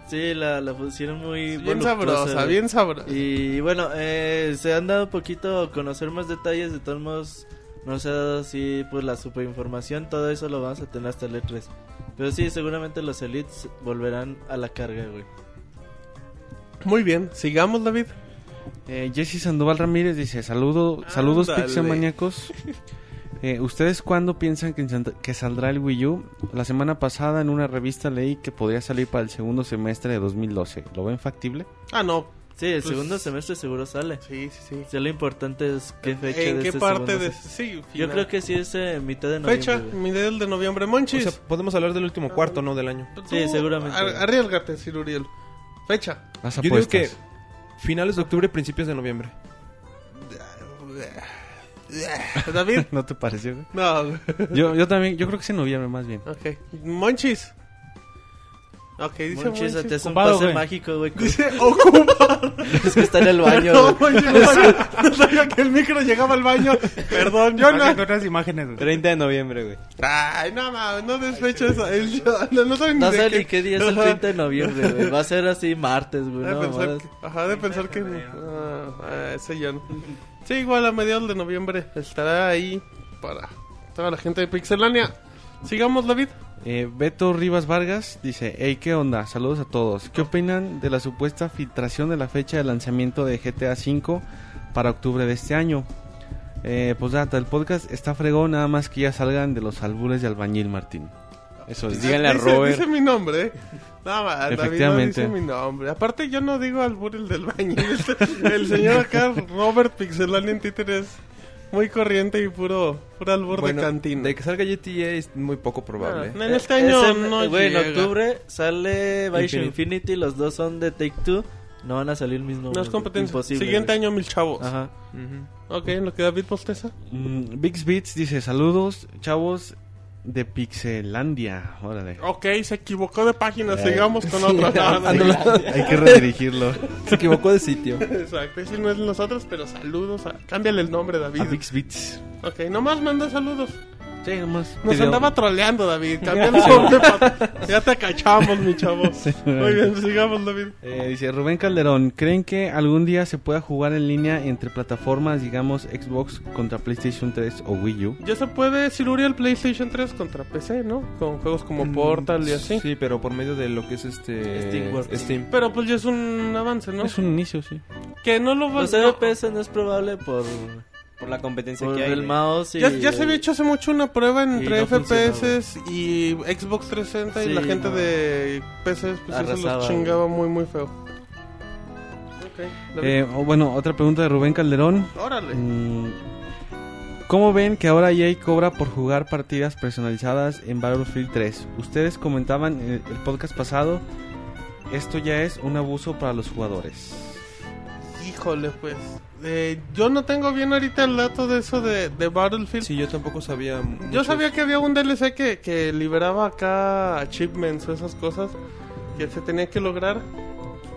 Sí, la, la pusieron muy
Bien
voluptuosa,
sabrosa,
güey.
bien sabrosa.
pues, eh, Y bueno, eh, se han dado poquito a conocer más detalles, de todos modos no se ha dado así pues la superinformación, todo eso lo vamos a tener hasta el E3. Pero sí, seguramente los elites volverán a la carga, güey.
Muy bien, sigamos David.
Eh, Jesse Sandoval Ramírez dice, saludo, saludos
Ándale.
pixelmaníacos. Eh, ¿Ustedes cuándo piensan que, sal- que saldrá el Wii U? La semana pasada en una revista leí que podría salir para el segundo semestre de 2012. ¿Lo ven factible?
Ah, no.
Sí, el
Pues-
segundo semestre seguro sale.
Sí, sí, sí.
Ya lo importante es qué fecha
¿En
de
qué
este
parte
segundo
de
semestre.
sí,
Yo
final.
creo que sí es eh, mitad de noviembre.
fecha
güey.
middle de noviembre
O
Monchis.
sea, podemos hablar del último cuarto, ¿no? Del año.
sí,
tú
seguramente.
ar- Arriesgate, Sir Uriel. Fecha.
Las
Yo digo
apuestas.
que finales de octubre, principios de noviembre.
David.
¿No te pareció? güey?
no.
Yo, yo también, yo creo que es en noviembre más bien.
Ok. Monchis. Ok, dice
Monchis,
Monchis.
te hace un
Ocupado,
pase
güey.
mágico, güey.
Dice ocupa.
Es que está en el baño,
No,
güey.
Monchis, no sabía, no sabía que el micro llegaba al baño. Perdón, yo no.
Haciendo otras imágenes, güey.
30 de noviembre, güey.
Ay, no, mames, no desfecho eso. El- no, no saben
No
de
sé ni qué día es el
Ajá.
30 de noviembre, güey. Va a ser así martes, güey.
Ha de
No,
pensar
mamadas.
que- ajá, de pensar que... Ah, ah, ese ya no. Sí, igual a mediados de noviembre estará ahí para toda la gente de Pixelania. Sigamos, David.
Eh, Beto Rivas Vargas dice, hey, ¿qué onda? Saludos a todos. ¿Qué opinan de la supuesta filtración de la fecha de lanzamiento de GTA V para octubre de este año? Eh, pues data, el podcast está fregón, nada más que ya salgan de los albures de albañil, Martín. Eso es.
Diga- Díganle a
Dice-
Robert.
Dice mi nombre, ¿eh? Nada más, David no
Efectivamente.
dice mi nombre. Aparte, yo no digo albur el del baño. El, el señor acá, Robert Pixelania en Twitter es muy corriente y puro, puro albur
Bueno,
de cantina.
De que salga GTA es muy poco
Ah,
probable.
no, en este
Eh,
año
es en-
no
Güey, en
llega.
octubre sale Bioshock
Infinity.
Infinity, los dos son de Take Two. No van a salir el mismo.
No
mes,
es
güey.
competencia.
Imposible,
Siguiente
güey.
año, mil chavos.
Ajá.
Ujú.
Ok, en lo que David posteza.
Mm, Bix Beats dice, saludos, chavos de Pixelandia. Órale.
Ok, se equivocó de página, sigamos con otra. No, no,
Hay que redirigirlo.
Se equivocó de sitio.
Exacto, si no es nosotros, pero saludos. a- Cámbiale el nombre, David.
A Bix Beats.
Ok, nomás manda saludos.
Sí, nomás.
Nos
pidió-
andaba troleando, David. Cámbiale el nombre. pa- Ya te cachamos, mi chavo. Muy bien, sigamos, David.
Eh, dice Rubén Calderón, ¿creen que algún día se pueda jugar en línea entre plataformas, digamos Xbox contra PlayStation 3 o Wii U?
Ya se puede Siluri el PlayStation 3 contra PC, ¿no? Con juegos
Mm,
como Portal y así.
Sí, pero por medio de lo que es este.
Steamworks.
Eh,
Steam.
Pero pues ya es un avance, ¿no?
Es un inicio, sí.
Que no lo va
Los
no-
FPS no es probable por,
Por la competencia
por
que hay.
el
güey.
mouse y...
Ya, ya se había hecho hace mucho una prueba
Y
entre
no
FPS y Xbox 360 y
Sí,
la gente
no.
de PC pues, eso
Arrasaba,
los chingaba muy muy feo. Ok, David.
Eh, o bueno, otra pregunta de Rubén Calderón.
Órale.
Mm, ¿Cómo ven que ahora EA cobra por jugar partidas personalizadas en Battlefield 3? Ustedes comentaban en el, el podcast pasado, esto ya es un abuso para los jugadores.
Híjole, pues. Eh, yo no tengo bien ahorita el dato de eso de, de Battlefield.
Sí, yo tampoco sabía. mucho.
Yo sabía que había un DLC que, que liberaba acá achievements o esas cosas que se tenía que lograr.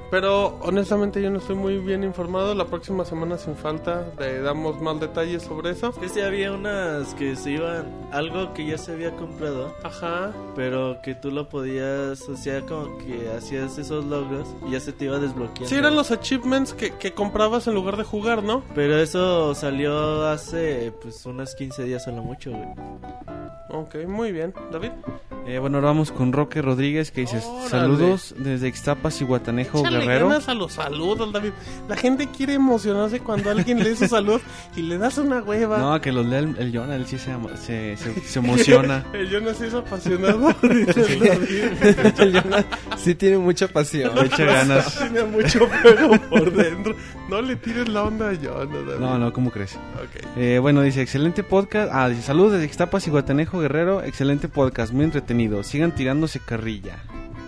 Pero honestamente yo no estoy muy bien informado. La próxima semana sin falta le damos más detalles sobre eso.
Es que sí había unas que se iban. Algo que ya se había comprado.
Ajá.
Pero que tú lo podías. O sea, como que hacías esos logros. Y ya se te iba desbloqueando.
Sí, eran los achievements que, que comprabas en lugar de jugar, ¿no?
Pero eso salió hace. Pues unas 15 días a lo mucho, güey.
Ok, muy bien. David.
Eh, bueno, ahora vamos con Roque Rodríguez que dice
Órale.
saludos desde Ixtapas y Guatanejo,
Échale
Guerrero.
ganas a los saludos, David. La gente quiere emocionarse cuando alguien lee su salud y le das una hueva.
No, que los lea el, el Jonah, él sí se, ama- se, se- se emociona.
El Jonas es apasionado. dice el David.
El Jonah sí tiene mucha pasión.
Le echa ganas.
Tiene mucho fuego por dentro. No le tires la onda a Jonas, David.
No, no, ¿cómo crees?
Ok.
Eh, bueno, dice, excelente podcast. Ah, dice, saludos desde Ixtapas y Guatanejo, Guerrero. Excelente podcast, muy entretenido. Sigan tirándose carrilla.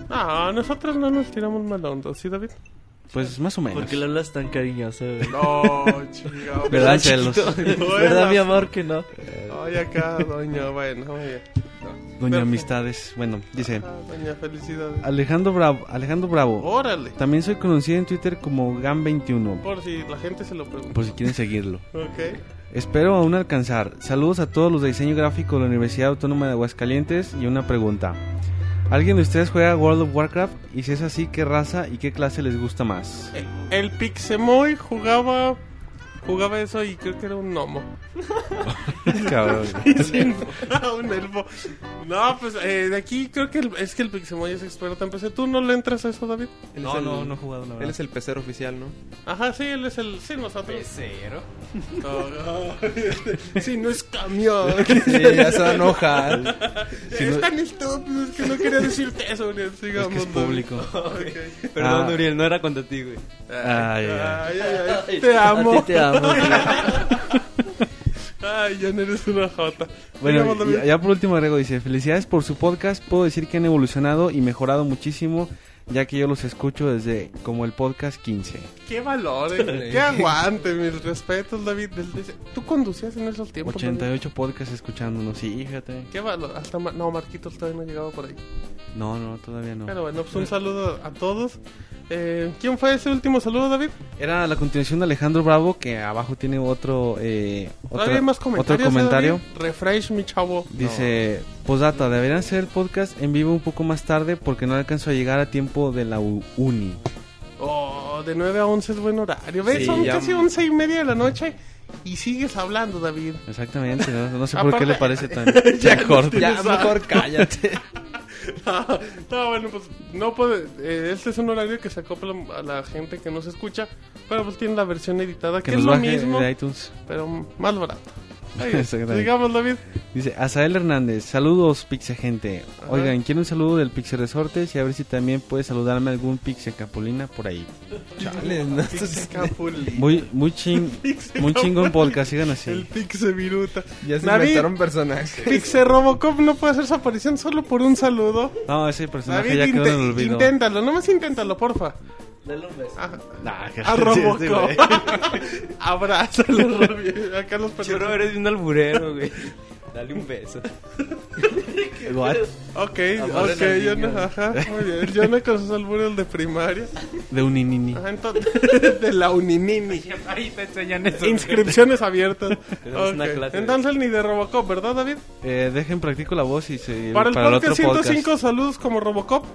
Ah, nosotros no nos tiramos mala onda, ¿sí, David?
Pues más o menos.
Porque le hablas tan cariñoso, güey.
No, chingado.
Me dan celos.
¿Verdad, mi amor, que no?
Oye, acá, doña, bueno, oye.
Doña Amistades. Bueno, dice,
Ah, doña, felicidades.
Alejandro Bravo. Alejandro Bravo.
Órale.
También soy conocida en Twitter como GAM21.
Por si la gente se lo pregunta.
Por si quieren seguirlo.
Ok. Eh,
Espero aún alcanzar. Saludos a todos los de diseño gráfico de la Universidad Autónoma de Aguascalientes y una pregunta. ¿Alguien de ustedes juega World of Warcraft? Y si es así, ¿qué raza y qué clase les gusta más?
Eh, El Pixemoy jugaba jugaba eso y creo que era un gnomo.
Cabrón.
Y se inflaba un elfo. No, pues eh, de aquí creo que el- es que el Pixemoy es experto en PC. ¿Tú no le entras a eso, David?
Él es el-
he jugado, la
Él es el pecero oficial, ¿no?
Ajá, sí, él es el... Sí, nosotros. No, no. sí, no es camión.
Sí, ya se va a enojar.
es tan estúpido, es que no quería decirte eso, Uriel. Sigamos.
que es
David.
público.
Ok.
Perdón,
Ah.
Uriel, no era contra ti, güey.
Ay, ay,
Ay, ay, ay, Te amo.
A ti te amo.
Ay, ya no eres una jota. Sigamos,
Bueno,
David.
ya, ya por último agrego, dice, felicidades por su podcast, puedo decir que han evolucionado y mejorado muchísimo, ya que yo los escucho desde como el podcast 15.
Qué valor, eh, qué aguante, mis respetos, David. Del- dice, Tú conducías en esos tiempos. David?
88 podcasts escuchándonos, sí, fíjate.
Qué valor. Hasta Ma- no, Marquitos todavía no llegaba por ahí.
No, no, todavía no.
Pero bueno, pues un saludo a todos. Eh, ¿Quién fue ese último saludo, David?
Era la continuación de Alejandro Bravo, que abajo tiene otro, eh,
Todavía
otra-
hay más comentarios.
otro
eh,
comentario.
David? Refresh, mi chavo.
Dice, posdata, deberían hacer el podcast en vivo un poco más tarde porque no alcanzo a llegar a tiempo de la u- uni.
Oh, de 9 a 11 es buen horario. ¿Ves?
Sí,
Son
ya-
casi 11 y media de la noche y sigues hablando, David.
Exactamente, no, no sé por
Aparte-
qué le parece tan... ya corto.
Ya, mejor cállate.
no, bueno, pues no puede. eh, este es un horario que se acopla a la gente que no se escucha, pero pues tiene la versión editada, que,
Que nos
es lo
baje
mismo,
de iTunes.
pero más barato. Ahí,
Exactamente.
digamos, David.
Dice, Azael Hernández, saludos Pixe gente.
Ajá.
Oigan, quiero un saludo del Pixe Resortes y a ver si también puede saludarme algún Pixe Capulina por ahí.
Chale, no,
Pixe Capulín.
Muy, muy ching,
Pixe
muy chingón
Capulín.
podcast, sigan
El
así.
Pixe Viruta.
ya se
David.
inventaron personajes.
Pixe Robocop no puede hacer su aparición solo por un saludo.
No, ese personaje
David,
ya quedó en el
inte-
olvido.
inténtalo, nomás inténtalo, porfa.
Dale un beso.
Ajá.
Ah,
Nah, que-
A Robocop. Abrázalo, Robbie. Acá los
Choro,
personajes.
eres un alburero, güey. Dale un beso.
What?
Ok,
Amor
ok,
en el
yo
niño.
no, ajá, muy bien. Yo no con sus albures de primaria.
De un inini.
Ajá, entonces, de la Uninini.
Ahí te enseñan eso.
Inscripciones abiertas.
Tenemos una
Ok,
clase de-
Entonces ni de Robocop, ¿verdad, David?
Eh, dejen practico la voz y se...
Para el podcast
otro podcast.
105 saludos como Robocop.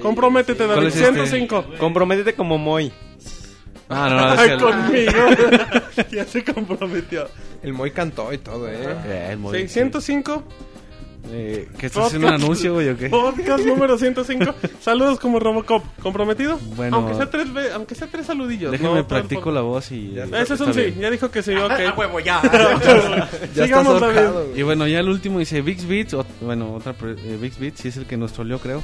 Comprométete,
¿Cuál
David.
es este?
105.
Comprométete como Moy.
Ah, no, no, es
Ay,
el-
conmigo. ya se comprometió.
El Moy cantó y todo, ¿eh?
Eh, el móvil,
605.
sí. Eh, ¿Que estás haciendo un anuncio, güey, o qué?
Podcast número 105. Saludos como Robocop. ¿Comprometido?
Bueno.
Aunque sea tres, ve- aunque sea tres saludillos.
Déjenme
no,
practico
tampoco.
la voz y...
Ese es
está
un sí.
bien.
Ya dijo que sí. Ok.
Ah, huevo, ya.
Ya estás
Sigamos, David.
ahorcado, güey.
Y bueno, ya el último dice Vix Beats, o- bueno, otra pre- eh, Vix Beats, sí es el que nos troleó, creo.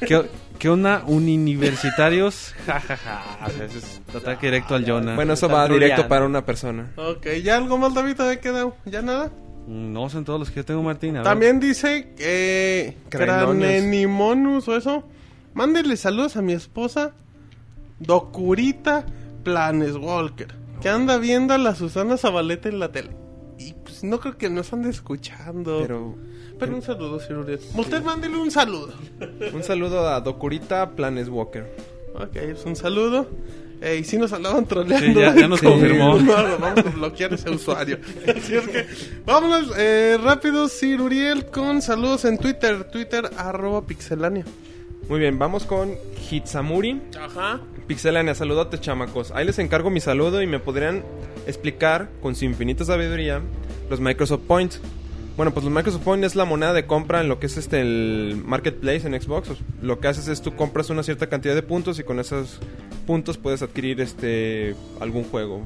¿Qué, qué onda, universitarios? Ja, ja, ja. O sea, ese es ataque directo al Jonah.
Ah, Bueno, eso va directo para una persona.
Ok, ¿ya algo más, David? ¿Todavía queda? ¿Ya nada?
Mm, No, son todos los que yo tengo, Martín. a ver.
También dice que...
Cranonios.
Cranenimonus o eso. Mándenle saludos a mi esposa. Docurita Planeswalker. que anda viendo a la Susana Zabaleta en la tele. Y pues no creo que nos ande escuchando. Pero,
Pero
un saludo, señor Urias. Usted mándele un saludo.
un saludo a Docurita Planes Walker.
Ok, pues un saludo. Eh, y sí nos andaban troleando.
Sí, ya- ya nos
Como-
confirmó.
No, no, vamos a bloquear ese usuario. Así es que, vámonos eh, rápido, Sir Uriel, con saludos en Twitter. Twitter, arroba pixelania.
Muy bien, vamos con Hitsamuri.
Ajá.
Pixelania, saludotes chamacos. Ahí les encargo mi saludo y me podrían explicar con su infinita sabiduría los Microsoft Point. Bueno, pues los Microsoft Point es la moneda de compra en lo que es este el marketplace en Xbox. Lo que haces es tú compras una cierta cantidad de puntos y con esos puntos puedes adquirir este algún juego,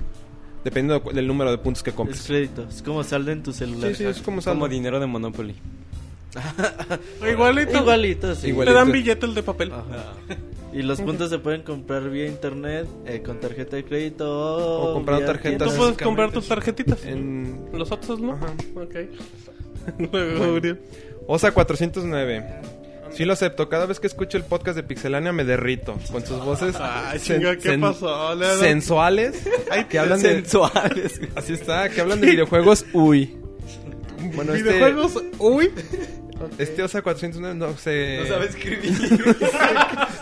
dependiendo de cu- del número de puntos que
Es
compres.
crédito, es como saldo en tu celular.
Sí, sí, es como saldo.
Como dinero de Monopoly.
Igualito.
Igualito, sí.
Igual.
Le dan billete el de papel.
Ajá. Y los puntos se pueden comprar vía internet, eh, con tarjeta de crédito o,
O comprando
vía
tarjetas.
Tú
tiendas.
puedes comprar tus tarjetitas.
En
Los otros no.
Ajá.
Ok. Luego, Uriel.
OSA 409. Sí lo acepto. Cada vez que escucho el podcast de Pixelania me derrito. Con sus voces
Ay,
sen-
chinga, ¿qué
sen-
pasó? Le-
sensuales. que hablan de,
Sensuales.
así está, que hablan de videojuegos. Uy. Bueno, este-
Videojuegos, uy.
Este, OSA 409 no se...
escribir.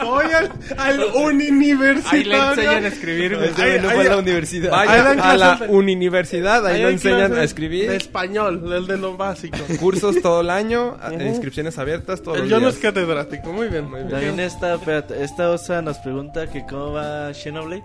Soy al, al uniuniversitario.
Ahí le enseñan a escribir. güey.
Ay,
no
ay,
fue a la
ay.
universidad.
Vaya
Ahí dan
a la
clases de-
universidad, ahí,
Ahí
lo
hay
enseñan
clases
a
De
escribir.
español, el de lo básico.
Cursos todo el año, eh, a- inscripciones abiertas todos
El
los
John
días.
Eh, es catedrático, muy bien. Muy
También esta, espérate, esta osa nos pregunta que cómo va Xenoblade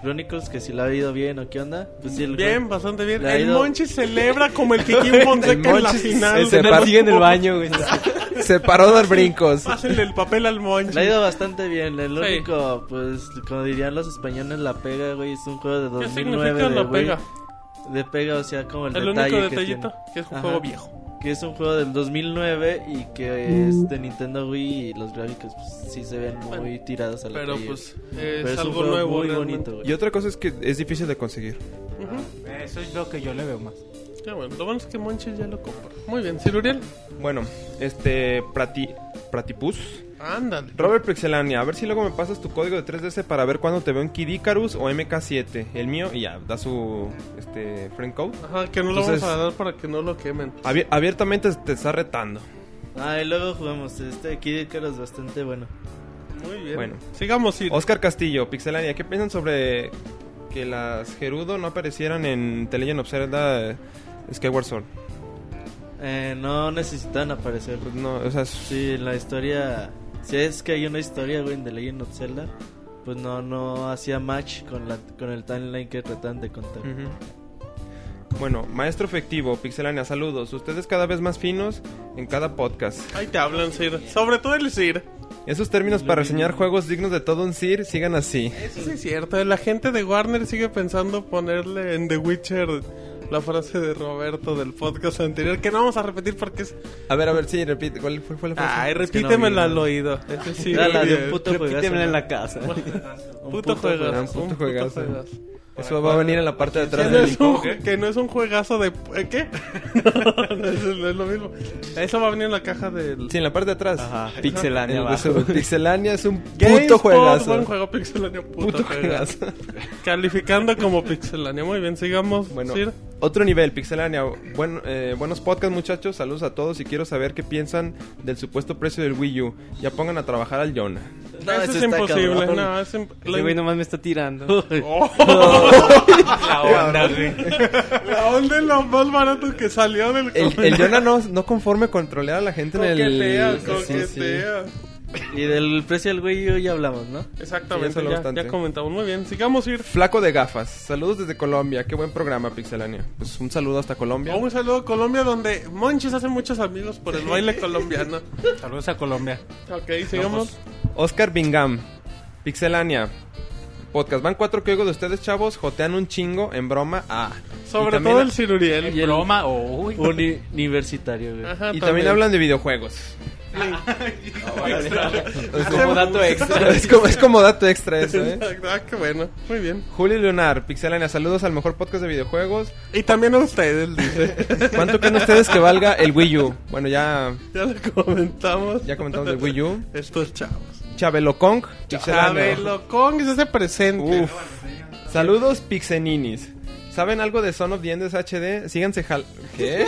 Chronicles, que si la ha ido bien o qué onda. Pues sí, el
Bien, bastante bien.
Le ha
El
ido-
Monchi celebra como el Kikín Fonseca en la
Monchis
final.
se
del
par-
Sigue en el
fútbol.
baño, güey.
Se paró a dar brincos.
Pásenle el papel al Monchi.
Le ha ido bastante bien. El
Sí.
único, pues, como dirían los españoles, la pega, güey. Es un juego de
¿Qué
2009.
significa
de,
la
güey,
pega?
De pega, o sea, como el,
El
detalle
único
que
detallito
tiene.
que es un
Ajá.
juego viejo.
Que es un juego del 2009 y que es de Nintendo Wii y los gráficos pues, sí se ven muy
Bueno,
tirados a la
Pero
calle.
pues
Pero
es
un
algo
juego
nuevo.
muy
realmente.
bonito, güey.
Y otra cosa es que es difícil de conseguir.
Ujú.
Eso es lo que yo le veo más.
Ya bueno, lo bueno es que Monchi ya lo compró. Muy bien, Siluriel,
Bueno, este... Prati... Pratipus...
ándale.
Robert Pixelania, a ver si luego me pasas tu código de 3DS para ver cuándo te veo en Kid Icarus o MK7. El mío, y ya, da su este, friend code.
Ajá, que no
Entonces-
lo vamos a dar para que no lo quemen.
Abier- abiertamente te está retando.
Ah, y luego jugamos. Este Kid Icarus es bastante bueno.
Muy bien.
Bueno.
sigamos Sir.
Oscar Castillo, Pixelania, ¿qué piensan sobre que las Gerudo no aparecieran en The Legend of Zelda eh, Skyward Sword?
Eh, no necesitan aparecer.
Pues no, o sea, es-
Sí, la historia. Si es que hay una historia, güey, de Legend of Zelda, pues no, no hacía match con, la, con el timeline que tratan de contar.
Ujú. Bueno, maestro efectivo, Pixelania, saludos. Ustedes cada vez más finos en cada podcast.
Ahí te hablan, Sir. Sobre todo el Sir.
Esos términos para reseñar juegos dignos de todo un CIR sigan así.
Eso sí es cierto. La gente de Warner sigue pensando ponerle en The Witcher la frase de Roberto del podcast anterior, que no vamos a repetir porque es...
A ver, a ver, sí, repite. ¿Cuál fue, fue la frase?
Ay,
que no
repítemela
vi,
al
¿no?
oído. Ese sí,
Era la de un
eh,
puto juegazo.
Repítemela en
¿no?
la casa.
Un
puto juegazo.
juegazo, un puto
un puto
juegazo.
juegazo.
Eso va a venir en la parte de
Que
atrás
no,
del
es un,
link.
ju- que no es un juegazo de... ¿eh, ¿Qué? no, es, no es lo mismo. Eso va a venir en la caja del...
Sí, en la parte de atrás.
Ajá.
En el
Pixelania
de su-
abajo.
Pixelania es un puto
GameSpot, Buen
juegazo.
juego, Pixelania, puto,
Puto
juegazo.
juegazo.
Calificando como Pixelania. Muy bien, sigamos.
Bueno,
Sir.
otro nivel, Pixelania. Buen- eh, buenos podcasts, muchachos. Saludos a todos y quiero saber qué piensan del supuesto precio del Wii U. Ya pongan a trabajar al Jonah.
No,
eso,
ese
es
está
imposible.
cabrón.
No, es imp- la- Oh.
Ese güey nomás me está tirando.
La onda, güey.
La onda es lo más barato que salió del
El, el Jonah no, no conforme con trolear a la gente en
Coquetea,
el...
coquetea.
Y del precio del güey yo ya hablamos, ¿no?
Sí, eso
Exactamente,
lo
ya,
bastante.
ya comentamos. Muy bien, sigamos ir.
Flaco de gafas. Saludos desde Colombia. Qué buen programa, Pixelania. Pues un saludo hasta Colombia.
Oh, Un saludo a Colombia, donde Monchis hace muchos amigos por el baile colombiano.
Saludos a Colombia.
Ok, sigamos.
Oscar Bingham, Pixelania. Podcast. Van cuatro que oigo de ustedes, chavos. Jotean un chingo en broma. Ah. y
Sobre
también-
todo el ciruriel.
El broma, uy.
Uni- universitario, güey.
Ajá,
Y también hablan de videojuegos.
Ah,
Hacen-
Como dato extra.
es, como, es como dato extra eso, ¿eh?
Ah, qué bueno. Muy bien.
Julio Leonar, Pixelania, saludos al mejor podcast de videojuegos.
Y también a ustedes, dice.
¿Cuánto creen ustedes que valga el Wii U? Bueno, ya,
Ya lo comentamos.
ya comentamos del Wii U.
Estos chavos.
Chabelo Kong, Pixelania.
Chabelo Kong, ese se presente.
Uf. Saludos, pixeninis. ¿Saben algo de Son of the Enders HD? Síganse jal... ¿Qué?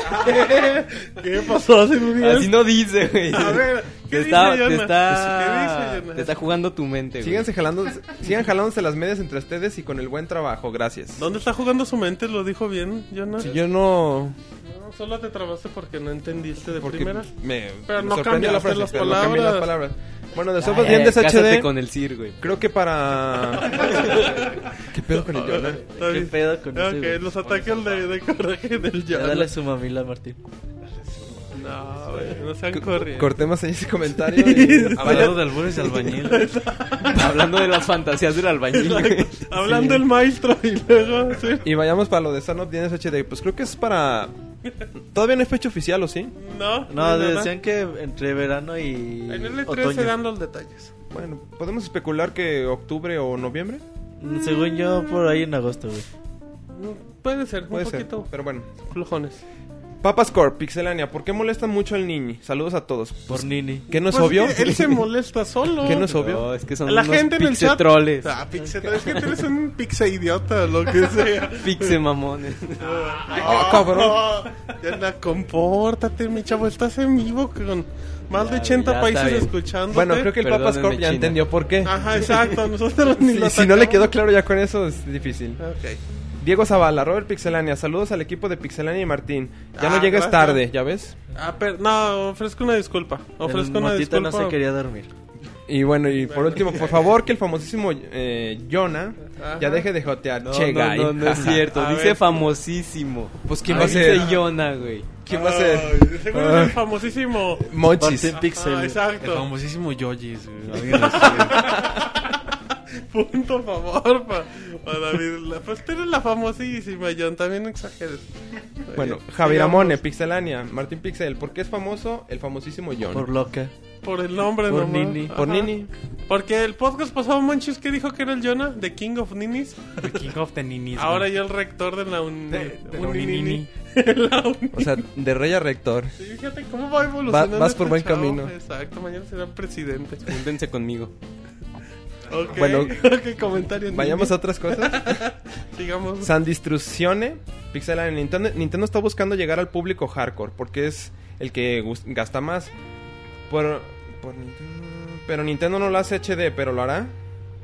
¿Qué pasó hace un día?
Así no dice, güey.
A ver, ¿qué
Te
dice
está,
Yona?
te
¿Qué
está,
dice Yona?
te está jugando tu mente, güey.
Síganse jalando, sigan jalándose las medias entre ustedes y con el buen trabajo, gracias.
¿Dónde está jugando su mente? ¿Lo dijo bien, Jonah?
Si yo no...
No, solo te trabaste porque no entendiste de
Porque
primera.
me,
Pero
me
no
sorprendió la
cambiaste
frase,
las
pero no cambié las
palabras.
palabras. Bueno, de
Ay,
Sopas
ay,
Dientes
cásate
HD,
con el Sir, güey.
creo que para... ¿Qué pedo con el Jonah?
Está bien.
pedo con ese,
Ok,
güey?
los ataques de, de coraje del
Ya
Jonah.
dale su mamila, Martín.
No, güey, no sean
C-
corrientes.
Cortemos ahí ese comentario. y-
Hablando de albures de albañil.
Hablando de las fantasías del albañil, güey.
Hablando el maestro y luego... sí.
Y vayamos para lo de Son of the Enders HD. Pues creo que es para... Todavía no es fecha oficial, ¿o sí?
No,
No,
nada.
decían que entre verano y
En el E3
otoño.
se dan los detalles.
Bueno, podemos especular que octubre o noviembre.
Mm, Según yo, por ahí en agosto, güey.
Mm, Puede ser,
Puede
un
ser,
poquito
pero bueno.
flojones.
Papas Corp, Pixelania, ¿por qué molestan mucho al niñi? Saludos a todos.
Por Nini.
¿Qué no es
Pues
obvio?
que Él se molesta solo.
¿Qué no es obvio?
No, es que son
La gente en el chat.
troles.
Ah, pixe, es que tú eres un pixe idiota, lo que sea.
Pixe mamones.
Ah, cabrón.
Ya la compórtate, mi chavo. Estás en vivo con más de 80
ya
países
está bien.
escuchando.
Bueno, creo que el Papas
Perdónenme,
Corp ya
China.
entendió por qué.
Ajá, exacto. Nosotros ni
Si-
lo
si no le
sacamos.
quedó claro ya con eso, es difícil.
Ok.
Diego Zavala, Robert Pixelania, saludos al equipo de Pixelania y Martín. Ya
Ah,
no llegas
gracias.
tarde, ¿ya ves?
Ah, pero no, ofrezco una disculpa. Ofrezco
el
una
motito
disculpa.
no se quería dormir.
Y bueno, y por último, por favor, que el famosísimo eh, Jonah ya deje de jotear.
No,
che,
no,
guy.
no, no es cierto.
A
dice
ver.
famosísimo.
Pues quién
¿Quién
va a ser?
Dice Yona, güey.
¿Quién va a ser?
Ay, seguro es
Ah.
el famosísimo.
Monchis.
Martín Pixel.
Ah,
El
exacto.
famosísimo Yojis, güey. Alguien así.
Punto favor pa, pa David. La- Pues tú eres la famosísima, John. También no exageres.
Bueno,
Eh,
Javier
digamos,
Amone, Pixelania, Martín Pixel, ¿por qué es famoso el famosísimo John?
Por loca.
Por el nombre,
Por
nomás.
Nini.
Por
Ajá.
Nini.
Porque el podcast pasado, Monchis, que dijo que era el Jonah, The King of Ninis.
The King of the Ninis.
Ahora
güey.
ya el rector de la un...
De- de
la
Uninini.
Uninini.
La Uninini.
O sea, de rey a rector.
Sí, Fíjate cómo va evolucionando.
Va- vas por
este
buen
chavo.
camino.
Exacto, mañana será presidente.
Júntense conmigo.
Ok,
Bueno,
ok, comentario. Nini.
Vayamos a otras cosas.
Sigamos.
Sandistruzione, Pixelania, Nintendo, Nintendo está buscando llegar al público hardcore porque es el que gus- gasta más. Por, por Nintendo- Pero Nintendo no lo hace HD, pero lo hará.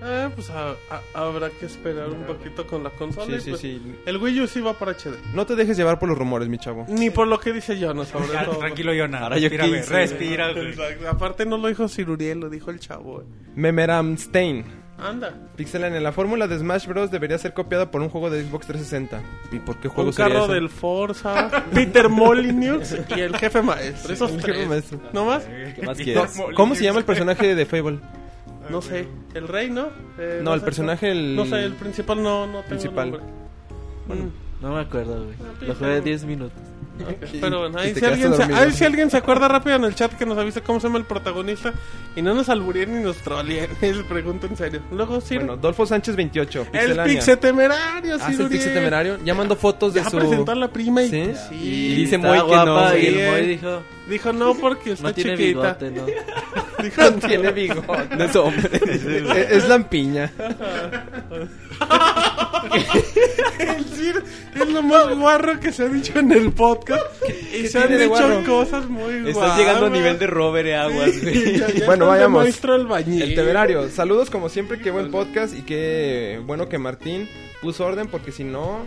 Ah, pues a- a- habrá que esperar un poquito con la consola.
Sí,
y,
sí,
pues,
sí.
El Wii U sí va para HD.
No te dejes llevar por los rumores, mi chavo.
Ni por lo que dice Jonas, sobre
Ya,
todo.
tranquilo, Yona.
Ahora yo
respira, güey.
quince,
Respira, güey.
Exacto. Aparte no lo dijo Ciruriel, lo dijo el chavo. eh.
Memeramstein.
Anda.
Pixelania, la fórmula de Smash Bros. debería ser copiada por un juego de Xbox 360. ¿Y por qué juego
Un
sería
carro
eso?
del Forza, Peter Molyneux y el jefe maestro. Esos
El
tres.
jefe maestro.
¿No más?
¿Qué más quieres?
No, ¿Cómo se llama el personaje de Fable?
No sé. ¿El rey, no? Eh,
No, el
sé,
personaje, el-
No sé, el principal no, no tengo
Principal.
nombre.
No me acuerdo, güey.
No,
Lo
píntalo.
jugué 10 minutos.
Ok, Pero bueno,
Y
ahí
te
si, alguien se,
quedaste dormido.
ahí si alguien se acuerda rápido en el chat que nos avise cómo se llama el protagonista y no nos alburien ni nos trolleen, les pregunto en serio. Luego sí,
Bueno, Dolfo Sánchez 28.
el
Pixelania.
pixe temerario,
Hace Ah, el pixe temerario. Ya mandó fotos de
Ya
su.
presentó a la prima y,
¿Sí?
sí.
Y dice
Está
Moy que
guapa,
no.
Y
güey.
güey.
el Moy dijo:
dijo no porque está
No tiene
chiquita.
bigote, ¿no?
Dijo no E-,
Tiene bigote.
No es hombre.
es, es lampiña.
El Sir es lo más guarro que se ha dicho en el podcast. Y se han
tiene de
dicho
guarro?
cosas muy guarras.
Estás llegando a nivel de Robert E. Aguas, güey.
Bueno, vayamos.
Maestro albañil.
El temerario. Saludos como siempre. Qué buen podcast. Y qué bueno que Martín puso orden. Porque si no,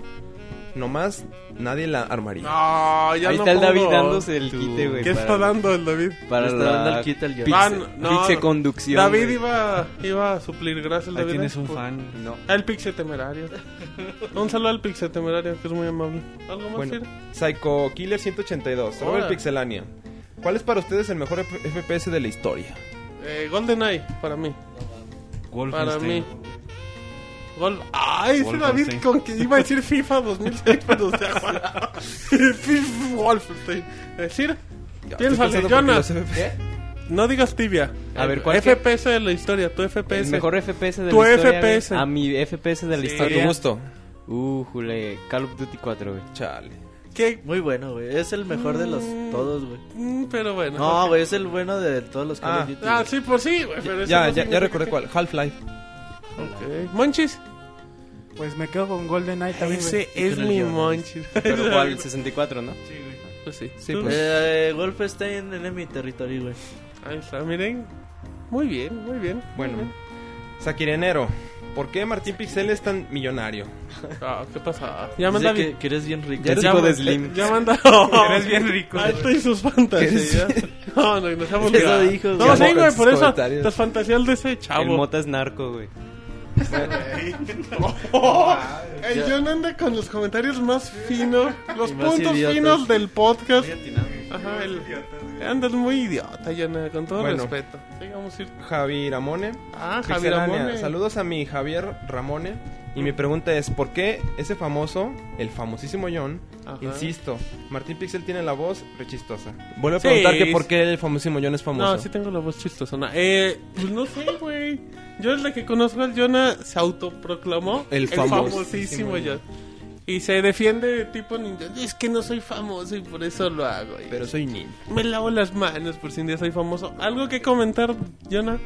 nomás nadie la armaría.
No, ya
Ahí
no
está el
pongo-
David dándose el quite, güey.
¿Qué
para-
está dando el David?
Para
Está dando
la
el quite al Yona.
pixe-
Ah, no,
pixe
no.
conducción.
David
güey.
iba, iba a suplir, gracias
Ahí
David. eh,
tienes un
Por-
fan.
No.
Al Pixe Temerario. Un saludo al Pixe Temerario, que es muy amable. ¿Algo más,
Bueno,
Sir?
Psycho Killer 182.
Hola.
Robert Pixelania. ¿Cuál es para ustedes el mejor F- FPS de la historia?
Eh, GoldenEye, para mí. Para
Wolfenstein.
mí. Gol. Ay, ese
Wolfenstein.
David con que iba a decir FIFA 2006, pero o sea, Juan. FIFA Wolfenstein. Decir,
Ya,
¿Quién
estoy pensando
sale?
porque
Jonas.
los FP-
no digas tibia.
A ver, ¿cuál que-
FPS de la historia, tu FPS.
El mejor FPS de
Tu
la historia. güey.
FPS.
A mi FPS de la
Sí.
A tu
historia.
gusto.
Uh, jule. Call of Duty 4, güey.
Chale.
¿Qué?
Muy bueno, güey. Es el mejor de los todos, güey.
Mm, Pero bueno.
No, güey, es el bueno de todos los Call
Ah.
of Duty,
Ah,
güey.
sí, por sí, güey. pero eso
Ya,
no
ya, ya
significa
recordé
que-
cuál. Half-Life.
Ok. Monchis.
Pues me quedo con GoldenEye también. güey.
Ese es mi monchis.
Pero igual, el 64, ¿no?
Pues sí.
Sí,
Tú,
pues.
Eh, Wolfenstein en mi territorio, güey.
Ahí está, miren. Muy bien, muy bien.
Bueno, Saquirenero, ¿por qué Martín Pixel es tan millonario?
Ah, ¿Qué pasa? Ya manda
Dice
bien.
que, que eres bien rico.
Ya eres
ya
hijo
manda-
de Slim.
Ya manda.
Eres bien rico.
Alto y sus fantasías. No, no, nos hemos
Eso
olvidado.
dijo, güey.
No, sí, güey, por eso.
Comentarios.
Las fantasías de ese
El
chavo.
mota es narco, güey.
El John anda con los comentarios más finos, los
Y más
puntos
idiotas.
finos del podcast. Ajá, el, andas muy idiota, John, con todo
Bueno.
respeto. Digamos ir.
Javi Ramone.
Ah, Javier
Pixelania.
Amone.
Saludos a mi Javier Ramone. Y mi pregunta es, ¿por qué ese famoso, el famosísimo John,
Ajá.
insisto, Martín Pixel tiene la voz rechistosa? Vuelvo a
Sí,
preguntar que
es-
por qué el famosísimo John es famoso.
No, sí tengo la voz chistosona. Eh, pues no sé, güey. Yo es la que conozco al Jonah, se autoproclamó
El famosísimo
famosísimo John. Y se defiende tipo ninja. Es que no soy famoso y por eso lo hago. y
Pero soy niño.
Me lavo las manos por si un día soy famoso. ¿Algo que comentar, Jonah?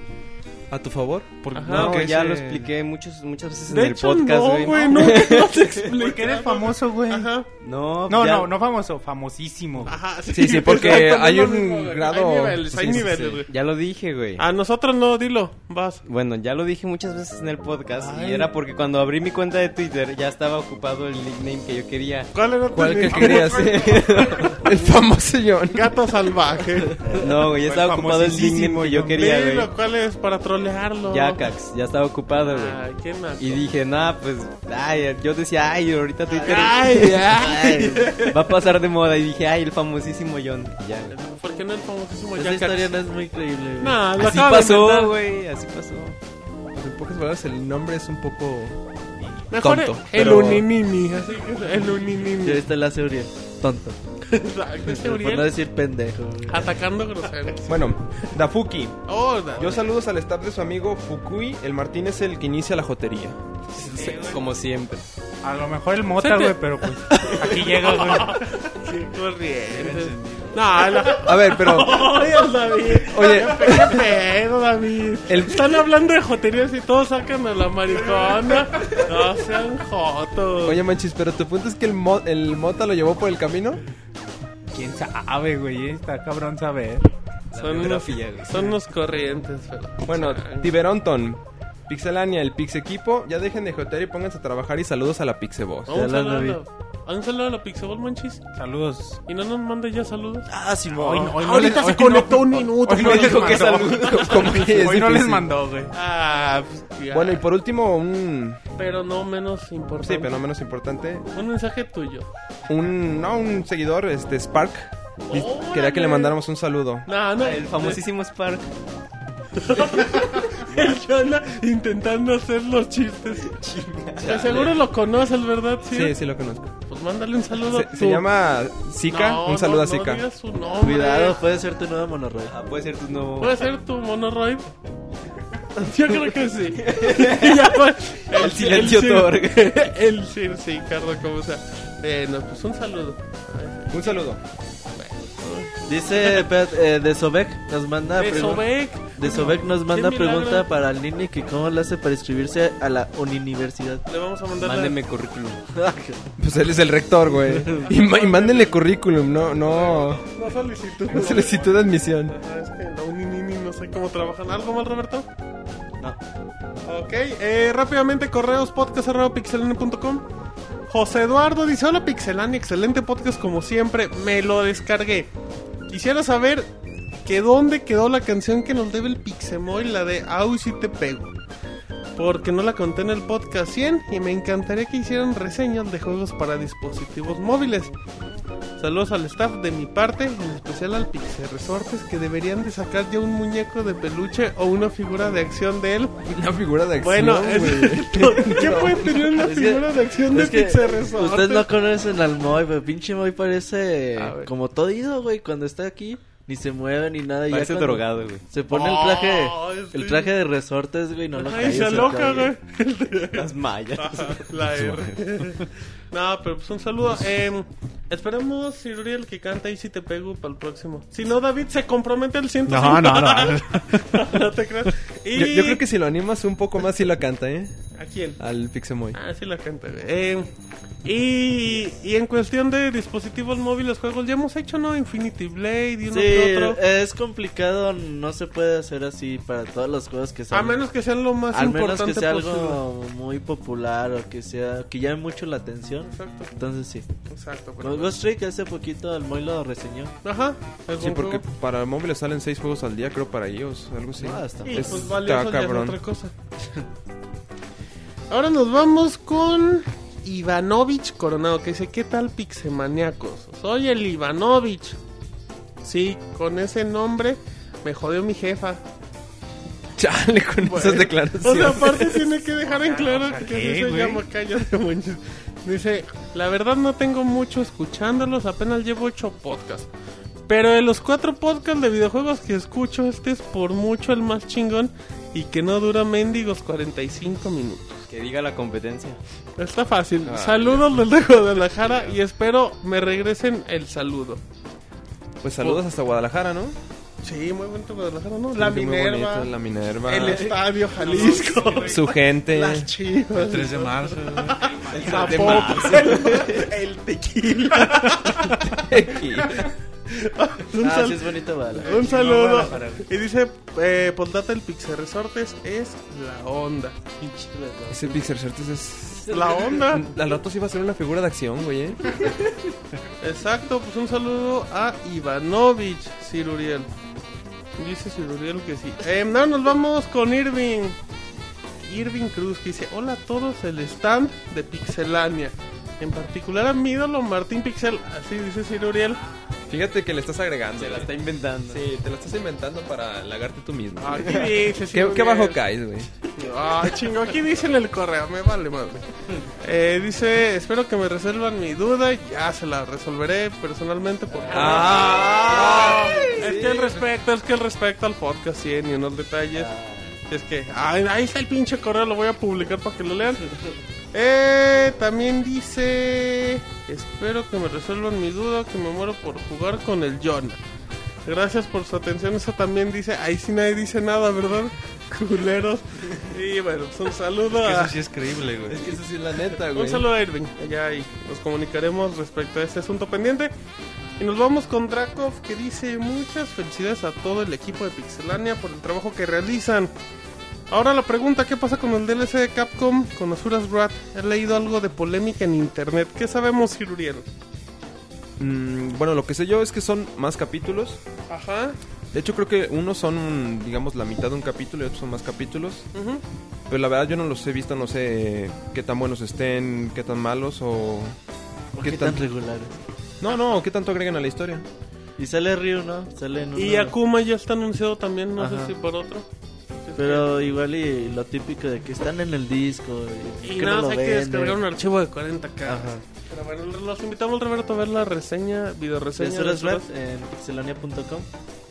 ¿A tu favor? Porque
Ajá.
no,
que
ya
ese-
lo expliqué muchas, muchas veces
De
en el
hecho,
podcast,
no,
güey.
güey, no, no te explico.
Porque eres famoso, güey.
Ajá,
No,
No,
ya-
no, no famoso, famosísimo. güey.
ajá.
Sí, sí, porque
exacto, no
hay
es lo
un
mismo, güey.
grado-
Hay niveles, hay
Sí, sí,
niveles,
sí.
güey.
Ya lo dije, güey.
A nosotros no, dilo, vas.
Bueno, ya lo dije muchas veces en el podcast y era porque cuando abrí mi cuenta de Twitter ya estaba ocupado el nickname que yo quería.
¿Cuál era tu
¿Cuál que
nick?
querías? el famoso John.
Gato salvaje.
No, güey, ya estaba ocupado el nickname que yo quería,
Dilo,
güey.
¿cuál es? Para trolearlo.
Yacax, ya estaba ocupado,
Ay,
güey.
qué naco.
Y dije, nah, pues, ay, yo decía, ay, ahorita Twitter
Ay, ay.
ay, va a pasar de moda. Y dije, ay, el famosísimo John. Y Ya, güey.
¿Por qué no el famosísimo
Esa
Jack
historia
Cax?
no es muy creíble. güey.
Nah, Ah, lo
Así
acabo de inventar.
pasó, güey, así pasó.
En pocas palabras, el nombre es un poco...
Mejor
Tonto,
el
pero-
uninini, así que el
Ya
uninini.
viste la seguridad. Tonto.
Exacto, ese
Por
Uriel
no decir pendejo. güey.
Atacando groseros.
Bueno, Dafuki.
Oh, da-
Yo saludos al staff de su amigo Fukui. El Martín es el que inicia la jotería.
Como siempre.
A lo mejor el mota, güey, pero pues aquí llega, güey.
qué corriente. No, la...
A ver, pero...
Oye, David.
Oye,
¿Qué pedo, David?
El-
Están hablando de joterías y todos sacan a la maricona. No sean jotos.
oye manchis, pero tu punto es que el, mo- el mota lo llevó por el camino.
¿Quién sabe, güey? Está cabrón saber.
son, unos, son Ah. unos corrientes. Pero...
Bueno,
Chang.
Tiberonton. Pixelania, el Pix Equipo. Ya dejen de jotear y pónganse a trabajar. Y saludos a la Pixeboss.
Vamos a
Ya las
hablar
vi.
a- ¿Han salido a la Pixaball, manchis?
Saludos.
¿Y no nos manda ya saludos?
Ah, Simón.
Hoy no- hoy no les-
Ahorita se
hoy no-
conectó un minuto.
hoy no les
dijo que
mandó.
saludos. ¿Cómo que es
Hoy no les
difícil?
mandó, güey.
Ah, pues, ya.
Bueno, y por último, un...
Pero no menos importante.
Sí, pero no menos importante.
Un mensaje tuyo.
Un... No, un seguidor, este, Spark. Diz-
Órale.
Quería que le mandáramos un saludo.
No, no.
El famosísimo Spark.
El Jonah intentando hacer los chistes. De seguro lo conoces, ¿verdad? Sí.
Sí, sí lo conozco.
Pues mándale un saludo.
Se, se
tú.
llama Zika.
No,
un saludo
no,
a Zika.
No digas su nombre.
Cuidado, puede ser tu nueva monorroy.
Ah, puede ser tu nuevo.
¿Puede ser tu monoroid? Yo creo que sí. Y ya, pues, el,
silencio
el-
te otorga.
El sí, sí, Carlos, como sea. Bueno, pues un saludo.
Un saludo.
Dice espérate, eh, de Sobek, nos manda
De
pregun-
Sobek.
de Sobek nos manda
Qué milagro.
pregunta para el Nini que cómo le hace para inscribirse a la Ah, universidad.
Le vamos a mandar. la-
Mándeme currículum.
Pues él es el rector, güey. Y, ma- y mándenle currículum, no, no.
No solicitud.
no solicitud de admisión.
Ajá, es que la Uninini no sé cómo trabajan. ¿Algo mal, Roberto?
No.
Ok, eh, rápidamente correos podcast.pixelania.com. José Eduardo dice: Hola Pixelania, excelente podcast como siempre. Me lo descargué. Quisiera saber que dónde quedó la canción que nos debe el Pixemoy, la de Au si te pego. Porque no la conté en el podcast 100 y me encantaría que hicieran reseñas de juegos para dispositivos móviles. Saludos al staff de mi parte, en especial al Pixel Resortes, que deberían de sacar ya un muñeco de peluche o una figura de acción de él.
Una figura de acción.
Bueno, es-
güey.
¿qué puede tener una
Es que-
figura de acción de
Es que
Pixel Resortes?
ustedes no conocen al Moy, pero pinche Moy parece
A ver.
como todo ido, güey, cuando está aquí, ni se mueve ni nada. y ya
Parece
cuando
drogado, güey.
Se pone el traje,
Oh, sí.
el traje de resortes, güey, no lo
Ay, se
calles,
aloca,
cabrón.
güey.
Las mallas.
Ajá, la R. no, pero pues un saludo. Eh, esperemos, Sir Uriel, que canta y si te pego para el próximo. Si no, David se compromete al 150.
No, no, no.
no te creas. Y...
Yo, yo creo que si lo animas un poco más, sí la canta, ¿eh?
¿A quién?
al Pixemoy.
Ah, sí, la gente. güey. Eh, y, y en cuestión de dispositivos móviles, juegos, ya hemos hecho, ¿no? Infinity Blade y uno
Sí,
que otro.
es complicado, no se puede hacer así para todos los juegos que
a
salen.
menos que sean lo más
Al menos
importante
que sea
posible.
algo muy popular o que sea que llame mucho la atención.
Exacto,
Entonces sí.
exacto. pues, pero-
Como Ghost Trick hace poquito el Moy lo reseñó.
Ajá. es
Sí,
buen
porque
juego.
para móviles salen seis juegos al día, creo, para ellos, algo así.
Ah, está.
Y
Es-
pues valioso
está
ya es
cabrón.
otra cosa. Ahora nos vamos con Ivanovich Coronado, que dice, ¿qué tal pixemaniacos? Soy el Ivanovich. Sí, con ese nombre me jodió mi jefa.
Chale con esas
O sea,
declaraciones.
aparte tiene que dejar en claro que
¿qué,
así se
güey?
llama Cállate, manches. Dice, la verdad no tengo mucho escuchándolos, apenas llevo ocho podcasts. Pero de los cuatro podcasts de videojuegos que escucho, este es por mucho el más chingón y que no dura mendigos 45 minutos.
Que diga la competencia.
Está fácil. Saludos desde Guadalajara Ah. y espero me regresen el saludo.
Pues saludos hasta Guadalajara, ¿no?
Sí, muy bonito Guadalajara, ¿no? La
Sí, muy
Minerva,
bonito, la Minerva.
el Estadio Jalisco,
Su gente.
las chivas.
3 de marzo.
El Zapopan, el tequila. un,
Ah,
sal-
sí es bonito Guadalajara.
un saludo. Y dice, eh, Poldata, el Pixel Resortes es la onda.
Ese Pixar Certes es...
La onda.
Al rato sí va a ser una figura de acción, güey, ¿eh?
Exacto, pues un saludo a Ivanovich Ciruriel. Dice Ciruriel que sí. Eh, no, nos vamos con Irving. Irving Cruz que dice, hola a todos, el stand de Pixelania. En particular a mi ídolo Martín Pixel, así dice Ciruriel.
Fíjate que le estás agregando.
Se la está inventando.
Sí, te la estás inventando para halagarte tú mismo.
Aquí dice
¿Qué,
Ciruriel.
qué bajo caes, güey?
Ah, chingo, aquí dice en el correo, me vale madre. Eh, dice, espero que me resuelvan mi duda, ya se la resolveré personalmente por Ah, es que el respecto, es que el respecto al podcast tiene unos detalles. Es que, ay, ahí está el pinche correo, lo voy a publicar para que lo lean. Eh, también dice, espero que me resuelvan mi duda, que me muero por jugar con el John. Gracias por su atención, eso también dice, ahí sí nadie dice nada, ¿verdad? Culeros. Y bueno, pues un saludo a...
Eso sí es creíble, güey.
que eso sí es la neta,
Un saludo a Irving. Allá y nos comunicaremos respecto a este asunto pendiente. Y nos vamos con Drakov que dice muchas felicidades a todo el equipo de Pixelania por el trabajo que realizan. Ahora la pregunta, ¿qué pasa con el DLC de Capcom con Asuras Wrath? He leído algo de polémica en internet. ¿Qué sabemos, Hiruriel?
Mm, bueno, lo que sé yo es que son más capítulos.
Ajá.
De hecho, creo que unos son, digamos, la mitad de un capítulo y otros son más capítulos.
ujú.
Pero la verdad yo no los he visto, no sé qué tan buenos estén, qué tan malos o...
¿Por qué tan regulares?
No, no, qué tanto agregan a la historia.
Y sale Ryu, ¿no? Sale en
Y
uno-
Akuma ya está anunciado también, no sé
Ajá.
si por otro.
Pero igual y lo típico de que están en el disco. Y,
Y
que
nada,
no lo
más hay que
venden.
descargar un archivo de 40k.
Ajá.
Pero bueno, los invitamos, Roberto, a ver la reseña, video reseña.
Eso es web en pixelania.com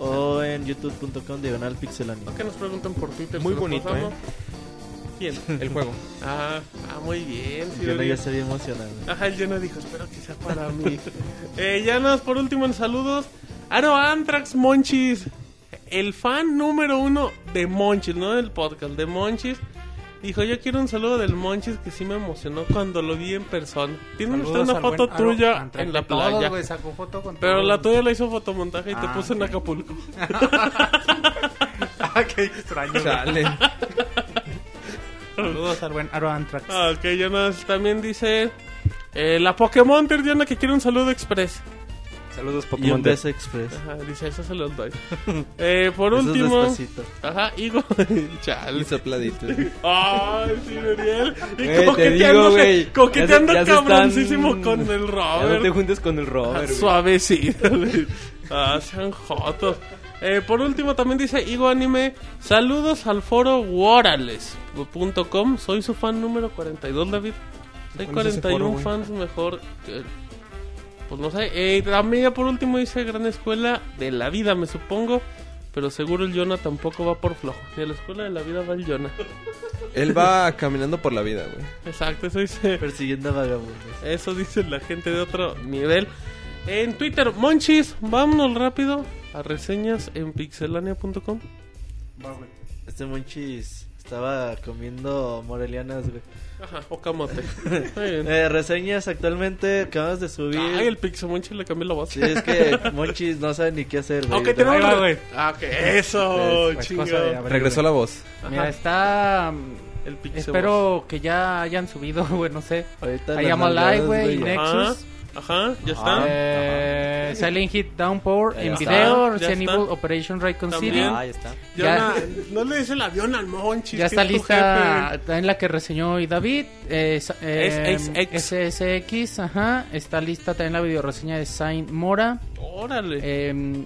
o en youtube.com diagonal pixelania.
que nos preguntan por Twitter.
Muy
se lo
bonito,
pasamos.
¿eh?
¿Quién?
El juego.
Ah, ah, muy bien. sí,
Yo no
bien.
ya sería emocionado.
Ajá, el Jonah dijo, espero que sea para mí. eh, ya nada más, por último, en saludos. Aro Antrax Monchis, el fan número uno de Monchis, no del podcast, de Monchis. Dijo, yo quiero un saludo del Monchis que sí me emocionó cuando lo vi en persona. Tiene usted
Saludos
una
al
foto
buen Aro
tuya
Antrax.
en la
De todos,
playa.
güey, sacó foto con
Pero
todos.
la tuya la hizo fotomontaje y te
Ah,
puso en
ok.
Acapulco.
Ah, qué extraño. güey.
Chale.
Saludos al buen Aro Antrax.
Ah, ok, Jonas también dice eh, la Pokémon Diana que quiere un saludo express.
Saludos,
Y un
Pokémon.
beso express.
Ajá, dice, eso se los doy. Eh, por
Eso es
último,
despacito.
ajá, Igor. Chale.
Y sopladito.
Ay, sí, Daniel. Y
Güey, Eh, te
coqueteando,
digo, güey,
coqueteando
ya se- ya se están-
cabroncísimo con el
Ya no te
Robert.
juntes con el
Ah,
Robert. güey.
Suavecito. güey. ah, sean jotos. Eh, por último, también dice Igor Anime: Saludos al foro warales.com. Soy su fan número 42, David. Hay
¿Cuál es ese
41
foro, güey?
fans mejor que- Pues no sé. Eh, también ya por último dice Gran Escuela de la Vida, me supongo. Pero seguro el Jonah tampoco va por flojo. De la Escuela de la Vida va el Jonah.
Él va caminando por la vida, güey.
Exacto, eso dice.
Persiguiendo a vagabundos.
Eso dice la gente de otro nivel. En Twitter, Monchis, vámonos rápido a reseñas en pixelania.com. Va, güey.
Este monchis estaba comiendo morelianas, güey.
Ajá, o camote. Está bien.
Eh, reseñas actualmente, acabas de subir.
Ay, el Pixamonchi le cambió la voz.
Sí, es que Monchis no sabe ni qué hacer, güey.
Ok, tenemos-
Ahí va, güey.
Es-
Ah, que eso,
es cosa de
chingo.
abrir,
Regresó la voz.
güey. Mira, está... mm,
El Pixamonchi.
Espero que ya hayan subido, güey, no sé.
Ahorita
Ahí
las
llama Live,
nalgadas,
güey, y
Ajá,
Nexus.
ajá, ya está.
Eh, Silent Hit Downpour
Ahí
en
está.
video,
Ya
Resident
está.
Evil Operation Raycon
También.
City.
Ah, ahí está.
Ya, no le des el avión al Monchis.
Ya
que
está
es tu
lista
jefe.
está en la que reseñó hoy David. eh, sa- eh,
SSX.
SSX, ajá. Está lista también la videoreseña de Saint Mora.
Órale.
eh,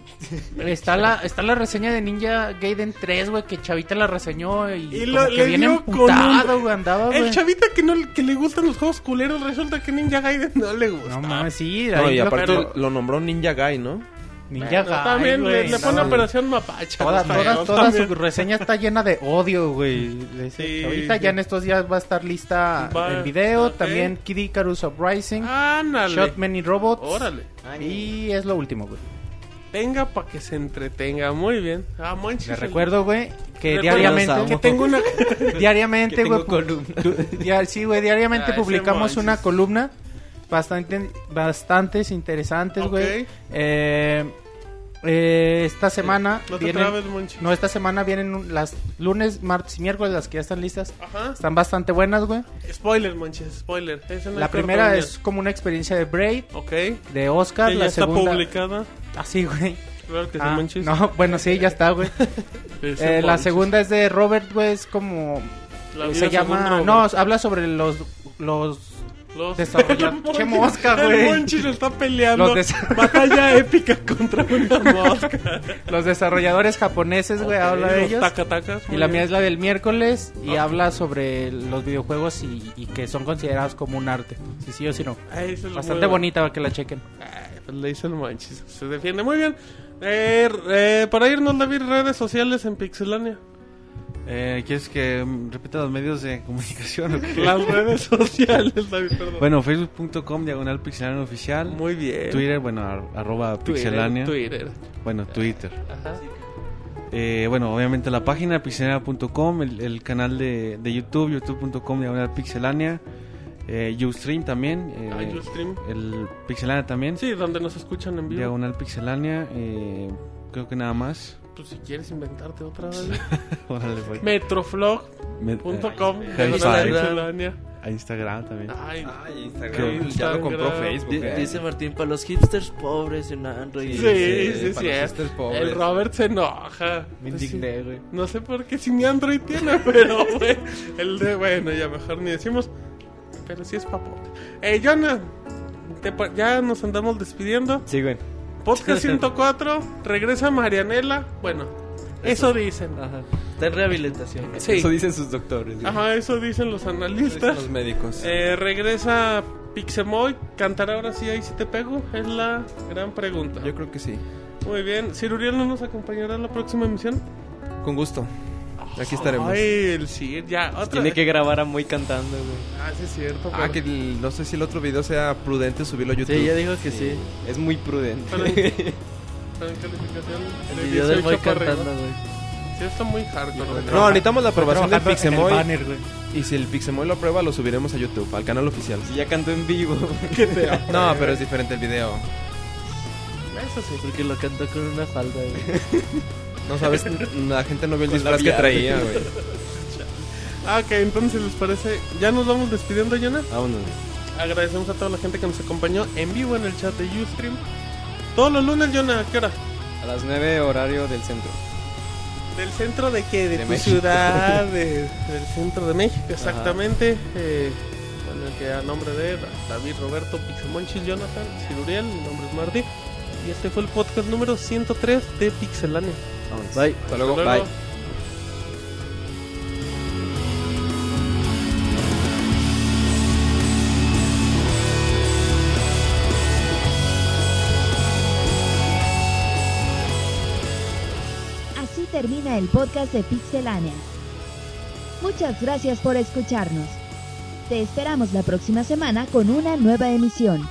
está, la, está la reseña de Ninja Gaiden 3, güey, que Chavita la reseñó y,
Y
como
lo-
que
le
viene
dio con
emputado,
un-
güey, andaba,
el
güey.
chavita que no que le gustan los juegos culeros, resulta que Ninja Gaiden no le gusta.
No mames, sí,
No,
ahí
y
lo-
aparte
pero-
lo nombró Ninja Guy, ¿no?
Ninja
Bueno,
Gaiden,
también le-
güey,
le,
no,
pone
güey.
operación mapacha.
Toda,
los
toda,
feos
toda
también.
su reseña está llena de odio, güey. Le-
Sí,
ahorita
sí.
ya en estos días va a estar lista
Va,
en video.
ok.
También Kid Icarus Uprising,
Ándale.
Shot Many Robots.
Órale.
Y es lo último, güey.
Venga para que se entretenga. Muy bien. Ah, Monchis.
Les
el-
recuerdo, güey, que
Recuerda
diariamente.
Que tengo una.
Diariamente, güey. pues, pu- dia- sí, güey, diariamente
Ah, ese
publicamos
Monchis.
una columna. Bastante, bastantes interesantes,
Ok.
güey. Eh, eh, esta semana.
No te
vienen-
trabes, Monchis.
no, esta semana vienen un- las lunes, martes y miércoles, las que ya están listas.
Ajá.
Están bastante buenas, güey.
Spoiler, Monchis. Spoiler. Ese no
La
hay
primera
corte,
es como una experiencia de Braid,
Ok. Que
de Oscar.
ya
La
está
segunda.
publicada.
Así, güey.
Claro que sí,
Ah,
Monchis.
no, bueno, sí, ya está, güey.
Ese
Eh, la
Monchis.
segunda es de Robert, güey. Es como. eh,
La vida
se llama.
segunda,
No, habla sobre los. Los.
Los
Desarrollar-
El Monchis-
¡Qué mosca, güey!
El Monchis está
Los
peleando.
desa-
Batalla épica contra una mosca.
Los desarrolladores japoneses, güey, habla de
Los
ellos.
tacatacas,
Y
muy
la
bien.
mía es la del miércoles y habla sobre los videojuegos y, y que son considerados como un arte. Si sí o si no.
Ahí se lo
Bastante
muevo.
bonita para que la chequen.
Ay, pues le hizo el manchis. Se defiende muy bien. Eh, eh, para irnos, David, redes sociales en Pixelania.
Eh, ¿Quieres que mm, repita los medios de comunicación? o qué?
Las redes sociales, David, perdón.
Bueno, facebook.com, diagonal pixelania oficial.
muy bien.
Twitter, bueno, ar- arroba pixelania.
Twitter.
Bueno, Twitter.
Ajá.
Eh, bueno, obviamente la página pixelania.com, el, el canal de, de YouTube, youtube.com, diagonal pixelania. Eh, Ustream también. eh,
Ah, Ustream.
el pixelania también.
Sí, donde nos escuchan en vivo.
Diagonal pixelania. eh, creo que nada más.
Pues si quieres inventarte otra vez.
Órale, pues.
Metroflog.com.
Me- eh,
diagonal
Instagram.
Pixelania.
a Instagram también.
Ay,
Que-
Ya lo compró
Instagram.
Facebook.
Di-
¿eh?
Dice Martín, para los hipsters pobres en Android.
Sí,
Sí,
sí, sí,
para los
es.
hipsters pobres.
El Robert se enoja.
Me
Pues sí.
indigné, güey.
No sé por qué si ni Android tiene, pero güey, el de bueno, ya mejor ni decimos. Pero sí es papote. Eh, Jonah, te pa- ya nos andamos despidiendo.
Sí, güey.
Podcast 104, regresa Marianela. Bueno, eso, dicen.
Está en rehabilitación. güey.
Sí. Ah,
Eso dicen sus doctores. güey.
Ajá, eso dicen los
Eso dicen
analistas.
los médicos.
Eh, regresa Pixemoy, cantará ahora sí ahí si te pego, es la gran pregunta.
Yo creo que sí.
Muy bien, Ciruriel no nos acompañará en la próxima emisión.
Con gusto. Aquí estaremos.
Ay, el Sir, ya, otra
Tiene
vez.
que grabar a Moy cantando, güey.
Ah, sí es cierto.
Ah,
pero-
que el- no sé si el otro video sea prudente subirlo a YouTube.
Sí, ya dijo que sí.
Es muy prudente.
Pero en, pero en calificación
El
de
video del
18
Moy
para arriba.
cantando, güey.
Sí, está muy hardcore.
No, necesitamos la aprobación del
Trabajando en el
Pixemoy.
banner, güey.
Y si el Pixemoy lo aprueba, lo subiremos a YouTube, al canal oficial.
Si ya cantó en vivo.
No, pero es diferente el video.
Eso sí.
Porque lo cantó con una falda, güey.
No sabes, la gente no vio el
Con
disfraz que
labial.
traía, güey.
Ah, ok, entonces les parece. Ya nos vamos despidiendo, Yana.
Vámonos.
Agradecemos a toda la gente que nos acompañó en vivo en el chat de Ustream. Todos los lunes, Yana, ¿a qué hora?
A las 9 horario del centro.
¿Del centro de qué? De,
De
tu
México.
ciudad, de- del centro de México, exactamente. Eh, bueno, que a nombre de David Roberto Pixemonchis, Jonathan, Ciruriel, mi nombre es Martí. Y este fue el podcast número 103 de Pixelania.
Vámonos.
Bye.
Hasta luego,
Hasta
bye.
luego.
Así termina el podcast de Pixelania. Muchas gracias por escucharnos. Te esperamos la próxima semana con una nueva emisión.